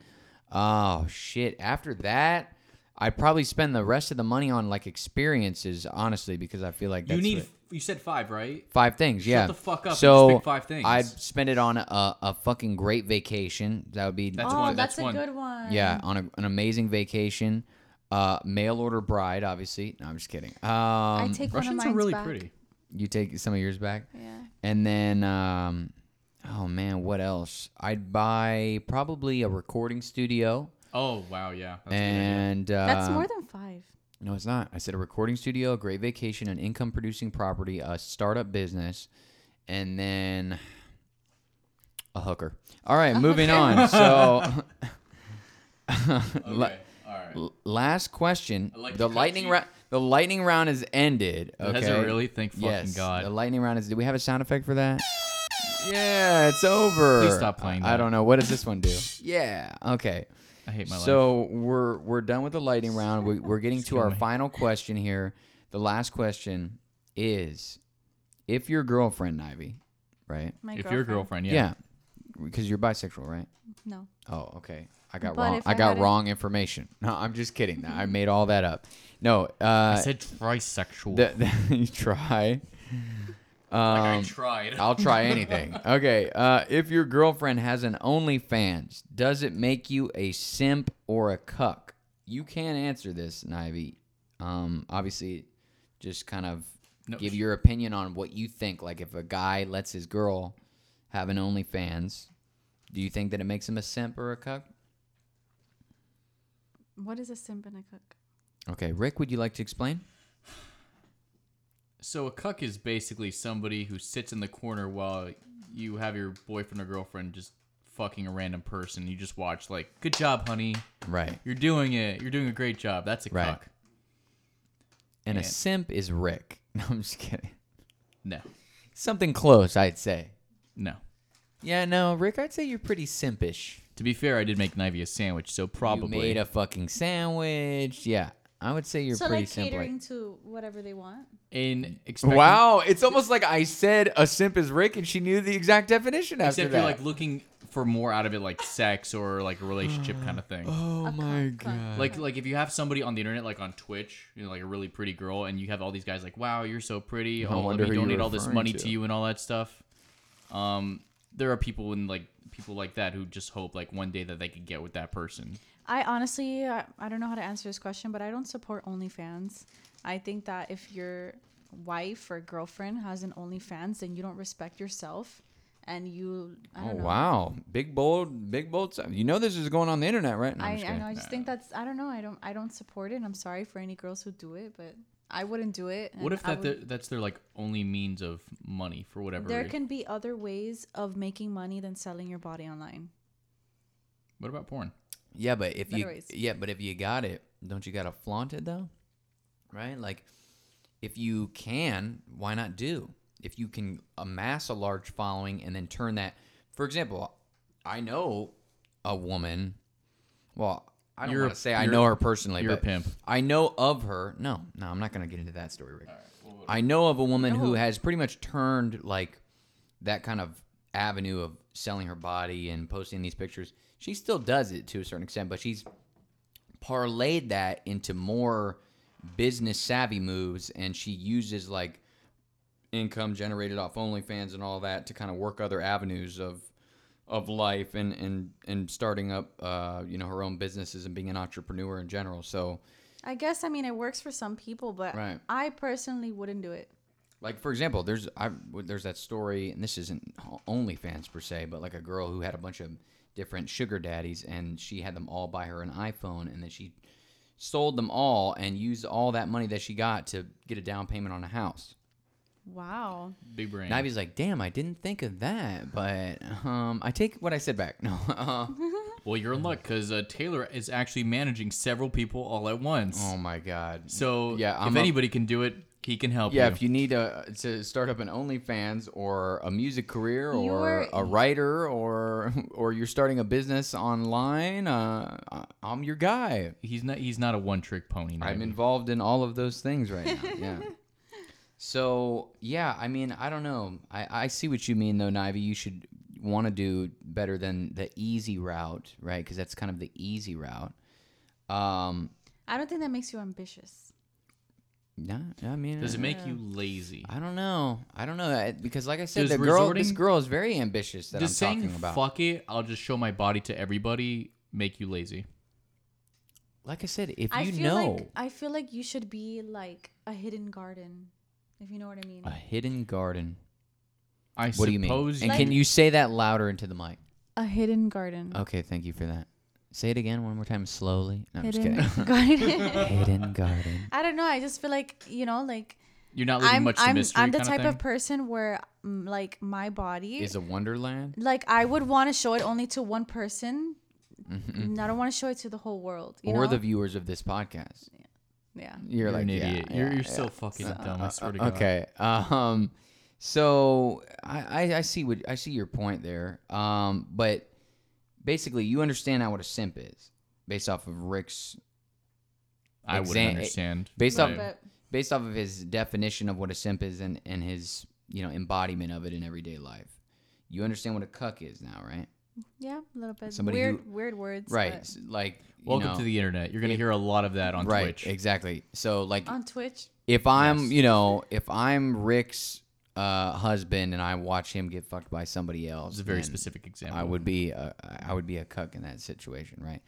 Speaker 1: Oh shit! After that, I'd probably spend the rest of the money on like experiences, honestly, because I feel like that's
Speaker 2: you need.
Speaker 1: what-
Speaker 2: You said five, right?
Speaker 1: five things. yeah.
Speaker 2: the fuck up and
Speaker 1: So
Speaker 2: just pick five things.
Speaker 1: I'd spend it on a, a fucking great vacation. That would be
Speaker 2: That's
Speaker 3: oh,
Speaker 2: one,
Speaker 3: that's,
Speaker 2: that's
Speaker 3: a
Speaker 2: one.
Speaker 3: good one.
Speaker 1: yeah on a, an amazing vacation. Uh, mail order bride, obviously. No, I'm just kidding. Um,
Speaker 3: I take one
Speaker 2: Russians
Speaker 3: of
Speaker 2: are
Speaker 3: mine's
Speaker 2: really
Speaker 3: back.
Speaker 2: pretty.
Speaker 1: you take some of yours back.
Speaker 3: Yeah.
Speaker 1: And then, um, oh man, what else? I'd buy probably a recording studio.
Speaker 2: Oh wow, yeah. That's a good idea.
Speaker 1: and uh,
Speaker 3: That's more than five.
Speaker 1: no, it's not. I said a recording studio, a great vacation, an income producing property, a startup business, and then a hooker. All right, moving on. So, la-
Speaker 2: Okay, all right.
Speaker 1: l- last question.
Speaker 2: I like
Speaker 1: the
Speaker 2: to
Speaker 1: lightning
Speaker 2: cut you-
Speaker 1: round. The lightning round is ended. Okay.
Speaker 2: Has it really? Thank fucking
Speaker 1: yes.
Speaker 2: God.
Speaker 1: The lightning round is. Do we have a sound effect for that? Yeah, it's over.
Speaker 2: Please stop playing
Speaker 1: I, I
Speaker 2: that.
Speaker 1: don't know. What does this one do? Yeah. Okay.
Speaker 2: I hate my life.
Speaker 1: So we're we're done with the lightning round. We, we're getting to
Speaker 2: Excuse
Speaker 1: our
Speaker 2: me.
Speaker 1: final question here. The last question is, if your girlfriend Ivy, right?
Speaker 3: My
Speaker 2: If your girlfriend, yeah.
Speaker 1: because you're bisexual, right?
Speaker 3: No.
Speaker 1: Oh, okay. I got
Speaker 3: But
Speaker 1: wrong.
Speaker 3: if
Speaker 1: I
Speaker 3: I
Speaker 1: got
Speaker 3: had a-
Speaker 1: wrong information. No, I'm just kidding. I made all that up. No,
Speaker 2: I
Speaker 1: uh,
Speaker 2: said trisexual.
Speaker 1: the, the- you try.
Speaker 2: like I
Speaker 1: Um,
Speaker 2: tried.
Speaker 1: I'll try anything. Okay. Uh, if your girlfriend has an OnlyFans, does it make you a simp or a cuck? You can answer this, Nivy. Um, obviously, just kind of
Speaker 2: No,
Speaker 1: give
Speaker 2: sh-
Speaker 1: your opinion on what you think. Like, if a guy lets his girl have an OnlyFans, do you think that it makes him a simp or a cuck?
Speaker 3: What is a simp and a cook?
Speaker 1: Okay, Rick, would you like to explain?
Speaker 2: So a cuck is basically somebody who sits in the corner while you have your boyfriend or girlfriend just fucking a random person. You just watch like, "Good job, honey.
Speaker 1: Right.
Speaker 2: You're doing it. You're doing a great job." That's a
Speaker 1: Right.
Speaker 2: cuck.
Speaker 1: And a
Speaker 2: Yeah.
Speaker 1: simp is Rick. No, I'm just kidding.
Speaker 2: No.
Speaker 1: Something close, I'd say.
Speaker 2: No.
Speaker 1: Yeah, no, Rick, I'd say you're pretty simpish.
Speaker 2: To be fair, I did make Nivea a sandwich, so
Speaker 1: You
Speaker 2: probably
Speaker 1: made a fucking sandwich. Yeah, I would say you're
Speaker 3: so
Speaker 1: pretty
Speaker 3: like
Speaker 1: simple.
Speaker 3: catering to whatever they want.
Speaker 2: in expecting-
Speaker 1: Wow, it's almost like I said a simp is Rick, and she knew the exact definition after
Speaker 2: Except
Speaker 1: that.
Speaker 2: you're like looking for more out of it, like sex or like a relationship kind of thing.
Speaker 1: oh
Speaker 3: A
Speaker 1: my
Speaker 3: cuck,
Speaker 1: god!
Speaker 3: cuck.
Speaker 2: Like like if you have somebody on the internet, like on Twitch, you know, like a really pretty girl, and you have all these guys like, "Wow, you're so pretty. Oh,
Speaker 1: wonder
Speaker 2: let me
Speaker 1: who you're
Speaker 2: donate all this
Speaker 1: referring
Speaker 2: money
Speaker 1: to."
Speaker 2: to. you and all that stuff." Um, there are people in like people like that who just hope like one day that they could get with that person.
Speaker 3: I honestly, I, I don't know how to answer this question, but I don't support OnlyFans. I think that if your wife or girlfriend has an OnlyFans, then you don't respect yourself, and you. I
Speaker 1: oh
Speaker 3: don't know.
Speaker 1: wow, big bold, big bold. stuff. You know this is going on the internet, right? No, I'm
Speaker 3: I,
Speaker 1: just
Speaker 3: I
Speaker 1: kidding.
Speaker 3: know. I just think that's. I don't know. I don't. I don't support it. and I'm sorry for any girls who do it, but I wouldn't do it.
Speaker 2: What
Speaker 3: and
Speaker 2: if
Speaker 3: I
Speaker 2: that
Speaker 3: would-
Speaker 2: the- that's their like only means of money for whatever?
Speaker 3: there
Speaker 2: reason?
Speaker 3: can be other ways of making money than selling your body online.
Speaker 2: what about porn?
Speaker 1: Yeah, but if you
Speaker 3: Better ways.
Speaker 1: yeah, but if you got it, don't you gotta flaunt it though? Right? Like if you can, why not do? If you can amass a large following and then turn that for example, I know a woman well, I don't
Speaker 2: You're a-
Speaker 1: want to say I
Speaker 2: you're-
Speaker 1: know her personally,
Speaker 2: you're a
Speaker 1: but
Speaker 2: pimp.
Speaker 1: I know of her. No, no, I'm not going to get into that story, Rick. I know of a woman who has pretty much turned like that kind of avenue of selling her body and posting these pictures. She still does it to a certain extent, but she's parlayed that into more business savvy moves and she uses like income generated off OnlyFans and all that to kind of work other avenues of of life and and and starting up uh you know her own businesses and being an entrepreneur in general. So
Speaker 3: I guess I mean it works for some people, but
Speaker 1: Right.
Speaker 3: I personally wouldn't do it.
Speaker 1: Like for example, there's I there's that story, and this isn't OnlyFans per se, but like a girl who had a bunch of different sugar daddies, and she had them all buy her an iPhone, and then she sold them all and used all that money that she got to get a down payment on a house.
Speaker 3: Wow.
Speaker 2: Big brain.
Speaker 1: And Ivy's like, "Damn, I didn't think of that, but um, I take what I said back." No, uh,
Speaker 2: Well, you're in luck because uh, Taylor is actually managing several people all at once.
Speaker 1: oh my god.
Speaker 2: so
Speaker 1: Yeah,
Speaker 2: yeah,
Speaker 1: I'm
Speaker 2: if
Speaker 1: a-
Speaker 2: anybody can do it, he can help.
Speaker 1: yeah,
Speaker 2: you.
Speaker 1: if you need a, to start up an OnlyFans or a music career or
Speaker 3: You're-
Speaker 1: a writer or or you're starting a business online, uh, I- I'm your guy.
Speaker 2: He's not. He's not a one-trick pony.
Speaker 1: I'm
Speaker 2: Navy.
Speaker 1: involved in all of those things right now. Yeah. so yeah, I mean, I don't know. I, I see what you mean though, Nivy. You should want to do better than the easy route, right? Because that's kind of the easy route. Um,
Speaker 3: I don't think that makes you ambitious.
Speaker 1: nah, I mean,
Speaker 2: Does it make you lazy?
Speaker 1: I don't know. I don't know I- because, like I said,
Speaker 2: Does
Speaker 1: the girl, this
Speaker 2: resorting-
Speaker 1: girl is very ambitious. That
Speaker 2: Does
Speaker 1: I'm
Speaker 2: saying
Speaker 1: talking about.
Speaker 2: "fuck it," I'll just show my body to everybody, make you lazy?
Speaker 1: like I said, if
Speaker 3: I
Speaker 1: you
Speaker 3: feel
Speaker 1: know
Speaker 3: like I feel like you should be like a hidden garden, if you know what I mean.
Speaker 1: a hidden garden,
Speaker 2: I
Speaker 1: what
Speaker 2: suppose
Speaker 1: do you mean? And
Speaker 3: Like-
Speaker 1: can you say that louder into the mic?
Speaker 3: a hidden garden.
Speaker 1: Okay, thank you for that. Say it again one more time slowly. No, I'm just
Speaker 3: hidden
Speaker 1: kidding.
Speaker 3: garden.
Speaker 1: hidden garden.
Speaker 3: I don't know. I just feel like you know, like
Speaker 2: you're not leaving
Speaker 3: I'm
Speaker 2: much to
Speaker 3: I'm
Speaker 2: mystery.
Speaker 3: I'm the
Speaker 2: kind
Speaker 3: type
Speaker 2: of,
Speaker 3: of person where mm, like my body
Speaker 1: Is a wonderland?
Speaker 3: like I would want to show it only to one person. And I don't want to show it to the whole world. You
Speaker 1: or
Speaker 3: know?
Speaker 1: Mm-hmm. the viewers of this podcast.
Speaker 3: yeah.
Speaker 1: You're, like
Speaker 2: an
Speaker 1: yeah,
Speaker 2: idiot.
Speaker 1: yeah,
Speaker 2: you're you're
Speaker 1: yeah.
Speaker 2: still fucking dumb. I swear to God.
Speaker 1: Uh, Okay. Um. So I, I I see what I see your point there. Um. But basically, you understand now what a simp is based off of Rick's
Speaker 2: I would
Speaker 1: Exa-
Speaker 2: understand.
Speaker 1: based
Speaker 3: Little
Speaker 1: off
Speaker 3: bit.
Speaker 1: based off of his definition of what a simp is and and his you know embodiment of it in everyday life. You understand what a cuck is now, right?
Speaker 3: Yeah, a little bit.
Speaker 1: Somebody
Speaker 3: weird, weird words.
Speaker 1: Right.
Speaker 3: but-
Speaker 1: s- Like you
Speaker 2: Welcome
Speaker 1: know,
Speaker 2: to the internet. You're gonna hear a lot of that on
Speaker 1: right.
Speaker 2: Twitch.
Speaker 1: Exactly. So like
Speaker 3: On Twitch,
Speaker 1: if I'm, you know, if I'm Rick's uh, husband and I watch him get fucked by somebody else,
Speaker 2: It's a very
Speaker 1: then
Speaker 2: specific example.
Speaker 1: I would be, a, I would be a cuck in that situation, right?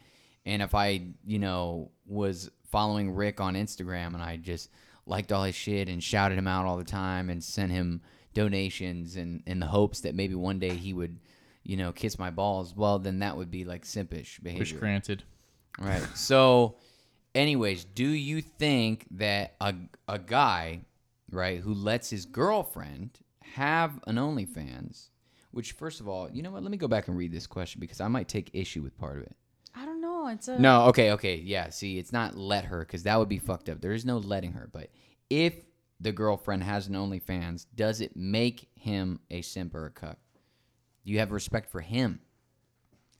Speaker 1: And if I, you know, was following Rick on Instagram and I just liked all his shit and shouted him out all the time and sent him donations and in the hopes that maybe one day he would, you know, kiss my balls, well, then that would be like simpish behavior.
Speaker 2: Which granted,
Speaker 1: Right. So, anyways, do you think that a, a guy, right, who lets his girlfriend have an OnlyFans, which, first of all, you know what? Let me go back and read this question because I might take issue with part of it.
Speaker 3: I don't know. It's a
Speaker 1: No, okay, okay. Yeah, see, it's not let her because that would be fucked up. There is no letting her. But if the girlfriend has an OnlyFans, does it make him a simp or a cuck? Do you have respect for him?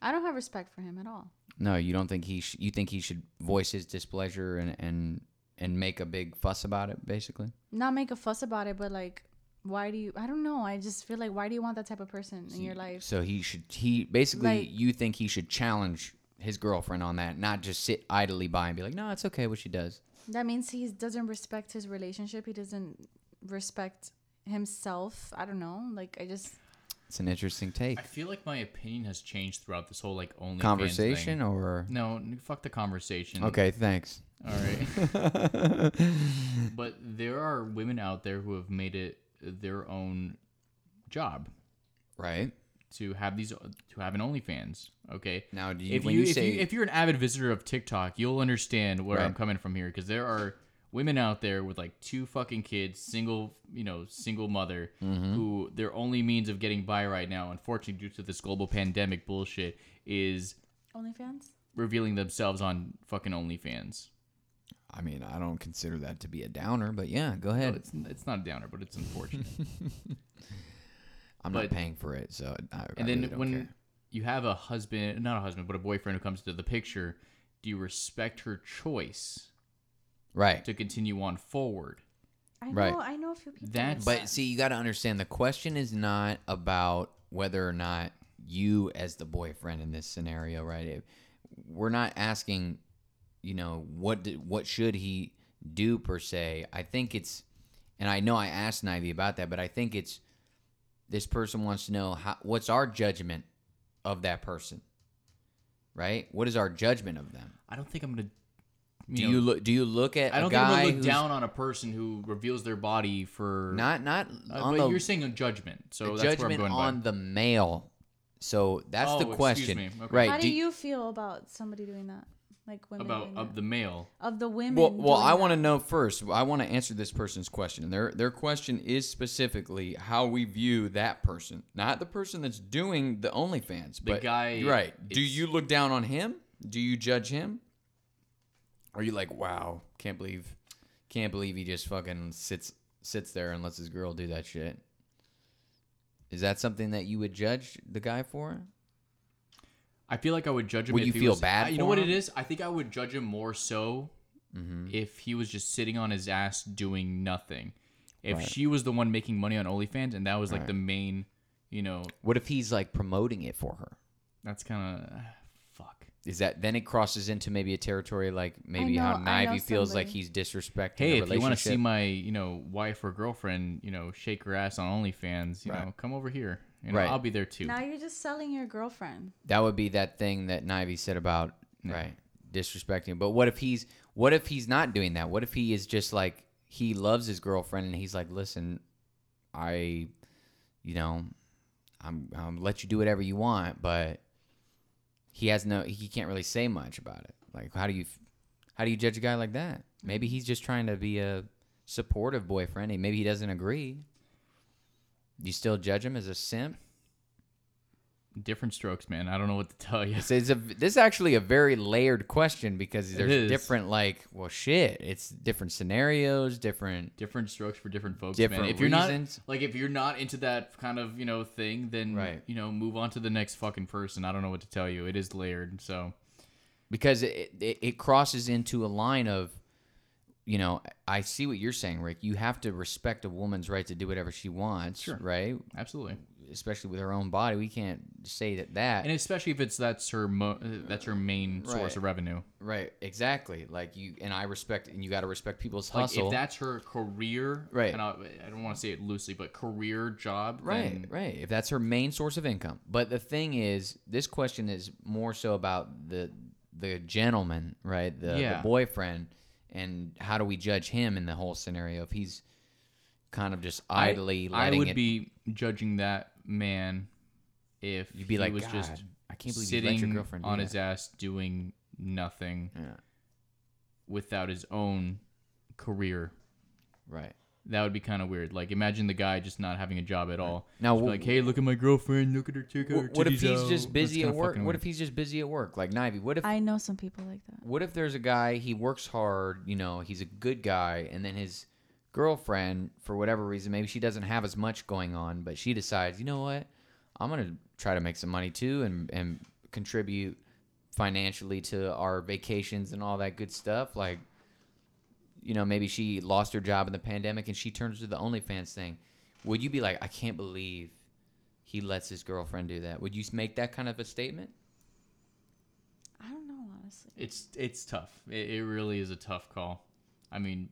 Speaker 3: I don't have respect for him at all.
Speaker 1: No, you don't think he. Sh- you think he should voice his displeasure and and and make a big fuss about it, basically.
Speaker 3: Not make a fuss about it, but like, why do you? I don't know. I just feel like, why do you want that type of person in your life?
Speaker 1: So he should. He basically,
Speaker 3: Like-
Speaker 1: you think he should challenge his girlfriend on that, not just sit idly by and be like, "No, it's okay what she does."
Speaker 3: That means he doesn't respect his relationship. He doesn't respect himself. I don't know. Like, I just
Speaker 1: It's an interesting take,
Speaker 2: I feel like my opinion has changed throughout this whole like OnlyFans
Speaker 1: conversation,
Speaker 2: thing.
Speaker 1: or
Speaker 2: Mm-hmm. No, n- fuck the conversation.
Speaker 1: okay, thanks.
Speaker 2: All right. but there are women out there who have made it their own job
Speaker 1: Right
Speaker 2: to have these to have an OnlyFans. Okay.
Speaker 1: now, do you
Speaker 2: If
Speaker 1: when
Speaker 2: you,
Speaker 1: you,
Speaker 2: if
Speaker 1: say
Speaker 2: you if you're an avid visitor of TikTok, you'll understand where I'm
Speaker 1: Right.
Speaker 2: coming from here because there are women out there with like two fucking kids, single you know single mother,
Speaker 1: Mm-hmm.
Speaker 2: who their only means of getting by right now, unfortunately due to this global pandemic bullshit, is
Speaker 3: OnlyFans.
Speaker 2: revealing themselves on fucking OnlyFans.
Speaker 1: I mean, I don't consider that to be a downer, but yeah, go
Speaker 2: No,
Speaker 1: ahead.
Speaker 2: it's it's not a downer, but it's unfortunate.
Speaker 1: I'm not
Speaker 2: but-
Speaker 1: paying for it, so I, I
Speaker 2: and
Speaker 1: really
Speaker 2: then
Speaker 1: don't
Speaker 2: when
Speaker 1: care.
Speaker 2: you have a husband, not a husband, but a boyfriend who comes into the picture, do you respect her choice
Speaker 1: right,
Speaker 2: to continue on forward?
Speaker 3: I know.
Speaker 1: Right.
Speaker 3: I know a few people.
Speaker 2: That's-
Speaker 3: like
Speaker 1: But see, you got to understand the question is not about whether or not you, as the boyfriend in this scenario, right? If- we're not asking, you know, what did, what should he do per se. I think it's, and I know I asked Nivy about that, but I think it's this person wants to know how, what's our judgment of that person, right? What is our judgment of them?
Speaker 2: I don't think I'm gonna.
Speaker 1: Do you look? Do you look at
Speaker 2: I don't
Speaker 1: a
Speaker 2: think I'm
Speaker 1: guy
Speaker 2: gonna look
Speaker 1: who's
Speaker 2: down on a person who reveals their body for
Speaker 1: not not
Speaker 2: Uh,
Speaker 1: on
Speaker 2: but
Speaker 1: the
Speaker 2: you're saying a judgment, so
Speaker 1: a
Speaker 2: that's
Speaker 1: judgment
Speaker 2: where I'm going
Speaker 1: on
Speaker 2: by.
Speaker 1: the male. So that's
Speaker 2: Oh,
Speaker 1: the
Speaker 2: excuse
Speaker 1: question,
Speaker 2: me. Okay.
Speaker 1: right?
Speaker 3: How
Speaker 1: do-
Speaker 3: do you feel about somebody doing that? Like women
Speaker 2: about
Speaker 3: doing
Speaker 2: of
Speaker 3: that?
Speaker 2: the male.
Speaker 3: of the women.
Speaker 1: well, well,
Speaker 3: doing
Speaker 1: I
Speaker 3: that.
Speaker 1: want to know first. I want to answer this person's question. Their their question is specifically how we view that person, not the person that's doing the OnlyFans. but
Speaker 2: guy-
Speaker 1: right? Do
Speaker 2: it's-
Speaker 1: you look down on him? Do you judge him? Are you like, wow, can't believe, can't believe he just fucking sits sits there and lets his girl do that shit? Is that something that you would judge the guy for?
Speaker 2: I feel like I would judge him.
Speaker 1: Would
Speaker 2: if
Speaker 1: you
Speaker 2: he
Speaker 1: feel
Speaker 2: was-
Speaker 1: bad
Speaker 2: I- You
Speaker 1: for
Speaker 2: know what
Speaker 1: him? Mm-hmm.
Speaker 2: it is? I think I would judge him more so if he was just sitting on his ass doing nothing. If she was the one making money on OnlyFans and that was like the main, you know,
Speaker 1: What if he's like promoting it for her?
Speaker 2: that's kind of fuck.
Speaker 1: Is that then it crosses into maybe a territory like maybe
Speaker 3: know-
Speaker 1: how
Speaker 3: I know
Speaker 1: Nivey feels like
Speaker 3: somebody.
Speaker 1: he's disrespecting
Speaker 2: Hey,
Speaker 1: the
Speaker 2: if you want to
Speaker 1: relationship?
Speaker 2: see my, you know, wife or girlfriend, you know, shake her ass on OnlyFans, you
Speaker 1: Right.
Speaker 2: know, come over here. You know,
Speaker 1: Right.
Speaker 2: I'll be there too.
Speaker 3: Now you're just selling your girlfriend.
Speaker 1: that would be that thing that Nivey said about right. disrespecting. But what if he's what if he's not doing that? What if he is just like he loves his girlfriend and he's like, listen, I, you know, I'm I'm let you do whatever you want, but he has no he can't really say much about it. Like how do you how do you judge a guy like that? Maybe he's just trying to be a supportive boyfriend. and Maybe he doesn't agree. You still judge him as a simp?
Speaker 2: Different strokes, man. I don't know what to tell you.
Speaker 1: It's, it's a, this is actually a very layered question because
Speaker 2: is.
Speaker 1: there's different like well shit. It's different scenarios, different.
Speaker 2: Different strokes for different folks,
Speaker 1: Different
Speaker 2: man. If you're
Speaker 1: reasons.
Speaker 2: not like if you're not into that kind of you know thing, then
Speaker 1: Right.
Speaker 2: you know move on to the next fucking person. I don't know what to tell you. It is layered, so
Speaker 1: because it, it, it crosses into a line of you know i see what you're saying rick you have to respect a woman's right to do whatever she wants right
Speaker 2: absolutely.
Speaker 1: especially with her own body we can't say that that
Speaker 2: And especially if it's that's her mo- uh, that's her main source
Speaker 1: Right.
Speaker 2: of revenue.
Speaker 1: right exactly like you and i respect and you got to respect people's
Speaker 2: Like
Speaker 1: hustle
Speaker 2: if that's her career,
Speaker 1: Right.
Speaker 2: And I, I don't want to say it loosely, but career job,
Speaker 1: right
Speaker 2: then
Speaker 1: right if that's her main source of income but the thing is this question is more so about the the gentleman right the,
Speaker 2: Yeah.
Speaker 1: the boyfriend and how do we judge him in the whole scenario if he's kind of just
Speaker 2: I-
Speaker 1: idly
Speaker 2: I,
Speaker 1: letting
Speaker 2: would
Speaker 1: it
Speaker 2: be judging that man if
Speaker 1: You'd be
Speaker 2: he
Speaker 1: like,
Speaker 2: was just
Speaker 1: "God, I can't believe you
Speaker 2: sitting
Speaker 1: let your girlfriend do
Speaker 2: on
Speaker 1: that."
Speaker 2: his ass doing nothing
Speaker 1: Yeah.
Speaker 2: without his own career.
Speaker 1: Right.
Speaker 2: That would be kind of weird. Like, imagine the guy just not having a job at all.
Speaker 1: Now,
Speaker 2: Just be
Speaker 1: wh-
Speaker 2: like, hey, look at my girlfriend. Look at her chick.
Speaker 1: What, what if he's just busy at work? What if he's just busy at work? Like Nivey, what if
Speaker 3: I know some people like that.
Speaker 1: what if there's a guy he works hard, you know, he's a good guy and then his girlfriend for whatever reason, maybe she doesn't have as much going on, but she decides, you know what? I'm going to try to make some money too and and contribute financially to our vacations and all that good stuff like you know, maybe she lost her job in the pandemic and she turns to the OnlyFans thing. Would you be like, I can't believe he lets his girlfriend do that? Would you make that kind of a statement?
Speaker 3: I don't know, honestly.
Speaker 2: It's it's tough. It, it really is a tough call. I mean,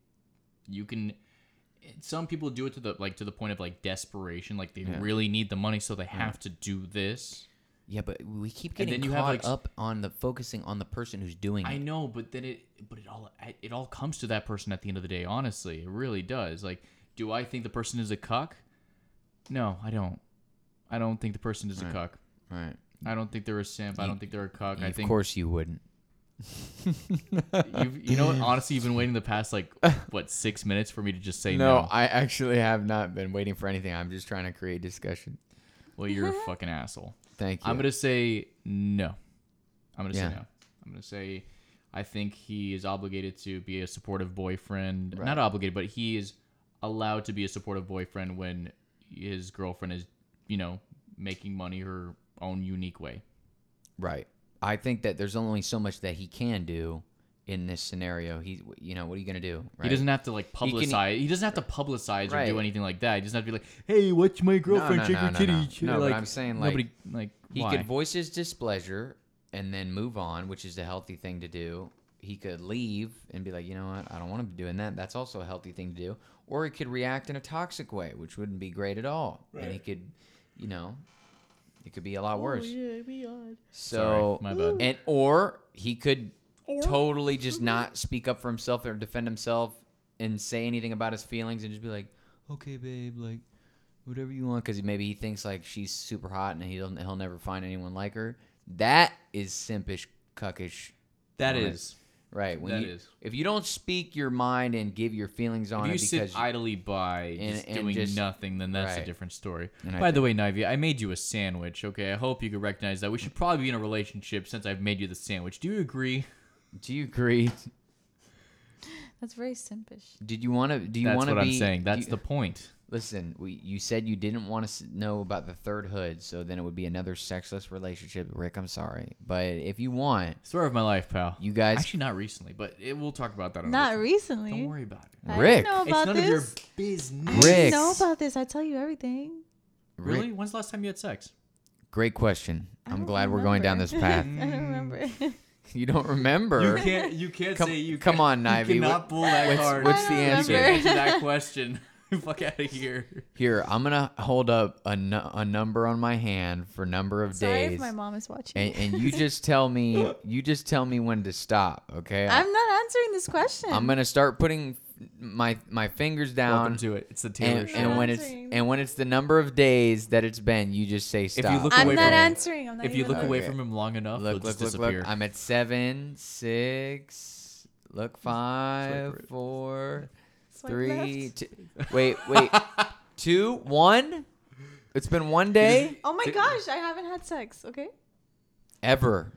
Speaker 2: you can. it- Some people do it to the like to the point of like desperation. Like they really need the money, so they have to do this.
Speaker 1: Yeah, but we keep
Speaker 2: And
Speaker 1: getting
Speaker 2: then you
Speaker 1: caught
Speaker 2: have, like, s-
Speaker 1: up on the focusing on the person who's doing
Speaker 2: I
Speaker 1: it.
Speaker 2: know, but then it, but it all, it all comes to that person at the end of the day. Honestly, it really does. Like, do I think the person is a cuck? No, I don't. I don't think the person is a cuck.
Speaker 1: Right.
Speaker 2: I don't think they're a simp. I don't think they're a cuck. I
Speaker 1: of
Speaker 2: think
Speaker 1: course you wouldn't.
Speaker 2: you've, you know what? Honestly, you've been waiting the past like what six minutes for me to just say no.
Speaker 1: No, I actually have not been waiting for anything. I'm just trying to create discussion.
Speaker 2: Well, you're a fucking asshole.
Speaker 1: Thank you.
Speaker 2: I'm gonna say no. I'm gonna
Speaker 1: Yeah.
Speaker 2: say no. I'm gonna say I think he is obligated to be a supportive boyfriend. Not obligated, but he is allowed to be a supportive boyfriend when his girlfriend is, you know, making money her own unique way.
Speaker 1: Right. I think that there's only so much that he can do in this scenario. He, you know, what are you gonna do? Right?
Speaker 2: He doesn't have to like
Speaker 1: can-
Speaker 2: publicize. He, doesn't have to publicize or do
Speaker 1: Right.
Speaker 2: anything like that. He doesn't have to be like, "Hey, watch my girlfriend
Speaker 1: no,
Speaker 2: check her
Speaker 1: no, no, no.
Speaker 2: titties."
Speaker 1: No, but
Speaker 2: like,
Speaker 1: I'm saying, like,
Speaker 2: nobody like
Speaker 1: He
Speaker 2: why?
Speaker 1: could voice his displeasure and then move on, which is the healthy thing to do. He could leave and be like, you know what, I don't want to be doing that. That's also a healthy thing to do. Or he could react in a toxic way, which wouldn't be great at all. And he could, you know, it could be a lot worse. So
Speaker 2: Sorry, my bad.
Speaker 1: And or he could totally just not speak up for himself or defend himself and say anything about his feelings and just be like, okay, babe, like whatever you want, because maybe he thinks like she's super hot and he don't, he'll never find anyone like her. That is simpish, cuckish.
Speaker 2: That
Speaker 1: Alright.
Speaker 2: is.
Speaker 1: Right. When
Speaker 2: That
Speaker 1: you,
Speaker 2: is.
Speaker 1: If you don't speak your mind and give your feelings on
Speaker 2: If you
Speaker 1: it
Speaker 2: sit
Speaker 1: because
Speaker 2: idly by
Speaker 1: And-
Speaker 2: just
Speaker 1: and
Speaker 2: doing
Speaker 1: just-
Speaker 2: nothing, then that's a
Speaker 1: right.
Speaker 2: different story.
Speaker 1: And I
Speaker 2: by the way, Nivea, I made you a sandwich. Okay, I hope you can recognize that. We should probably be in a relationship since I've made you the sandwich. Do you agree?
Speaker 1: do you agree?
Speaker 3: That's very simpish.
Speaker 1: Did you want to? Do you
Speaker 2: that's
Speaker 1: want
Speaker 2: what
Speaker 1: to be?
Speaker 2: I'm saying.
Speaker 1: do
Speaker 2: That's
Speaker 1: you-
Speaker 2: the point.
Speaker 1: Listen, we, you said you didn't want to know about the third hood, so then it would be another sexless relationship. Rick, I'm sorry, but if you want,
Speaker 2: Story of my life, pal.
Speaker 1: you guys,
Speaker 2: Actually, not recently, but it, we'll talk about that. another
Speaker 3: Not
Speaker 2: time.
Speaker 3: recently.
Speaker 2: Don't worry about it.
Speaker 3: I
Speaker 1: Rick.
Speaker 3: didn't know
Speaker 1: It's
Speaker 3: about
Speaker 2: it's none
Speaker 3: this.
Speaker 2: of your business.
Speaker 1: Rick.
Speaker 3: I didn't know
Speaker 1: Ricks.
Speaker 3: about this. I tell you everything.
Speaker 1: Rick,
Speaker 2: Really? When's the last time you had sex?
Speaker 1: great question.
Speaker 3: I
Speaker 1: I'm
Speaker 3: don't
Speaker 1: glad we're going down this
Speaker 3: remember.
Speaker 1: path.
Speaker 3: I don't remember.
Speaker 1: you don't remember?
Speaker 2: can't. You can't
Speaker 1: Come- say you come can- on, you Nivey. cannot
Speaker 2: pull that
Speaker 1: what's- card. what's the
Speaker 3: I don't answer? remember.
Speaker 2: that question? Fuck out of here.
Speaker 1: Here, I'm gonna hold up a nu- a number on my hand for number of
Speaker 3: Sorry
Speaker 1: days,
Speaker 3: if my mom is watching.
Speaker 1: and, and you just tell me you just tell me when to stop. Okay,
Speaker 3: I'm not answering this question.
Speaker 1: I'm gonna start putting my my fingers down.
Speaker 2: Welcome to it. It's the Taylor
Speaker 1: and,
Speaker 2: Show.
Speaker 1: and when it's
Speaker 3: Answering.
Speaker 1: and when it's the number of days that it's been, you just say
Speaker 2: you
Speaker 1: stop.
Speaker 2: look
Speaker 3: I'm
Speaker 2: away
Speaker 3: not
Speaker 2: from-
Speaker 3: answering. I'm not
Speaker 2: if you
Speaker 3: even
Speaker 2: look away
Speaker 1: Okay.
Speaker 2: from him long enough, he'll
Speaker 1: look, look,
Speaker 2: just
Speaker 1: look,
Speaker 2: disappear.
Speaker 1: look. I'm at seven, six. Look, five,
Speaker 2: right.
Speaker 1: four,
Speaker 3: Swipe
Speaker 1: three,
Speaker 3: left.
Speaker 1: two. Wait, wait, two, one. It's been one day
Speaker 3: Oh my
Speaker 2: Th-
Speaker 3: gosh, I haven't had sex. Okay,
Speaker 1: ever.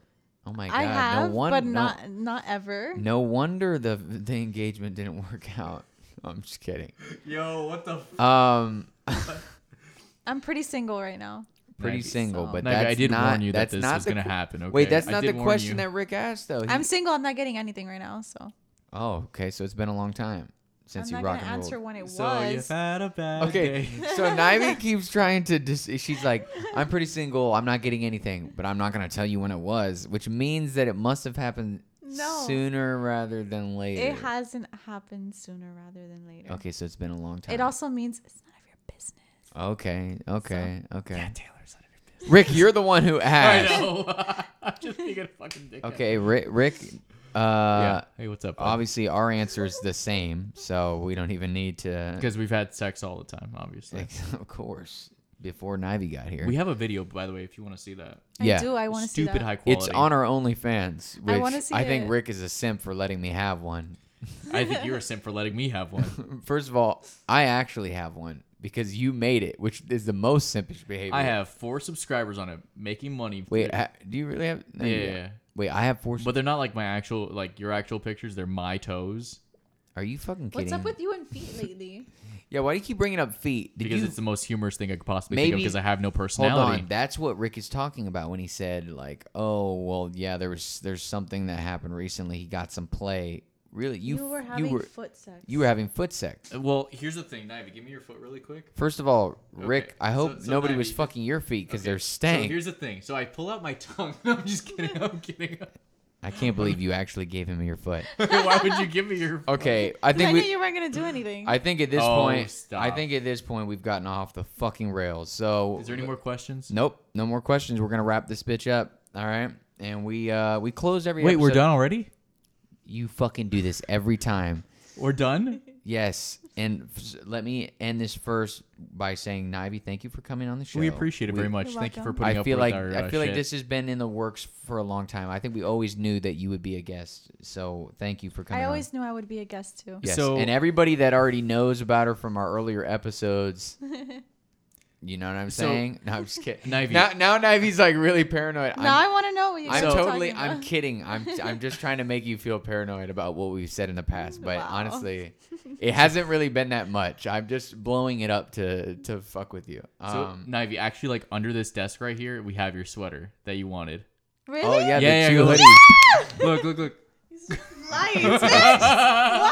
Speaker 1: Oh my god!
Speaker 3: I have,
Speaker 1: no one,
Speaker 3: but
Speaker 1: no-
Speaker 3: not not ever.
Speaker 1: No wonder the the engagement didn't work out. I'm just kidding.
Speaker 2: Yo, what the? F-
Speaker 1: Um,
Speaker 3: I'm pretty single right now.
Speaker 1: pretty
Speaker 2: Nice.
Speaker 1: single,
Speaker 3: So-
Speaker 1: but
Speaker 2: Nugget,
Speaker 1: that's
Speaker 2: I did
Speaker 1: not,
Speaker 2: warn you that
Speaker 1: that's
Speaker 2: this
Speaker 1: not
Speaker 2: was
Speaker 1: the
Speaker 2: going to
Speaker 1: qu-
Speaker 2: happen. Okay?
Speaker 1: Wait, that's
Speaker 2: I
Speaker 1: not
Speaker 2: did
Speaker 1: the
Speaker 2: warn
Speaker 1: question
Speaker 2: you.
Speaker 1: that Rick asked though. He-
Speaker 3: I'm single. I'm not getting anything right now, so
Speaker 1: oh, okay. So it's been a long time since
Speaker 3: I'm
Speaker 1: you
Speaker 3: not
Speaker 1: rock
Speaker 3: gonna
Speaker 1: and
Speaker 3: answer
Speaker 1: rolled.
Speaker 3: when it
Speaker 2: So
Speaker 3: was.
Speaker 2: you've had a bad
Speaker 1: Okay,
Speaker 2: day.
Speaker 1: so Nivy keeps trying to. Dis- she's like, I'm pretty single. I'm not getting anything, but I'm not gonna tell you when it was, which means that it must have happened
Speaker 3: No.
Speaker 1: sooner rather than later.
Speaker 3: It hasn't happened sooner rather than later.
Speaker 1: Okay, so it's been a long time.
Speaker 3: It also means it's none of your business.
Speaker 1: okay, okay, okay.
Speaker 2: Taylor's out of your business.
Speaker 1: Rick, you're the one who
Speaker 2: I
Speaker 1: asked.
Speaker 2: know. I'm just being a fucking dickhead.
Speaker 1: Okay, Rick. Rick uh,
Speaker 2: Yeah. Hey, what's up?
Speaker 1: Obviously,
Speaker 2: Obviously,
Speaker 1: our answer is the same, so we don't even need to.
Speaker 2: because we've had sex all the time, obviously.
Speaker 1: Ex- of course, before Nivy got here.
Speaker 2: We have a video, by the way, if you want to see that.
Speaker 1: Yeah.
Speaker 3: I do. I want to see
Speaker 2: Stupid
Speaker 3: that.
Speaker 2: high quality.
Speaker 1: it's on our OnlyFans,
Speaker 3: I
Speaker 1: which
Speaker 3: wanna
Speaker 1: I,
Speaker 3: see
Speaker 1: think
Speaker 3: it.
Speaker 1: Rick is a simp for letting me have one.
Speaker 2: I think you're a simp for letting me have one.
Speaker 1: First of all, I actually have one because you made it, which is the most simpish behavior.
Speaker 2: I have four subscribers on it, making money.
Speaker 1: Wait, ha- do you really have? No,
Speaker 2: Yeah,
Speaker 1: you
Speaker 2: yeah,
Speaker 1: don't.
Speaker 2: yeah.
Speaker 1: Wait, I have four.
Speaker 2: but they're not like my actual, like your actual pictures. They're my toes
Speaker 1: Are you fucking kidding?
Speaker 3: What's up
Speaker 1: me?
Speaker 3: with you and feet lately?
Speaker 1: Yeah, why do you keep bringing up feet? Did
Speaker 2: because
Speaker 1: you
Speaker 2: it's the most humorous thing I could possibly think of
Speaker 1: Maybe-
Speaker 2: because I have no
Speaker 1: Hold
Speaker 2: personality.
Speaker 1: on, that's what Rick is talking about when he said like, "Oh, well, yeah, there was there's something that happened recently. He got some play. Really, you
Speaker 3: were
Speaker 1: f-
Speaker 3: having
Speaker 1: you were
Speaker 3: foot sex.
Speaker 1: you were having foot sex.
Speaker 2: Well, here's the thing, Nivy. Give me your foot really quick.
Speaker 1: First of all, Rick,
Speaker 2: Okay,
Speaker 1: I
Speaker 2: so-
Speaker 1: hope
Speaker 2: so
Speaker 1: nobody
Speaker 2: now
Speaker 1: was
Speaker 2: you-
Speaker 1: fucking your feet because they're
Speaker 2: So
Speaker 1: stank.
Speaker 2: here's the thing. So I pull out my tongue. No, I'm just kidding. I'm kidding.
Speaker 1: I can't believe you actually gave him your foot.
Speaker 2: Why would you give me your?
Speaker 1: Okay, I
Speaker 3: I
Speaker 1: think
Speaker 3: knew
Speaker 1: we.
Speaker 3: you weren't gonna do anything.
Speaker 1: I think at this
Speaker 2: Oh,
Speaker 1: point, I
Speaker 2: stop.
Speaker 1: think at this point we've gotten off the fucking rails. So
Speaker 2: Is there any more questions?
Speaker 1: Nope, no more questions. We're gonna wrap this bitch up. All right, and we uh we close every.
Speaker 2: Wait, we're
Speaker 1: episode-
Speaker 2: done already.
Speaker 1: You fucking do this every time.
Speaker 2: We're done.
Speaker 1: Yes, and f- let me end this first by saying, Nivy, thank you for coming on the show.
Speaker 2: we appreciate it
Speaker 1: We-
Speaker 2: very much.
Speaker 3: You're
Speaker 2: Thank you for
Speaker 3: welcome.
Speaker 2: putting
Speaker 1: I
Speaker 2: up
Speaker 1: feel
Speaker 2: with
Speaker 1: like
Speaker 2: our.
Speaker 1: I
Speaker 2: uh,
Speaker 1: feel like
Speaker 2: shit.
Speaker 1: this has been in the works for a long time. I think we always knew that you would be a guest, so thank you for coming.
Speaker 3: I
Speaker 1: on.
Speaker 3: always knew I would be a guest too.
Speaker 1: yes,
Speaker 2: So-
Speaker 1: and everybody that already knows about her from our earlier episodes. You know what I'm
Speaker 2: So-
Speaker 1: saying? No, I'm just kidding.
Speaker 2: Nivy.
Speaker 1: Now, now Nivy's like really paranoid.
Speaker 3: Now
Speaker 1: I'm,
Speaker 3: i want to know what you guys
Speaker 1: I'm
Speaker 3: are
Speaker 1: totally.
Speaker 3: talking
Speaker 1: I'm
Speaker 3: about.
Speaker 1: kidding. I'm. I'm just trying to make you feel paranoid about what we've said in the past. But
Speaker 3: Wow.
Speaker 1: honestly, it hasn't really been that much. I'm just blowing it up to to fuck with you.
Speaker 2: So,
Speaker 1: Um,
Speaker 2: Nivy, actually, like under this desk right here, we have your sweater that you wanted.
Speaker 3: Really?
Speaker 1: oh yeah, the
Speaker 2: Yeah, yeah,
Speaker 1: two
Speaker 2: go ahead.
Speaker 1: hoodies.
Speaker 2: look, look, look.
Speaker 3: Lights, bitch. wow,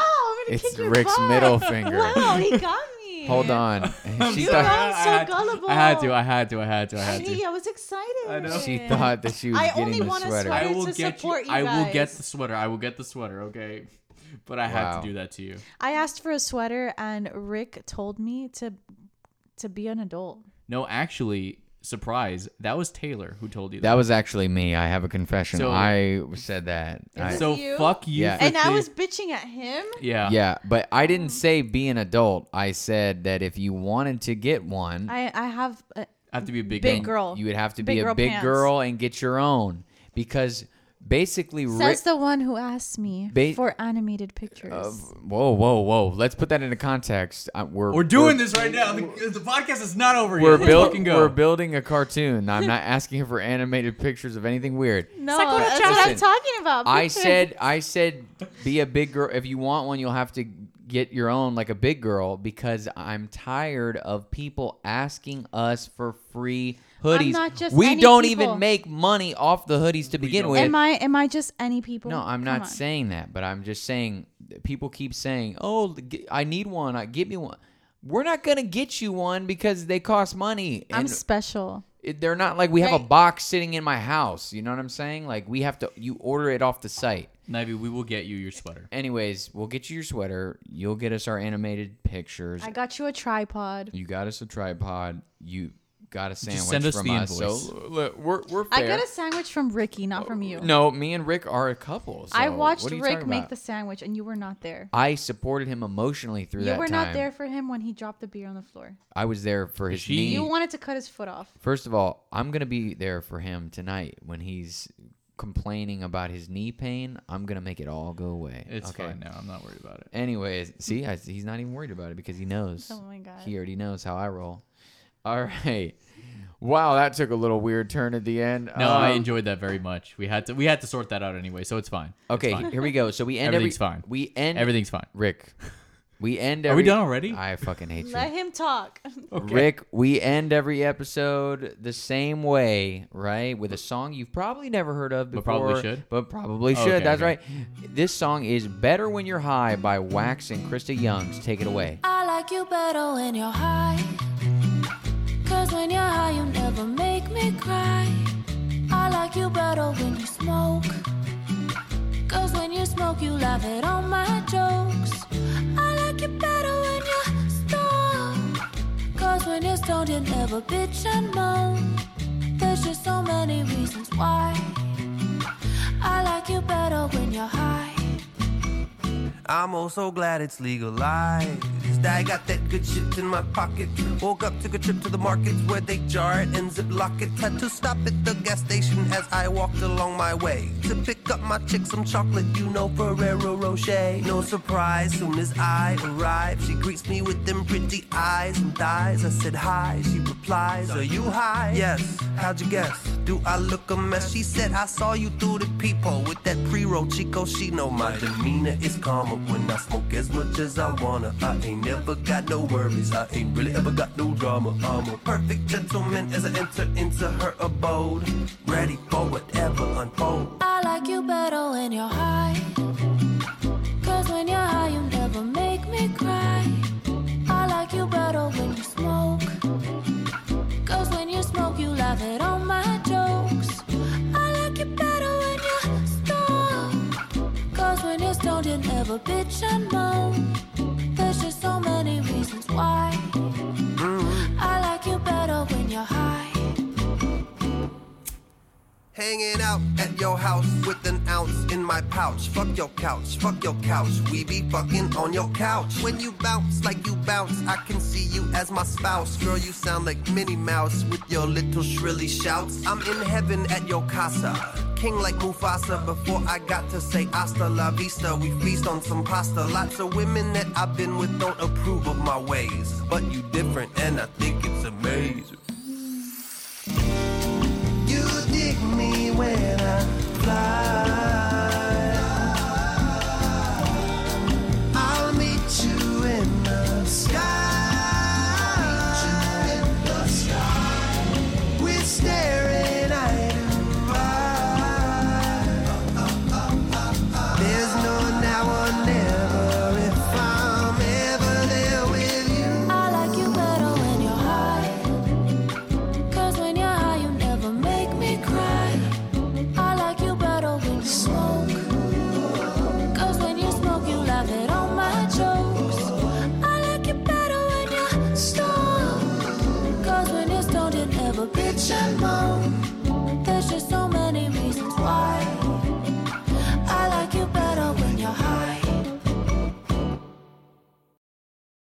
Speaker 3: I'm gonna
Speaker 1: It's
Speaker 3: kick your
Speaker 1: Rick's
Speaker 3: butt.
Speaker 1: middle finger.
Speaker 3: Wow, he got me.
Speaker 1: Hold on. She
Speaker 3: You
Speaker 1: thought
Speaker 3: guys- so
Speaker 2: I had,
Speaker 3: gullible.
Speaker 2: I had to. I had to. I had to. I had
Speaker 3: Hey,
Speaker 2: to.
Speaker 3: I was excited.
Speaker 2: I know.
Speaker 1: she thought that she was
Speaker 3: I
Speaker 1: getting
Speaker 3: only
Speaker 1: the
Speaker 3: want a
Speaker 1: sweater.
Speaker 3: sweater.
Speaker 2: I will
Speaker 3: to
Speaker 2: get you.
Speaker 3: support you
Speaker 2: I will get
Speaker 3: guys.
Speaker 2: the sweater. I will get the sweater. Okay, but I had
Speaker 1: Wow.
Speaker 2: to do that to you.
Speaker 3: I asked for a sweater, and Rick told me to to be an adult.
Speaker 2: No, actually, surprise. That was Taylor who told you
Speaker 1: That
Speaker 2: that.
Speaker 1: was actually me. I have a confession.
Speaker 2: So-
Speaker 1: I said that. I-
Speaker 3: was-
Speaker 2: so
Speaker 3: You?
Speaker 2: fuck you.
Speaker 1: Yeah.
Speaker 2: for
Speaker 3: And I
Speaker 2: thi-
Speaker 3: was bitching at him.
Speaker 2: Yeah.
Speaker 1: yeah, but I didn't say be an adult. I said that if you wanted to get one,
Speaker 3: I I have uh, a
Speaker 2: I have to be a big,
Speaker 3: big
Speaker 2: man.
Speaker 3: girl.
Speaker 1: you would have to
Speaker 3: Big
Speaker 1: be a
Speaker 3: girl
Speaker 1: big
Speaker 3: pants.
Speaker 1: girl and get your own because basically Rick.
Speaker 3: Says the one who asked me
Speaker 1: Ba- Uh,
Speaker 3: for animated pictures.
Speaker 1: whoa, whoa, whoa! Let's put that into context. Uh, we're
Speaker 2: We're doing this right now. The, the podcast is not over
Speaker 1: We're,
Speaker 2: yet. Let's
Speaker 1: building.
Speaker 2: fucking go.
Speaker 1: We're building a cartoon. I'm not asking for animated pictures of anything weird.
Speaker 3: no,
Speaker 2: Sakura
Speaker 3: that's
Speaker 2: chan.
Speaker 3: what I'm
Speaker 1: Listen,
Speaker 3: talking about.
Speaker 1: I
Speaker 3: pictures.
Speaker 1: said, I said, be a big girl. If you want one, you'll have to get your own, like a big girl, because I'm tired of people asking us for free hoodies.
Speaker 3: not just
Speaker 1: we
Speaker 3: any
Speaker 1: don't
Speaker 3: people.
Speaker 1: even make money off the hoodies to begin
Speaker 2: don't.
Speaker 1: with.
Speaker 3: Am I am I just any people?
Speaker 1: No, I'm
Speaker 3: Come
Speaker 1: not
Speaker 3: on.
Speaker 1: saying that, but I'm just saying that people keep saying, "Oh, g- I need one. I get me one." We're not gonna get you one because they cost money,
Speaker 3: I'm
Speaker 1: and
Speaker 3: special.
Speaker 1: it- they're not like we have a
Speaker 3: Right.
Speaker 1: box sitting in my house. You know what I'm saying? Like we have to, you order it off the site.
Speaker 2: Nivy, we will get you your sweater.
Speaker 1: Anyways, we'll get you your sweater. You'll get us our animated pictures.
Speaker 3: I got you a tripod.
Speaker 1: you got us a tripod. You got a sandwich
Speaker 2: send us
Speaker 1: from
Speaker 2: the
Speaker 1: us.
Speaker 2: invoice.
Speaker 1: So l- l- we're we're
Speaker 3: I
Speaker 1: fair.
Speaker 3: got a sandwich from Ricky, not from you.
Speaker 1: No, me and Rick are a couple.
Speaker 3: I
Speaker 1: so
Speaker 3: watched
Speaker 1: what are you
Speaker 3: Rick
Speaker 1: talking
Speaker 3: make
Speaker 1: about?
Speaker 3: the sandwich, and you were not there.
Speaker 1: I supported him emotionally through
Speaker 3: You
Speaker 1: that
Speaker 3: were
Speaker 1: time.
Speaker 3: not there for him when he dropped the beer on the floor.
Speaker 1: I was there for his
Speaker 2: She-
Speaker 1: knee.
Speaker 3: You wanted to cut his foot off.
Speaker 1: First of all, I'm gonna be there for him tonight when he's complaining about his knee pain. I'm gonna make it all go away.
Speaker 2: It's fine now. I'm not worried about it.
Speaker 1: Anyways, see, I, he's not even worried about it because he knows.
Speaker 3: Oh my God.
Speaker 1: He already knows how I roll. All right. Wow, that took a little weird turn at the end.
Speaker 2: No, I
Speaker 1: Um,
Speaker 2: enjoyed that very much. We had to we had to sort that out anyway, so it's fine. It's
Speaker 1: Okay,
Speaker 2: fine.
Speaker 1: here we go. So we end
Speaker 2: Everything's
Speaker 1: every,
Speaker 2: fine.
Speaker 1: We end
Speaker 2: everything's fine.
Speaker 1: Rick. We end.
Speaker 2: Are we
Speaker 1: Every,
Speaker 2: done already?
Speaker 1: I fucking hate you.
Speaker 3: Let him talk.
Speaker 1: Rick, we end every episode the same way, right? With a song you've probably never heard of before.
Speaker 2: But probably should.
Speaker 1: But probably
Speaker 2: Oh,
Speaker 1: should.
Speaker 2: okay,
Speaker 1: That's
Speaker 2: okay.
Speaker 1: right. This song is Better When You're High by Wax and Krista Youngs. Take it away.
Speaker 5: I like you better when you're high. Cause when you're high, you never make me cry. I like you better when you smoke. Cause when you smoke, you laugh at all my jokes. I like you better when you're stoned. Cause when you're stoned, you never bitch and moan. There's just so many reasons why. I like you better when you're high.
Speaker 6: I'm also glad it's legalized. I got that good shit in my pocket. Woke up, took a trip to the markets where they jar it and ziplock it. Had to stop at the gas station as I walked along my way to pick up my chick some chocolate. You know Ferrero Rocher. No surprise, soon as I arrive, she greets me with them pretty eyes and thighs. I said hi, she replies, Are you high? Yes. How'd you guess? Do I look a mess? She said I saw you through the peephole with that pre-roll Chico. She know my demeanor is calmer when I smoke as much as I wanna. I ain't never got no worries. I ain't really ever got no drama. I'm a perfect gentleman as I enter into her abode, ready for whatever unfolds.
Speaker 5: I like you better when you're high. Cause when you're high, you never make me cry. I like you better when you smoke. Cause when you smoke, you laugh at all my jokes. I like you better when you're stoned. Cause when you're stoned, you never bitch and moan. There's just so many reasons why. I like you better when you're high.
Speaker 6: Hanging out at your house with an ounce in my pouch. Fuck your couch, fuck your couch. We be fucking on your couch. When you bounce like you bounce, I can see you as my spouse. Girl, you sound like Minnie Mouse with your little shrilly shouts. I'm in heaven at your casa. King like Mufasa before I got to say hasta la vista. We feast on some pasta. Lots of women that I've been with don't approve of my ways. But you different and I think it's amazing. You dig me when I fly.